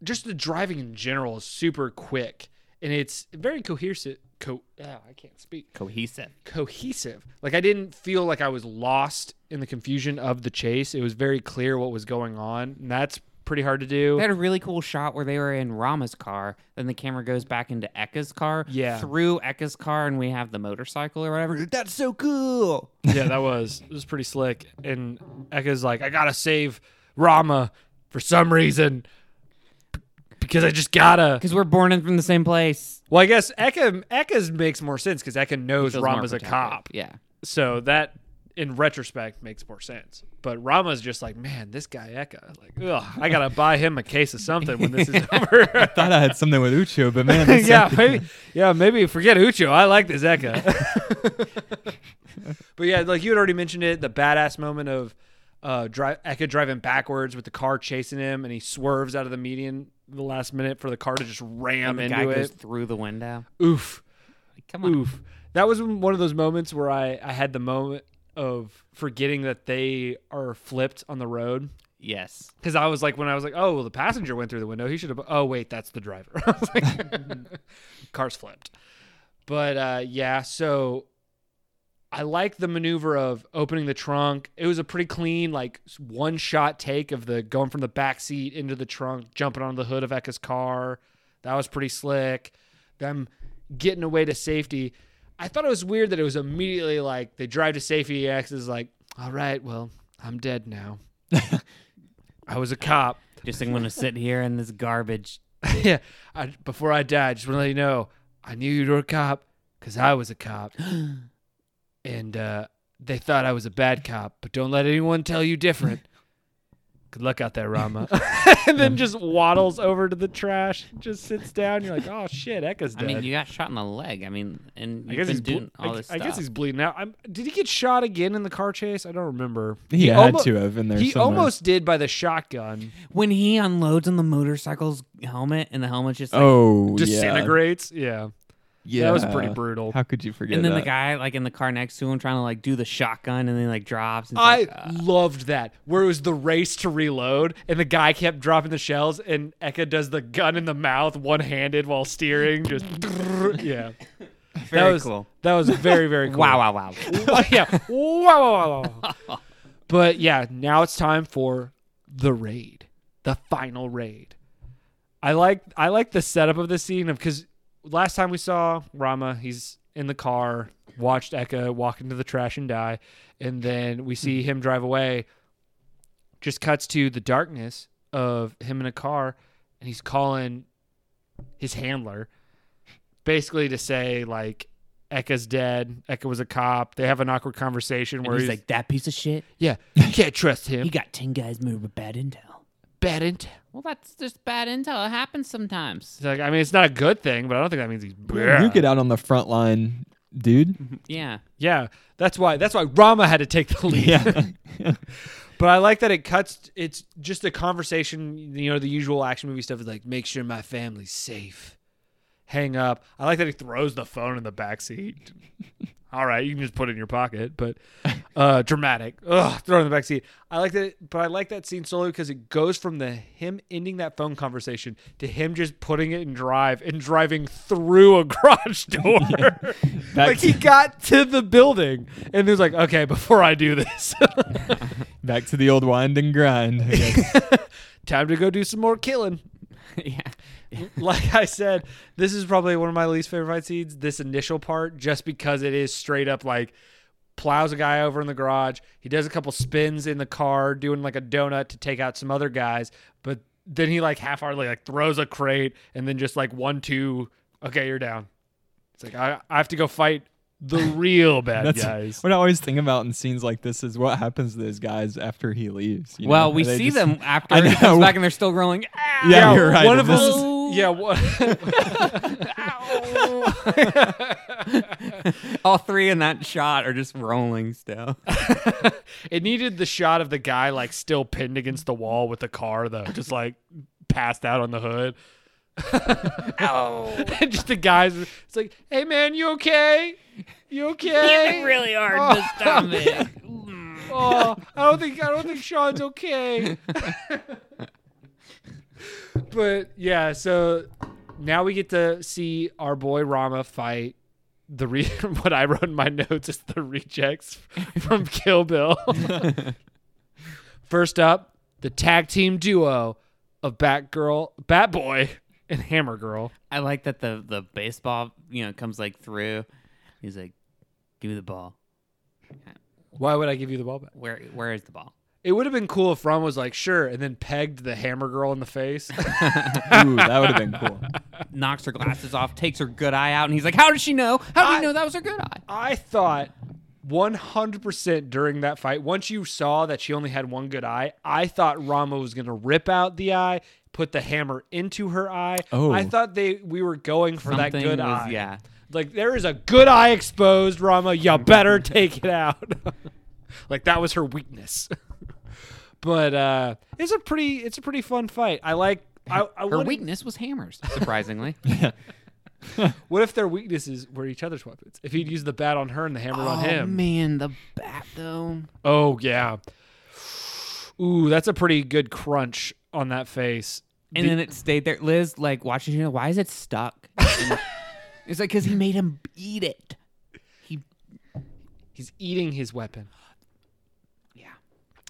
Speaker 1: just the driving in general is super quick and it's very cohesive co oh, I can't speak.
Speaker 3: Cohesive.
Speaker 1: Cohesive. Like I didn't feel like I was lost in the confusion of the chase. It was very clear what was going on, and that's pretty hard to do.
Speaker 3: They had a really cool shot where they were in Rama's car. Then the camera goes back into Eka's car.
Speaker 1: Yeah.
Speaker 3: Through Eka's car, and we have the motorcycle or whatever. That's so cool.
Speaker 1: yeah, that was. It was pretty slick. And Eka's like, I gotta save Rama for some reason. b- Because I just gotta.
Speaker 3: Because we're born in from the same place.
Speaker 1: Well, I guess Eka Eka's makes more sense because Eka knows
Speaker 3: Feels more
Speaker 1: Rama's a
Speaker 3: protective.
Speaker 1: cop.
Speaker 3: Yeah.
Speaker 1: So that, in retrospect, makes more sense. But Rama's just like, man, this guy Eka, like, ugh, I gotta buy him a case of something when this is over.
Speaker 2: Thought I had something with Ucho, but man, this
Speaker 1: yeah, maybe, yeah, maybe forget Ucho. I like this Eka. but yeah, like you had already mentioned it, the badass moment of uh, drive Eka driving backwards with the car chasing him, and he swerves out of the median the last minute for the car to just ram
Speaker 3: And the guy
Speaker 1: into
Speaker 3: goes
Speaker 1: it.
Speaker 3: through the window.
Speaker 1: Oof,
Speaker 3: Like, come on.
Speaker 1: oof. That was one of those moments where I I had the moment of forgetting that they are flipped on the road.
Speaker 3: Yes.
Speaker 1: Because I was like, when I was like, oh, well, the passenger went through the window. He should have. Oh, wait, that's the driver. I was like, car's flipped. But uh, yeah, so I like the maneuver of opening the trunk. It was a pretty clean, like one shot take of the going from the back seat into the trunk, jumping on the hood of Eka's car. That was pretty slick. Them getting away to safety. I thought it was weird that it was immediately like they drive to safety. X is like, all right, well, I'm dead now. I was a cop.
Speaker 3: Just I'm going to sit here in this garbage.
Speaker 1: yeah. I, before I died, just want to let you know I knew you were a cop because I was a cop. and uh, they thought I was a bad cop, but don't let anyone tell you different. Good luck out there, Rama. and then just waddles over to the trash, just sits down. You're like, oh shit, Eka's
Speaker 3: I
Speaker 1: dead.
Speaker 3: mean, you got shot in the leg. I mean, and
Speaker 1: I
Speaker 3: you've
Speaker 1: guess
Speaker 3: been
Speaker 1: he's ble-
Speaker 3: doing all
Speaker 1: I,
Speaker 3: this
Speaker 1: I
Speaker 3: stuff.
Speaker 1: guess he's bleeding out. I'm, did he get shot again in the car chase? I don't remember.
Speaker 2: he, had
Speaker 1: almo-
Speaker 2: to have in there.
Speaker 1: He
Speaker 2: somewhere.
Speaker 1: almost did by the shotgun.
Speaker 3: when he unloads on the motorcycle's helmet, and the helmet's just like,
Speaker 2: oh
Speaker 1: Disintegrates. Yeah.
Speaker 2: Yeah,
Speaker 1: That was pretty
Speaker 2: Yeah.
Speaker 1: brutal.
Speaker 2: How could you forget?
Speaker 3: and then
Speaker 2: that?
Speaker 3: the guy like in the car next to him trying to like do the shotgun, and then like drops. And it's
Speaker 1: I
Speaker 3: like, uh,
Speaker 1: loved that. Where it was the race to reload, and the guy kept dropping the shells, and Eka does the gun in the mouth, one handed while steering. Just yeah, that
Speaker 3: Very
Speaker 1: was,
Speaker 3: cool.
Speaker 1: That was very very cool.
Speaker 3: wow, wow, wow.
Speaker 1: yeah, wow, wow, wow, wow, wow. But yeah, now it's time for the raid, the final raid. I like I like the setup of the scene of because last time we saw Rama, he's in the car, watched Eka walk into the trash and die, and then we see him drive away. Just cuts to the darkness of him in a car, and he's calling his handler, basically to say like Ekka's dead. Ekka was a cop. They have an awkward conversation
Speaker 3: And
Speaker 1: where
Speaker 3: he's like that piece of shit.
Speaker 1: "Yeah, you can't trust
Speaker 3: He
Speaker 1: him.
Speaker 3: got ten guys moved with bad intel.
Speaker 1: Bad intel."
Speaker 3: Well, that's just bad intel. It happens sometimes.
Speaker 1: It's like I mean, it's not a good thing, but I don't think that means he's
Speaker 2: You get out on the front line, dude.
Speaker 3: Yeah.
Speaker 1: Yeah, that's why. That's why Rama had to take the lead.
Speaker 2: Yeah.
Speaker 1: But I like that it cuts. It's just a conversation. You know, the usual action movie stuff is like, make sure my family's safe. Hang up. I like that he throws the phone in the back seat. All right, you can just put it in your pocket, but uh, dramatic. Ugh, throw it in the back seat. I like that, but I like that scene solely because it goes from the him ending that phone conversation to him just putting it in drive and driving through a garage door. like
Speaker 2: That's-
Speaker 1: he got to the building and he was like, "Okay, before I do this."
Speaker 2: Back to the old wind and grind. I guess.
Speaker 1: time to go do some more killing.
Speaker 3: yeah.
Speaker 1: Like I said, this is probably one of my least favorite fight scenes. This initial part, just because it is straight up like plows a guy over in the garage. He does a couple spins in the car, doing like a donut to take out some other guys. But then he like half-heartedly like throws a crate and then just like one two. Okay, you're down. It's like I, I have to go fight the real bad
Speaker 2: That's
Speaker 1: guys.
Speaker 2: what I always think about in scenes like this is what happens to those guys after he leaves. you
Speaker 3: Well,
Speaker 2: know?
Speaker 3: we
Speaker 2: They
Speaker 3: see
Speaker 2: just-
Speaker 3: them after
Speaker 2: I
Speaker 3: he comes
Speaker 2: know.
Speaker 3: back and they're still growing.
Speaker 2: Yeah, you're right.
Speaker 1: One of
Speaker 2: This
Speaker 1: them.
Speaker 2: is-
Speaker 1: yeah. One,
Speaker 3: All three in that shot are just rolling still.
Speaker 1: it needed the shot of the guy like still pinned against the wall with the car though, just like passed out on the hood.
Speaker 3: oh.
Speaker 1: just the guys. It's like, hey man, you okay? You okay?
Speaker 3: hard
Speaker 1: to Oh. stop Oh, I don't think I don't think Sean's okay. but yeah, so now we get to see our boy Rama fight the re- what I wrote in my notes is the rejects from Kill Bill. First up, the tag team duo of Batgirl, Batboy, and Hammer Girl.
Speaker 3: I like that the the baseball, you know, comes like through. He's like, "Give me the ball.
Speaker 1: Why would I give you the ball back?
Speaker 3: Where where is the ball?"
Speaker 1: It would have been cool if Ron was like, sure, and then pegged the Hammer Girl in the face.
Speaker 2: Ooh, that would have been cool.
Speaker 3: Knocks her glasses off, takes her good eye out, and he's like, "How did she know? How did
Speaker 1: I-
Speaker 3: you know that was her good eye?"
Speaker 1: I thought 100% during that fight, once you saw that she only had one good eye, I thought Rama was going to rip out the eye, put the hammer into her eye.
Speaker 2: Oh.
Speaker 1: I thought they we were going for that
Speaker 3: Something
Speaker 1: good
Speaker 3: was-
Speaker 1: eye.
Speaker 3: Yeah.
Speaker 1: Like there is a good eye exposed, Rama. You better take it out. like that was her weakness. but uh it's a pretty it's a pretty fun fight. I like I, I
Speaker 3: Her
Speaker 1: what, if,
Speaker 3: weakness was hammers, surprisingly.
Speaker 1: what if their weaknesses were each other's weapons? If he'd used the bat on her and the hammer on him.
Speaker 3: Oh, man, the bat though.
Speaker 1: Oh yeah. Ooh, that's a pretty good crunch on that face.
Speaker 3: And then it stayed there. Liz like watching you know, why is it stuck? And it's like because he made him eat it. He
Speaker 1: He's eating his weapon.
Speaker 3: yeah.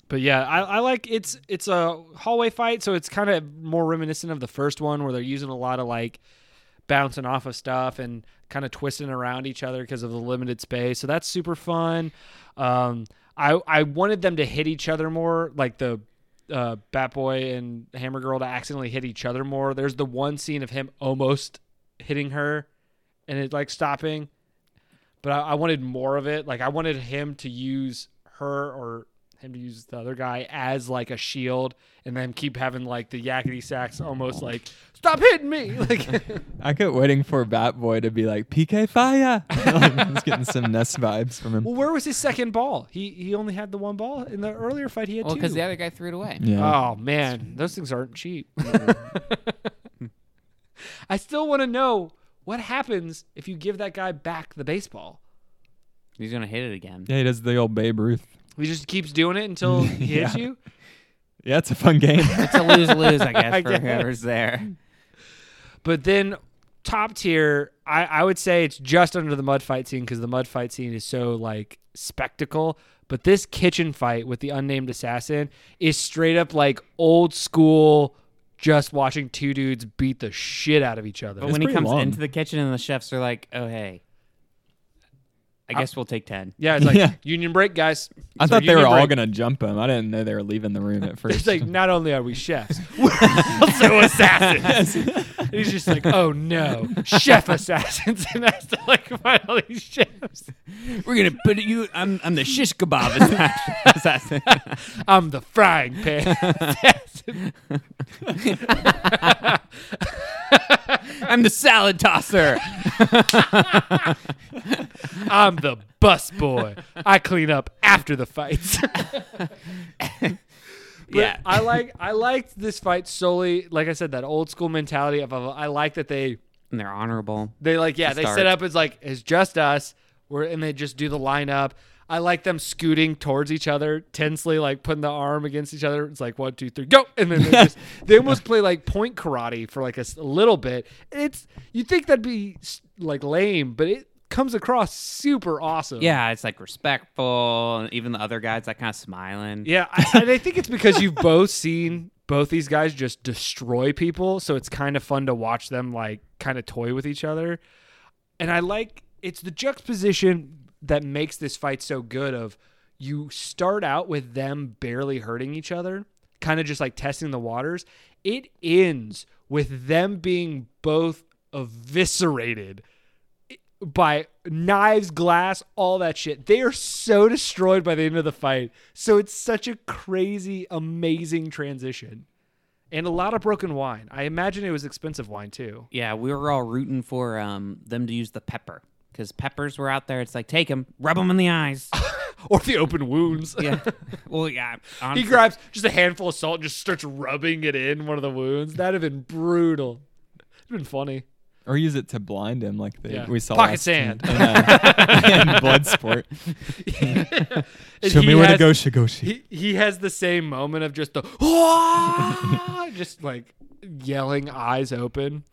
Speaker 1: But yeah, I, I like it's it's a hallway fight, so it's kind of more reminiscent of the first one where they're using a lot of like bouncing off of stuff and kind of twisting around each other because of the limited space. So that's super fun. Um, I I wanted them to hit each other more, like the uh, Batboy and Hammer Girl to accidentally hit each other more. There's the one scene of him almost hitting her, and it like stopping. But I, I wanted more of it. Like I wanted him to use her or him to use the other guy as like a shield, and then keep having like the yakety sacks almost like stop hitting me. Like
Speaker 2: I kept waiting for Batboy to be like PK fire. I was getting some Ness vibes from him.
Speaker 1: Well, where was his second ball? He he only had the one ball in the earlier fight. He had
Speaker 3: Well,
Speaker 1: two.
Speaker 3: because the other guy threw it away.
Speaker 2: Yeah.
Speaker 1: oh man, those things aren't cheap. I still want to know what happens if you give that guy back the baseball.
Speaker 3: He's gonna hit it again.
Speaker 2: Yeah, he does the old Babe Ruth.
Speaker 1: He just keeps doing it until he hits
Speaker 2: Yeah.
Speaker 1: you.
Speaker 2: Yeah, it's a fun game.
Speaker 3: It's a lose lose, I guess,
Speaker 1: I
Speaker 3: for
Speaker 1: guess.
Speaker 3: whoever's there.
Speaker 1: But then top tier, I, I would say it's just under the mud fight scene because the mud fight scene is so like spectacle. But this kitchen fight with the unnamed assassin is straight up like old school, just watching two dudes beat the shit out of each other.
Speaker 3: But when he
Speaker 2: pretty
Speaker 3: comes
Speaker 2: long.
Speaker 3: into the kitchen and the chefs are like, "Oh hey, I guess we'll take ten.
Speaker 1: yeah, it's like
Speaker 2: Yeah.
Speaker 1: union break, guys.
Speaker 2: I
Speaker 1: It's our
Speaker 2: thought they
Speaker 1: union
Speaker 2: were all
Speaker 1: break.
Speaker 2: gonna jump him. I didn't know they were leaving the room at first.
Speaker 1: It's like not only are we chefs, we're also assassins. And he's just like, oh no, chef assassins, and has to like fight all these chefs.
Speaker 5: We're gonna put you. I'm I'm the shish kebab ass- assassin.
Speaker 1: I'm the frying pan assassin.
Speaker 5: I'm the salad tosser.
Speaker 1: I'm the bus boy. I clean up after the fights. But
Speaker 5: Yeah.
Speaker 3: uh,
Speaker 1: I like I liked this fight solely, like I said, that old school mentality of of- I like that they
Speaker 3: and they're honorable.
Speaker 1: They like yeah,
Speaker 3: to
Speaker 1: they set
Speaker 3: start.
Speaker 1: up as like it's just us. We're and they just do the lineup. I like them scooting towards each other, tensely like putting the arm against each other. It's like one, two, three, go, and then they just they almost play like point karate for like a, s- a little bit. It's you think that'd be s- like lame, but it comes across super awesome.
Speaker 3: Yeah, it's like respectful, and even the other guys like kind of smiling.
Speaker 1: yeah, I, and I think it's because you've both seen both these guys just destroy people, so it's kind of fun to watch them like kind of toy with each other. and I like it's the juxtaposition that makes this fight so good of you start out with them barely hurting each other, kind of just like testing the waters. It ends with them being both eviscerated by knives, glass, all that shit. They are so destroyed by the end of the fight. So it's such a crazy, amazing transition. And a lot of broken wine. I imagine it was expensive wine too.
Speaker 3: Yeah, we were all rooting for um, them to use the pepper because peppers were out there. It's like take them, rub them in the eyes.
Speaker 1: Or the open wounds.
Speaker 3: yeah. Well, yeah.
Speaker 1: He
Speaker 3: Honestly,
Speaker 1: grabs just a handful of salt and just starts rubbing it in one of the wounds. That'd have been brutal. It'd been funny.
Speaker 2: or use it to blind him, like they,
Speaker 1: Yeah.
Speaker 2: we saw
Speaker 1: Pocket
Speaker 2: last
Speaker 1: sand.
Speaker 2: in, uh, in Bloodsport.
Speaker 1: And
Speaker 2: Show me
Speaker 1: he
Speaker 2: where
Speaker 1: has-
Speaker 2: to go, Shigoshi.
Speaker 1: He he has the same moment of just the "Ah!" just like yelling, eyes open.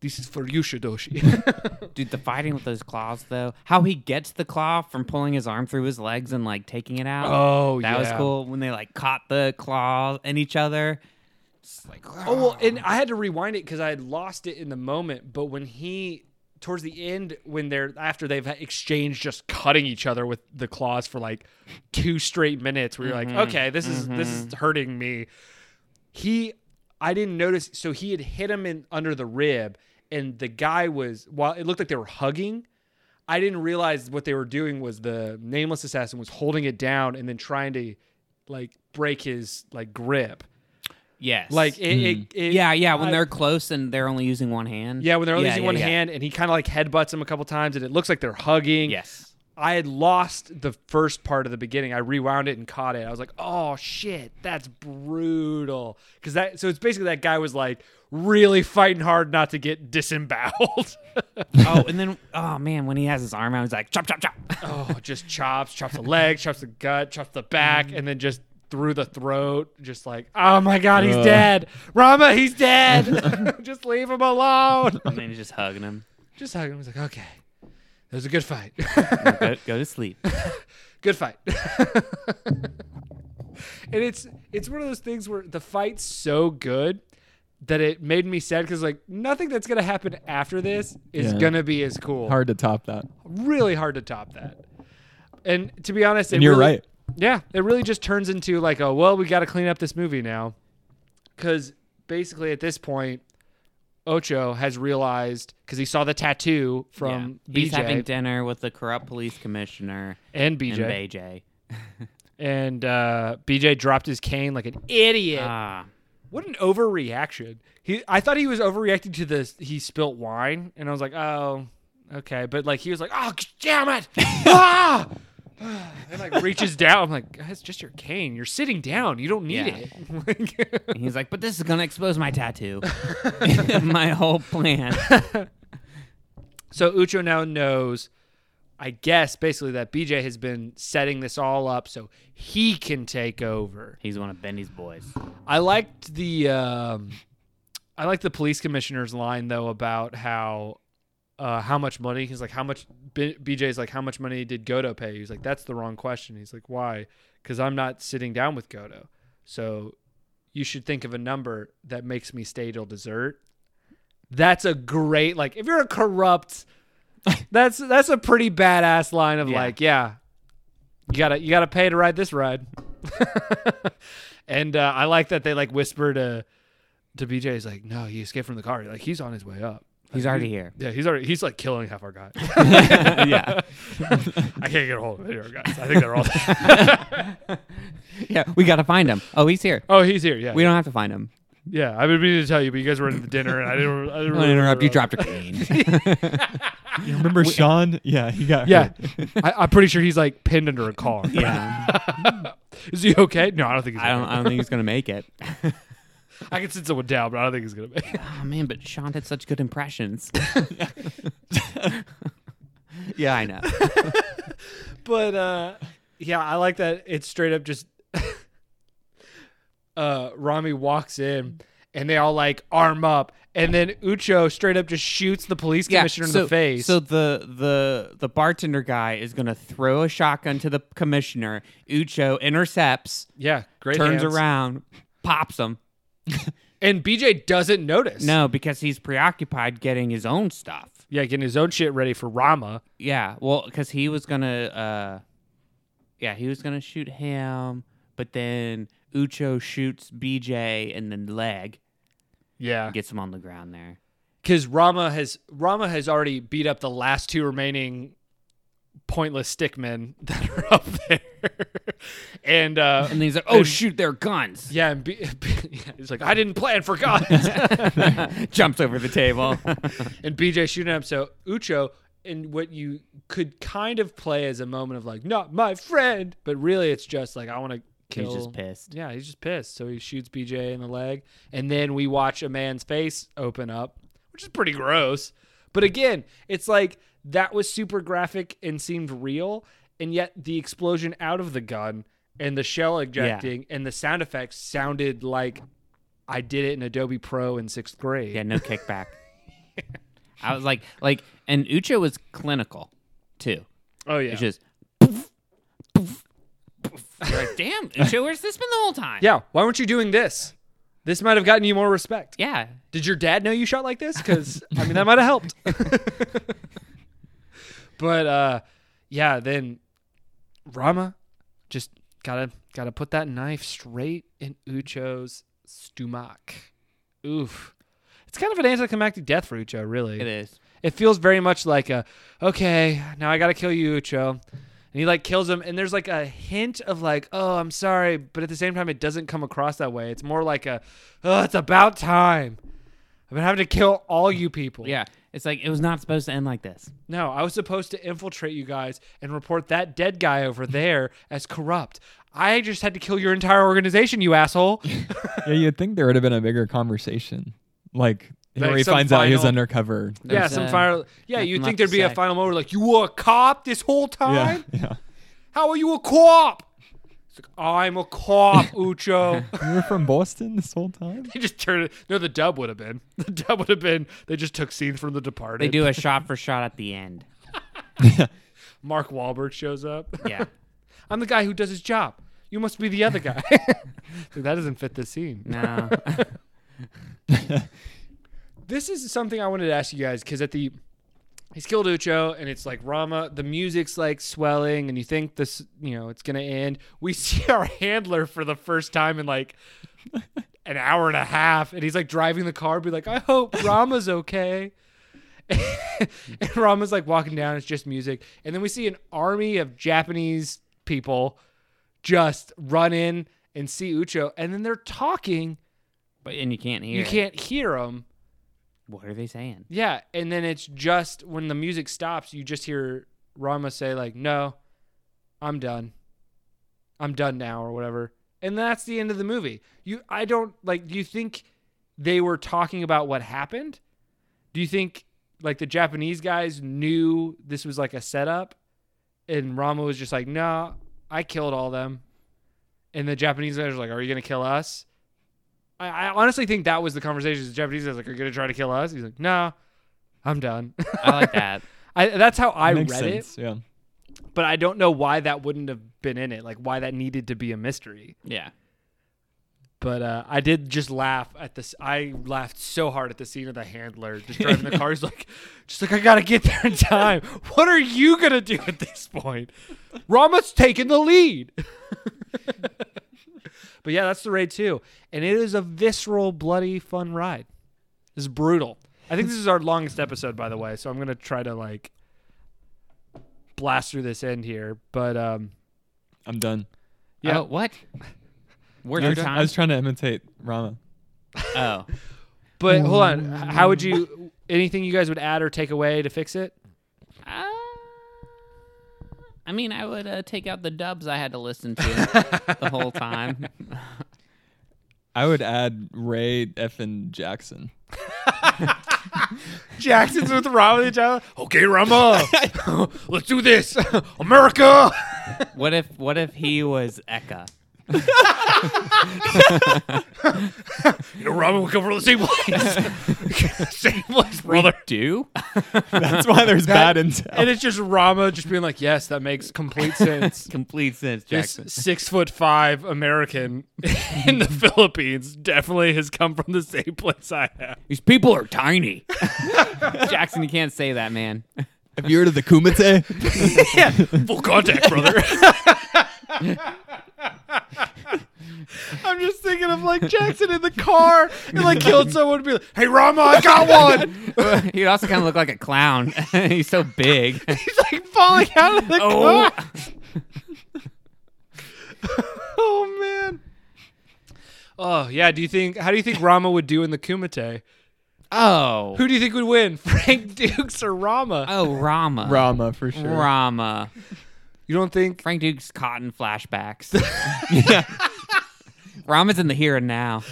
Speaker 1: This is for you, Shidoshi.
Speaker 3: dude, the fighting with those claws though, how he gets the claw from pulling his arm through his legs and like taking it out.
Speaker 1: Oh,
Speaker 3: that was
Speaker 1: yeah.
Speaker 3: cool when they like caught the claw in each other.
Speaker 1: Oh well, and I had to rewind it because I had lost it in the moment. But when he towards the end, when they're after they've exchanged just cutting each other with the claws for like two straight minutes, where you're like, okay, this is this is hurting me. He, I didn't notice. So he had hit him in under the rib, and the guy was while it looked like they were hugging. I didn't realize what they were doing was the nameless assassin was holding it down and then trying to like break his like grip.
Speaker 3: Yes.
Speaker 1: Like it, it, it
Speaker 3: yeah, yeah. When
Speaker 1: I-
Speaker 3: they're close and they're only using one hand.
Speaker 1: yeah, when they're only using one
Speaker 3: yeah.
Speaker 1: hand, and he kind of like headbutts him a couple times, and it looks like they're hugging.
Speaker 3: Yes.
Speaker 1: I had lost the first part of the beginning. I rewound it and caught it. I was like, "Oh shit, that's brutal." Because that, so it's basically that guy was like really fighting hard not to get disemboweled.
Speaker 3: oh, and then oh man, when he has his arm out, he's like chop, chop, chop.
Speaker 1: oh, just chops, chops the leg, chops the gut, chops the back, and then just through the throat. Just like, Mm. oh my god, he's
Speaker 2: Ugh.
Speaker 1: dead, Rama, he's dead. just leave him alone.
Speaker 3: and then he's just hugging him.
Speaker 1: Just hugging. I was like, okay, that was a good fight.
Speaker 3: Go, go to sleep.
Speaker 1: good fight. and it's it's one of those things where the fight's so good that it made me sad because like nothing that's gonna happen after this is
Speaker 2: Yeah.
Speaker 1: gonna be as cool.
Speaker 2: Hard to top that.
Speaker 1: Really hard to top that. And to be honest, it
Speaker 2: And you're
Speaker 1: really-
Speaker 2: right.
Speaker 1: Yeah, it really just turns into like a well, we got to clean up this movie now, because basically at this point. Ocho has realized because he saw the tattoo from
Speaker 3: Yeah.
Speaker 1: BJ
Speaker 3: He's having dinner with the corrupt police commissioner
Speaker 1: and BJ,
Speaker 3: and BJ.
Speaker 1: and uh, BJ dropped his cane like an idiot.
Speaker 3: Ah,
Speaker 1: what an overreaction! He, I thought he was overreacting to this. He spilt wine, and I was like, oh, okay. But like he was like, oh, damn it! ah! And like reaches down. I'm like, "Guys, it's just your cane. You're sitting down. You don't need
Speaker 3: Yeah.
Speaker 1: it. Like-
Speaker 3: and he's like, but this is gonna expose my tattoo, my whole plan.
Speaker 1: So Ucho now knows, I guess, basically that BJ has been setting this all up so he can take over.
Speaker 3: He's one of Bendy's boys.
Speaker 1: I liked the um, I liked the police commissioner's line though about how uh, how much money he's like how much B- BJ's like how much money did Godo pay? He's like that's the wrong question. He's like why? Because I'm not sitting down with Godo, so you should think of a number that makes me stay till dessert. That's a great like if you're a corrupt, that's that's a pretty badass line of
Speaker 3: Yeah.
Speaker 1: like yeah, you gotta you gotta pay to ride this ride. and uh, I like that they like whisper to to BJ. He's like, no, he escaped from the car. Like he's on his way up.
Speaker 3: He's already here.
Speaker 1: Yeah, he's already he's like killing half our guys.
Speaker 6: yeah.
Speaker 1: I can't get a hold of any of our guys. I think they're all.
Speaker 3: Yeah, we gotta find him. Oh, he's here.
Speaker 1: oh, he's here. Yeah,
Speaker 3: We don't have to find him.
Speaker 1: yeah. I've been meaning to tell you, but you guys were at the dinner, and I didn't. I didn't
Speaker 3: I
Speaker 1: really
Speaker 3: want to interrupt. You
Speaker 1: remember.
Speaker 3: dropped a cane.
Speaker 2: You remember Sean? Yeah, he got
Speaker 1: Yeah,
Speaker 2: hurt.
Speaker 1: I, I'm pretty sure he's like pinned under a car.
Speaker 3: yeah.
Speaker 1: Is he okay? No, I don't think he's.
Speaker 3: I don't. I don't think he's gonna make it.
Speaker 1: Okay. I can sit someone down, but I don't think he's gonna make. it.
Speaker 3: Oh man, but Sean had such good impressions. yeah, I know.
Speaker 1: But uh, yeah, I like that. It's straight up just. uh, Rami walks in, and they all like arm up, and then Ucho straight up just shoots the police commissioner
Speaker 3: so,
Speaker 1: in the face.
Speaker 3: So the the the bartender guy is gonna throw a shotgun to the commissioner. Ucho intercepts,
Speaker 1: yeah, great.
Speaker 3: turns
Speaker 1: hands.
Speaker 3: around, pops him.
Speaker 1: and BJ doesn't notice.
Speaker 3: No, because he's preoccupied getting his own stuff.
Speaker 1: Yeah, getting his own shit ready for Rama.
Speaker 3: Yeah, well, because he was gonna, uh, yeah, he was gonna shoot him, but then Ucho shoots BJ and then leg
Speaker 1: Yeah,
Speaker 3: gets him on the ground there.
Speaker 1: because Rama has Rama has already beat up the last two remaining pointless stickmen that are up there, and uh,
Speaker 3: And then he's like, "Oh
Speaker 1: And-
Speaker 3: shoot, they're guns!"
Speaker 1: yeah, and B- yeah, he's like, I didn't plan for guns,
Speaker 3: Jumps over the table.
Speaker 1: and BJ shooting him. So Ucho, and what you could kind of play as a moment of like, not my friend, but really it's just like I want to kill.
Speaker 3: he's just pissed.
Speaker 1: Yeah, he's just pissed. So he shoots BJ in the leg, and then we watch a man's face open up, which is pretty gross. But again, it's like that was super graphic and seemed real, and yet the explosion out of the gun and the shell ejecting and the sound effects sounded like I did it in Adobe Pro in sixth grade.
Speaker 3: Yeah, no kickback. I was like, like, and Ucho was clinical, too.
Speaker 1: Oh yeah.
Speaker 3: It's just. Poof, poof, poof. You're like, damn, Ucho, where's this been the whole time?
Speaker 1: yeah. Why weren't you doing this? This might have gotten you more respect.
Speaker 3: Yeah.
Speaker 1: Did your dad know you shot like this? Because I mean, that might have helped. but uh, yeah, then Rama just gotta gotta put that knife straight in Ucho's stomach. Oof. It's kind of an anticlimactic death for Ucho, really.
Speaker 3: It is.
Speaker 1: It feels very much like a okay, now I gotta kill you, Ucho. And he like kills him, and there's like a hint of like, oh, I'm sorry, but at the same time, it doesn't come across that way. It's more like a, oh, it's about time. I've been having to kill all you people.
Speaker 3: Yeah. It's like, it was not supposed to end like this.
Speaker 1: No, I was supposed to infiltrate you guys and report that dead guy over there as corrupt. I just had to kill your entire organization, you asshole.
Speaker 2: Yeah, you'd think there would have been a bigger conversation. Like,
Speaker 1: Like
Speaker 2: where he
Speaker 1: some
Speaker 2: finds out he's
Speaker 1: final-
Speaker 2: undercover.
Speaker 1: yeah,
Speaker 3: There's,
Speaker 1: some
Speaker 3: uh,
Speaker 1: final. Yeah,
Speaker 3: nothing
Speaker 1: you'd
Speaker 3: left
Speaker 1: think there'd
Speaker 3: to
Speaker 1: be a
Speaker 3: say.
Speaker 1: final moment like, you were a cop this whole time?
Speaker 2: Yeah, yeah.
Speaker 1: How are you a cop? It's like, I'm a cop, Ucho.
Speaker 2: You were from Boston this whole time?
Speaker 1: they just turned it. No, the dub would have been. The dub would have been. They just took scenes from The Departed.
Speaker 3: They do a shot for shot at the end.
Speaker 1: Mark Wahlberg shows up.
Speaker 3: Yeah.
Speaker 1: I'm the guy who does his job. You must be the other guy. Like, that doesn't fit the scene.
Speaker 3: No.
Speaker 1: This is something I wanted to ask you guys because at the he's killed Ucho and it's like Rama. The music's like swelling and you think this, you know, it's gonna end. We see our handler for the first time in like an hour and a half, and he's like driving the car, be like, I hope Rama's okay. and Rama's like walking down, it's just music. And then we see an army of Japanese people just run in and see Ucho, and then they're talking.
Speaker 3: But and you can't hear.
Speaker 1: You
Speaker 3: it.
Speaker 1: can't hear them.
Speaker 3: What are they saying?
Speaker 1: Yeah, and then it's just when the music stops, you just hear Rama say like, "No, I'm done. I'm done now," or whatever, and that's the end of the movie. You, I don't like. Do you think they were talking about what happened? Do you think like the Japanese guys knew this was like a setup, and Rama was just like, "No, I killed all them," and the Japanese guys were like, "Are you gonna kill us?" I, I honestly think that was the conversation. The Japanese guys like, "Are you gonna try to kill us?" He's like, "No, I'm done."
Speaker 3: I like that.
Speaker 1: I, that's how I read
Speaker 2: Makes
Speaker 1: it,
Speaker 2: sense. Yeah.
Speaker 1: but I don't know why that wouldn't have been in it. Like why that needed to be a mystery.
Speaker 3: yeah.
Speaker 1: But uh, I did just laugh at this. I laughed so hard at the scene of the handler just driving the car. He's like, just like I gotta get there in time. What are you gonna do at this point? Rama's taking the lead. but But yeah, that's the raid two, and it is a visceral, bloody, fun ride. It's brutal. I think this is our longest episode, by the way. So I'm gonna try to like blast through this end here, but um,
Speaker 2: I'm done.
Speaker 1: Yeah.
Speaker 3: Oh, what? Word
Speaker 2: I
Speaker 3: your
Speaker 2: was, I
Speaker 3: time.
Speaker 2: was trying to imitate Rama.
Speaker 3: Oh.
Speaker 1: but hold on. H- How would you? Anything you guys would add or take away to fix it?
Speaker 3: Uh, I mean, I would uh, take out the dubs I had to listen to the whole time.
Speaker 2: I would add Ray effing Jackson.
Speaker 1: Jackson's with Rama the Child. Okay, Rama, let's do this, America.
Speaker 3: What if What if he was Eka?
Speaker 1: You know, Rama, we come from the same place, same place, brother.
Speaker 3: Do?
Speaker 2: That's why there's
Speaker 1: That-
Speaker 2: bad intel.
Speaker 1: And it's just Rama just being like, "Yes, that makes complete sense."
Speaker 3: Complete sense,
Speaker 1: this
Speaker 3: Jackson.
Speaker 1: six foot five American in the Philippines definitely has come from the same place I have.
Speaker 5: These people are tiny.
Speaker 3: Jackson, you can't say that, man.
Speaker 2: Have you heard of the Kumite?
Speaker 1: Full contact, brother. I'm just thinking of like Jackson in the car and like killed someone. Be like, hey Rama, I got one.
Speaker 3: He'd also kind of look like a clown. He's so big.
Speaker 1: He's like falling out of the
Speaker 3: Oh.
Speaker 1: car. oh man. Oh yeah. Do you think? How do you think Rama would do in the Kumite?
Speaker 3: Oh.
Speaker 1: Who do you think would win, Frank Dukes or Rama?
Speaker 3: Oh, Rama.
Speaker 2: Rama for sure.
Speaker 3: Rama.
Speaker 1: you don't think?
Speaker 3: Frank Duke's cotton flashbacks. Rama's in the here and now.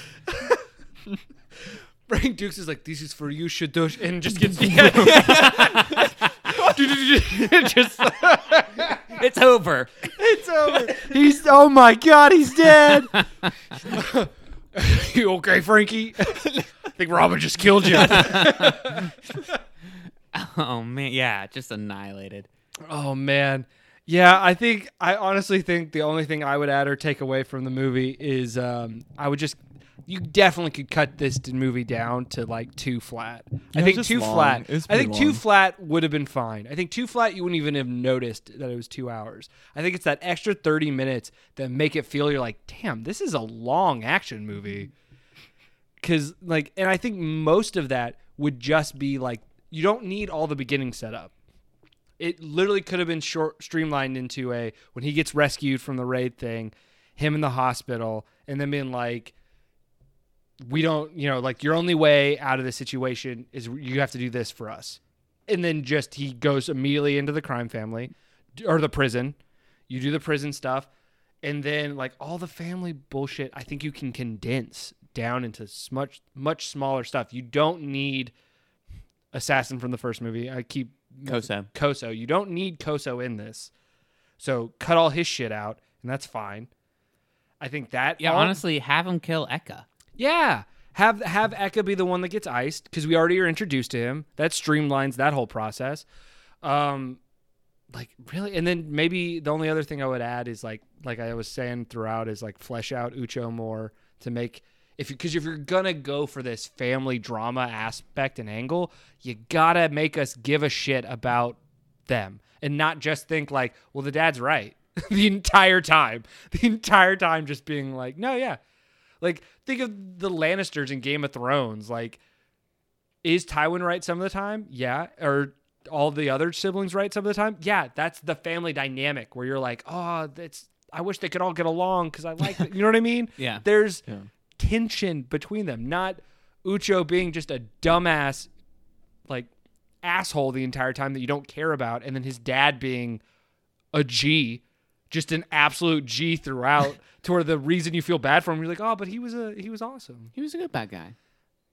Speaker 1: Frank Dukes is like, this is for you, Shadush, and just gets just
Speaker 3: It's over.
Speaker 1: it's over. He's oh my god, he's dead. you okay, Frankie? I think Robin just killed you.
Speaker 3: Oh man, yeah, just annihilated.
Speaker 1: oh man. Yeah, I think I honestly think the only thing I would add or take away from the movie is um, I would just you definitely could cut this d- movie down to like two flat. I
Speaker 2: it
Speaker 1: think
Speaker 2: was
Speaker 1: two
Speaker 2: just long.
Speaker 1: flat.
Speaker 2: It was
Speaker 1: I think
Speaker 2: pretty
Speaker 1: two
Speaker 2: long.
Speaker 1: flat would have been fine. I think two flat you wouldn't even have noticed that it was two hours. I think it's that extra thirty minutes that make it feel you're like, damn, this is a long action movie. Cause like, and I think most of that would just be like, you don't need all the beginning setup it literally could have been short streamlined into a when he gets rescued from the raid thing, him in the hospital, and then being like, we don't, you know, like your only way out of this situation is you have to do this for us, and then just he goes immediately into the crime family or the prison. You do the prison stuff, and then like all the family bullshit. I think you can condense down into s- much much smaller stuff. You don't need assassin from the first movie. I keep
Speaker 3: Koso.
Speaker 1: Koso. You don't need Koso in this. So cut all his shit out, and that's fine. I think that
Speaker 3: Yeah,
Speaker 1: all-
Speaker 3: honestly, have him kill Eka.
Speaker 1: Yeah. Have have Eka be the one that gets iced, because we already are introduced to him. That streamlines that whole process. Um like really and then maybe the only other thing I would add is like like I was saying throughout is like flesh out Ucho more to make if because if you're gonna go for this family drama aspect and angle, you gotta make us give a shit about them and not just think like, well, the dad's right the entire time. The entire time just being like, no, yeah. Like, think of the Lannisters in Game of Thrones. Like, is Tywin right some of the time? Yeah. Or all the other siblings right some of the time? Yeah. That's the family dynamic where you're like, oh, that's, I wish they could all get along because I like, it." you know what I mean?
Speaker 3: Yeah.
Speaker 1: There's tension between them, not Ucho being just a dumbass, like, asshole the entire time that you don't care about, and then his dad being a G, just an absolute G throughout. to where the reason you feel bad for him, you're like, oh, but he was a he was awesome.
Speaker 3: He was a good bad guy.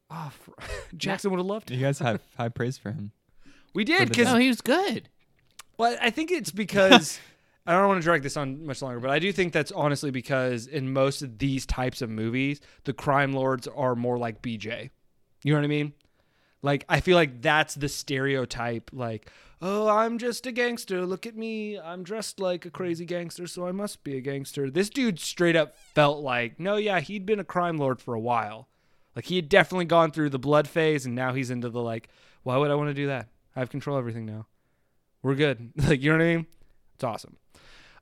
Speaker 1: Oh, fr- Jackson would have loved him.
Speaker 2: You guys have high praise for him.
Speaker 1: We did
Speaker 2: the
Speaker 1: because
Speaker 3: No, he was good.
Speaker 1: Well, I think it's because I don't want to drag this on much longer, but I do think that's honestly because in most of these types of movies, the crime lords are more like BJ. You know what I mean? Like I feel like that's the stereotype like, "Oh, I'm just a gangster. Look at me. I'm dressed like a crazy gangster, so I must be a gangster." This dude straight up felt like, "No, yeah, he'd been a crime lord for a while." Like he had definitely gone through the blood phase and now he's into the like, "Why would I want to do that? I have control of everything now." we're good. Like, you know what I mean? It's awesome.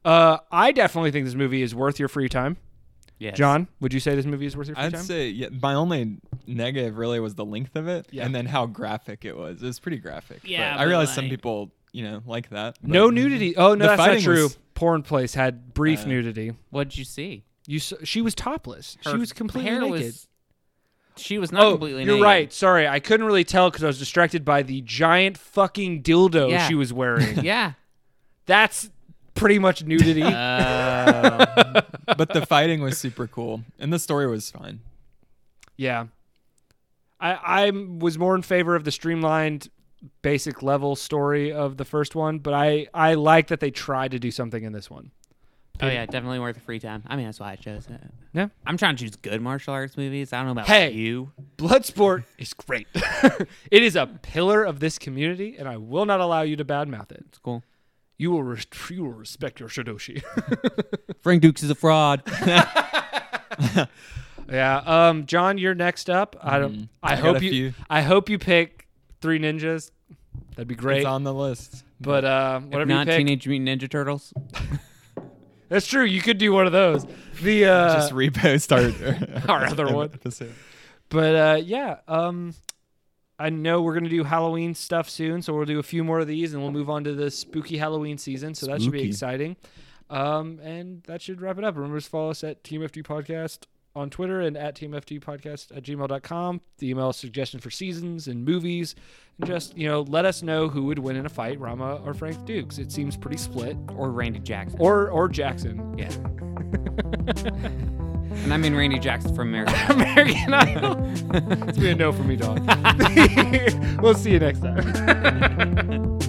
Speaker 1: Uh, I definitely think this movie is worth your free time.
Speaker 3: Yes.
Speaker 1: John, would you say this movie is worth your free
Speaker 2: I'd
Speaker 1: time?
Speaker 2: say yeah, my only negative really was the length of it,
Speaker 1: Yeah.
Speaker 2: and then how graphic it was. It was pretty graphic.
Speaker 4: Yeah,
Speaker 2: but I
Speaker 4: but
Speaker 2: realize some
Speaker 4: like-
Speaker 2: people you know like that. but-
Speaker 1: no nudity.
Speaker 3: Mm-hmm.
Speaker 1: Oh no,
Speaker 2: The
Speaker 1: that's not
Speaker 2: fighting
Speaker 1: true.
Speaker 2: was-
Speaker 1: Porn place had brief
Speaker 2: Uh,
Speaker 1: nudity.
Speaker 3: What'd you see?
Speaker 1: You s she was topless. she
Speaker 3: Her
Speaker 1: was completely
Speaker 3: hair
Speaker 1: naked.
Speaker 3: was- she was not
Speaker 1: oh,
Speaker 3: completely
Speaker 1: you're
Speaker 3: naked.
Speaker 1: right. Sorry, I couldn't really tell because I was distracted by the giant fucking dildo
Speaker 3: Yeah.
Speaker 1: she was wearing.
Speaker 3: Yeah.
Speaker 1: that's pretty much nudity.
Speaker 3: Uh,
Speaker 2: but the fighting was super cool, and the story was fine.
Speaker 1: Yeah. I I was more in favor of the streamlined basic level story of the first one, but I I like that they tried to do something in this one.
Speaker 3: oh yeah, definitely worth the free time. I mean, that's why I chose it.
Speaker 1: Yeah.
Speaker 3: I'm trying to choose good martial arts movies. I don't know about
Speaker 1: Hey.
Speaker 3: you.
Speaker 1: Bloodsport is great. it is a pillar of this community and I will not allow you to badmouth it.
Speaker 3: It's cool.
Speaker 1: You will res- you will respect your shidoshi.
Speaker 4: Frank Dukes is a fraud.
Speaker 1: yeah. Um John, you're next up. I don't I,
Speaker 2: Mm-hmm. I got
Speaker 1: hope
Speaker 2: a
Speaker 1: you
Speaker 2: few.
Speaker 1: I hope you pick 3 ninjas. That'd be great.
Speaker 2: It's on the list.
Speaker 1: but uh whatever you
Speaker 4: Not
Speaker 1: pick.
Speaker 4: Teenage Mutant Ninja Turtles.
Speaker 1: That's true. You could do one of those. The uh
Speaker 2: Just repost our
Speaker 1: our other one.
Speaker 2: episode.
Speaker 1: But uh, yeah, um, I know we're gonna do Halloween stuff soon, so we'll do a few more of these, and we'll move on to the spooky Halloween season. So that should be
Speaker 2: Spooky.
Speaker 1: exciting. Um, and that should wrap it up. Remember to follow us at TMFD Podcast on Twitter and at TMFD Podcast at gmail.com. The email suggestion for seasons and movies. And just, you know, let us know who would win in a fight, Rama or Frank Dukes. It seems pretty split.
Speaker 3: Or Randy Jackson.
Speaker 1: Or or Jackson.
Speaker 3: yeah. and I mean Randy Jackson from American. Idol.
Speaker 1: American Idol. it's gonna be a no for me, dog. we'll see you next time.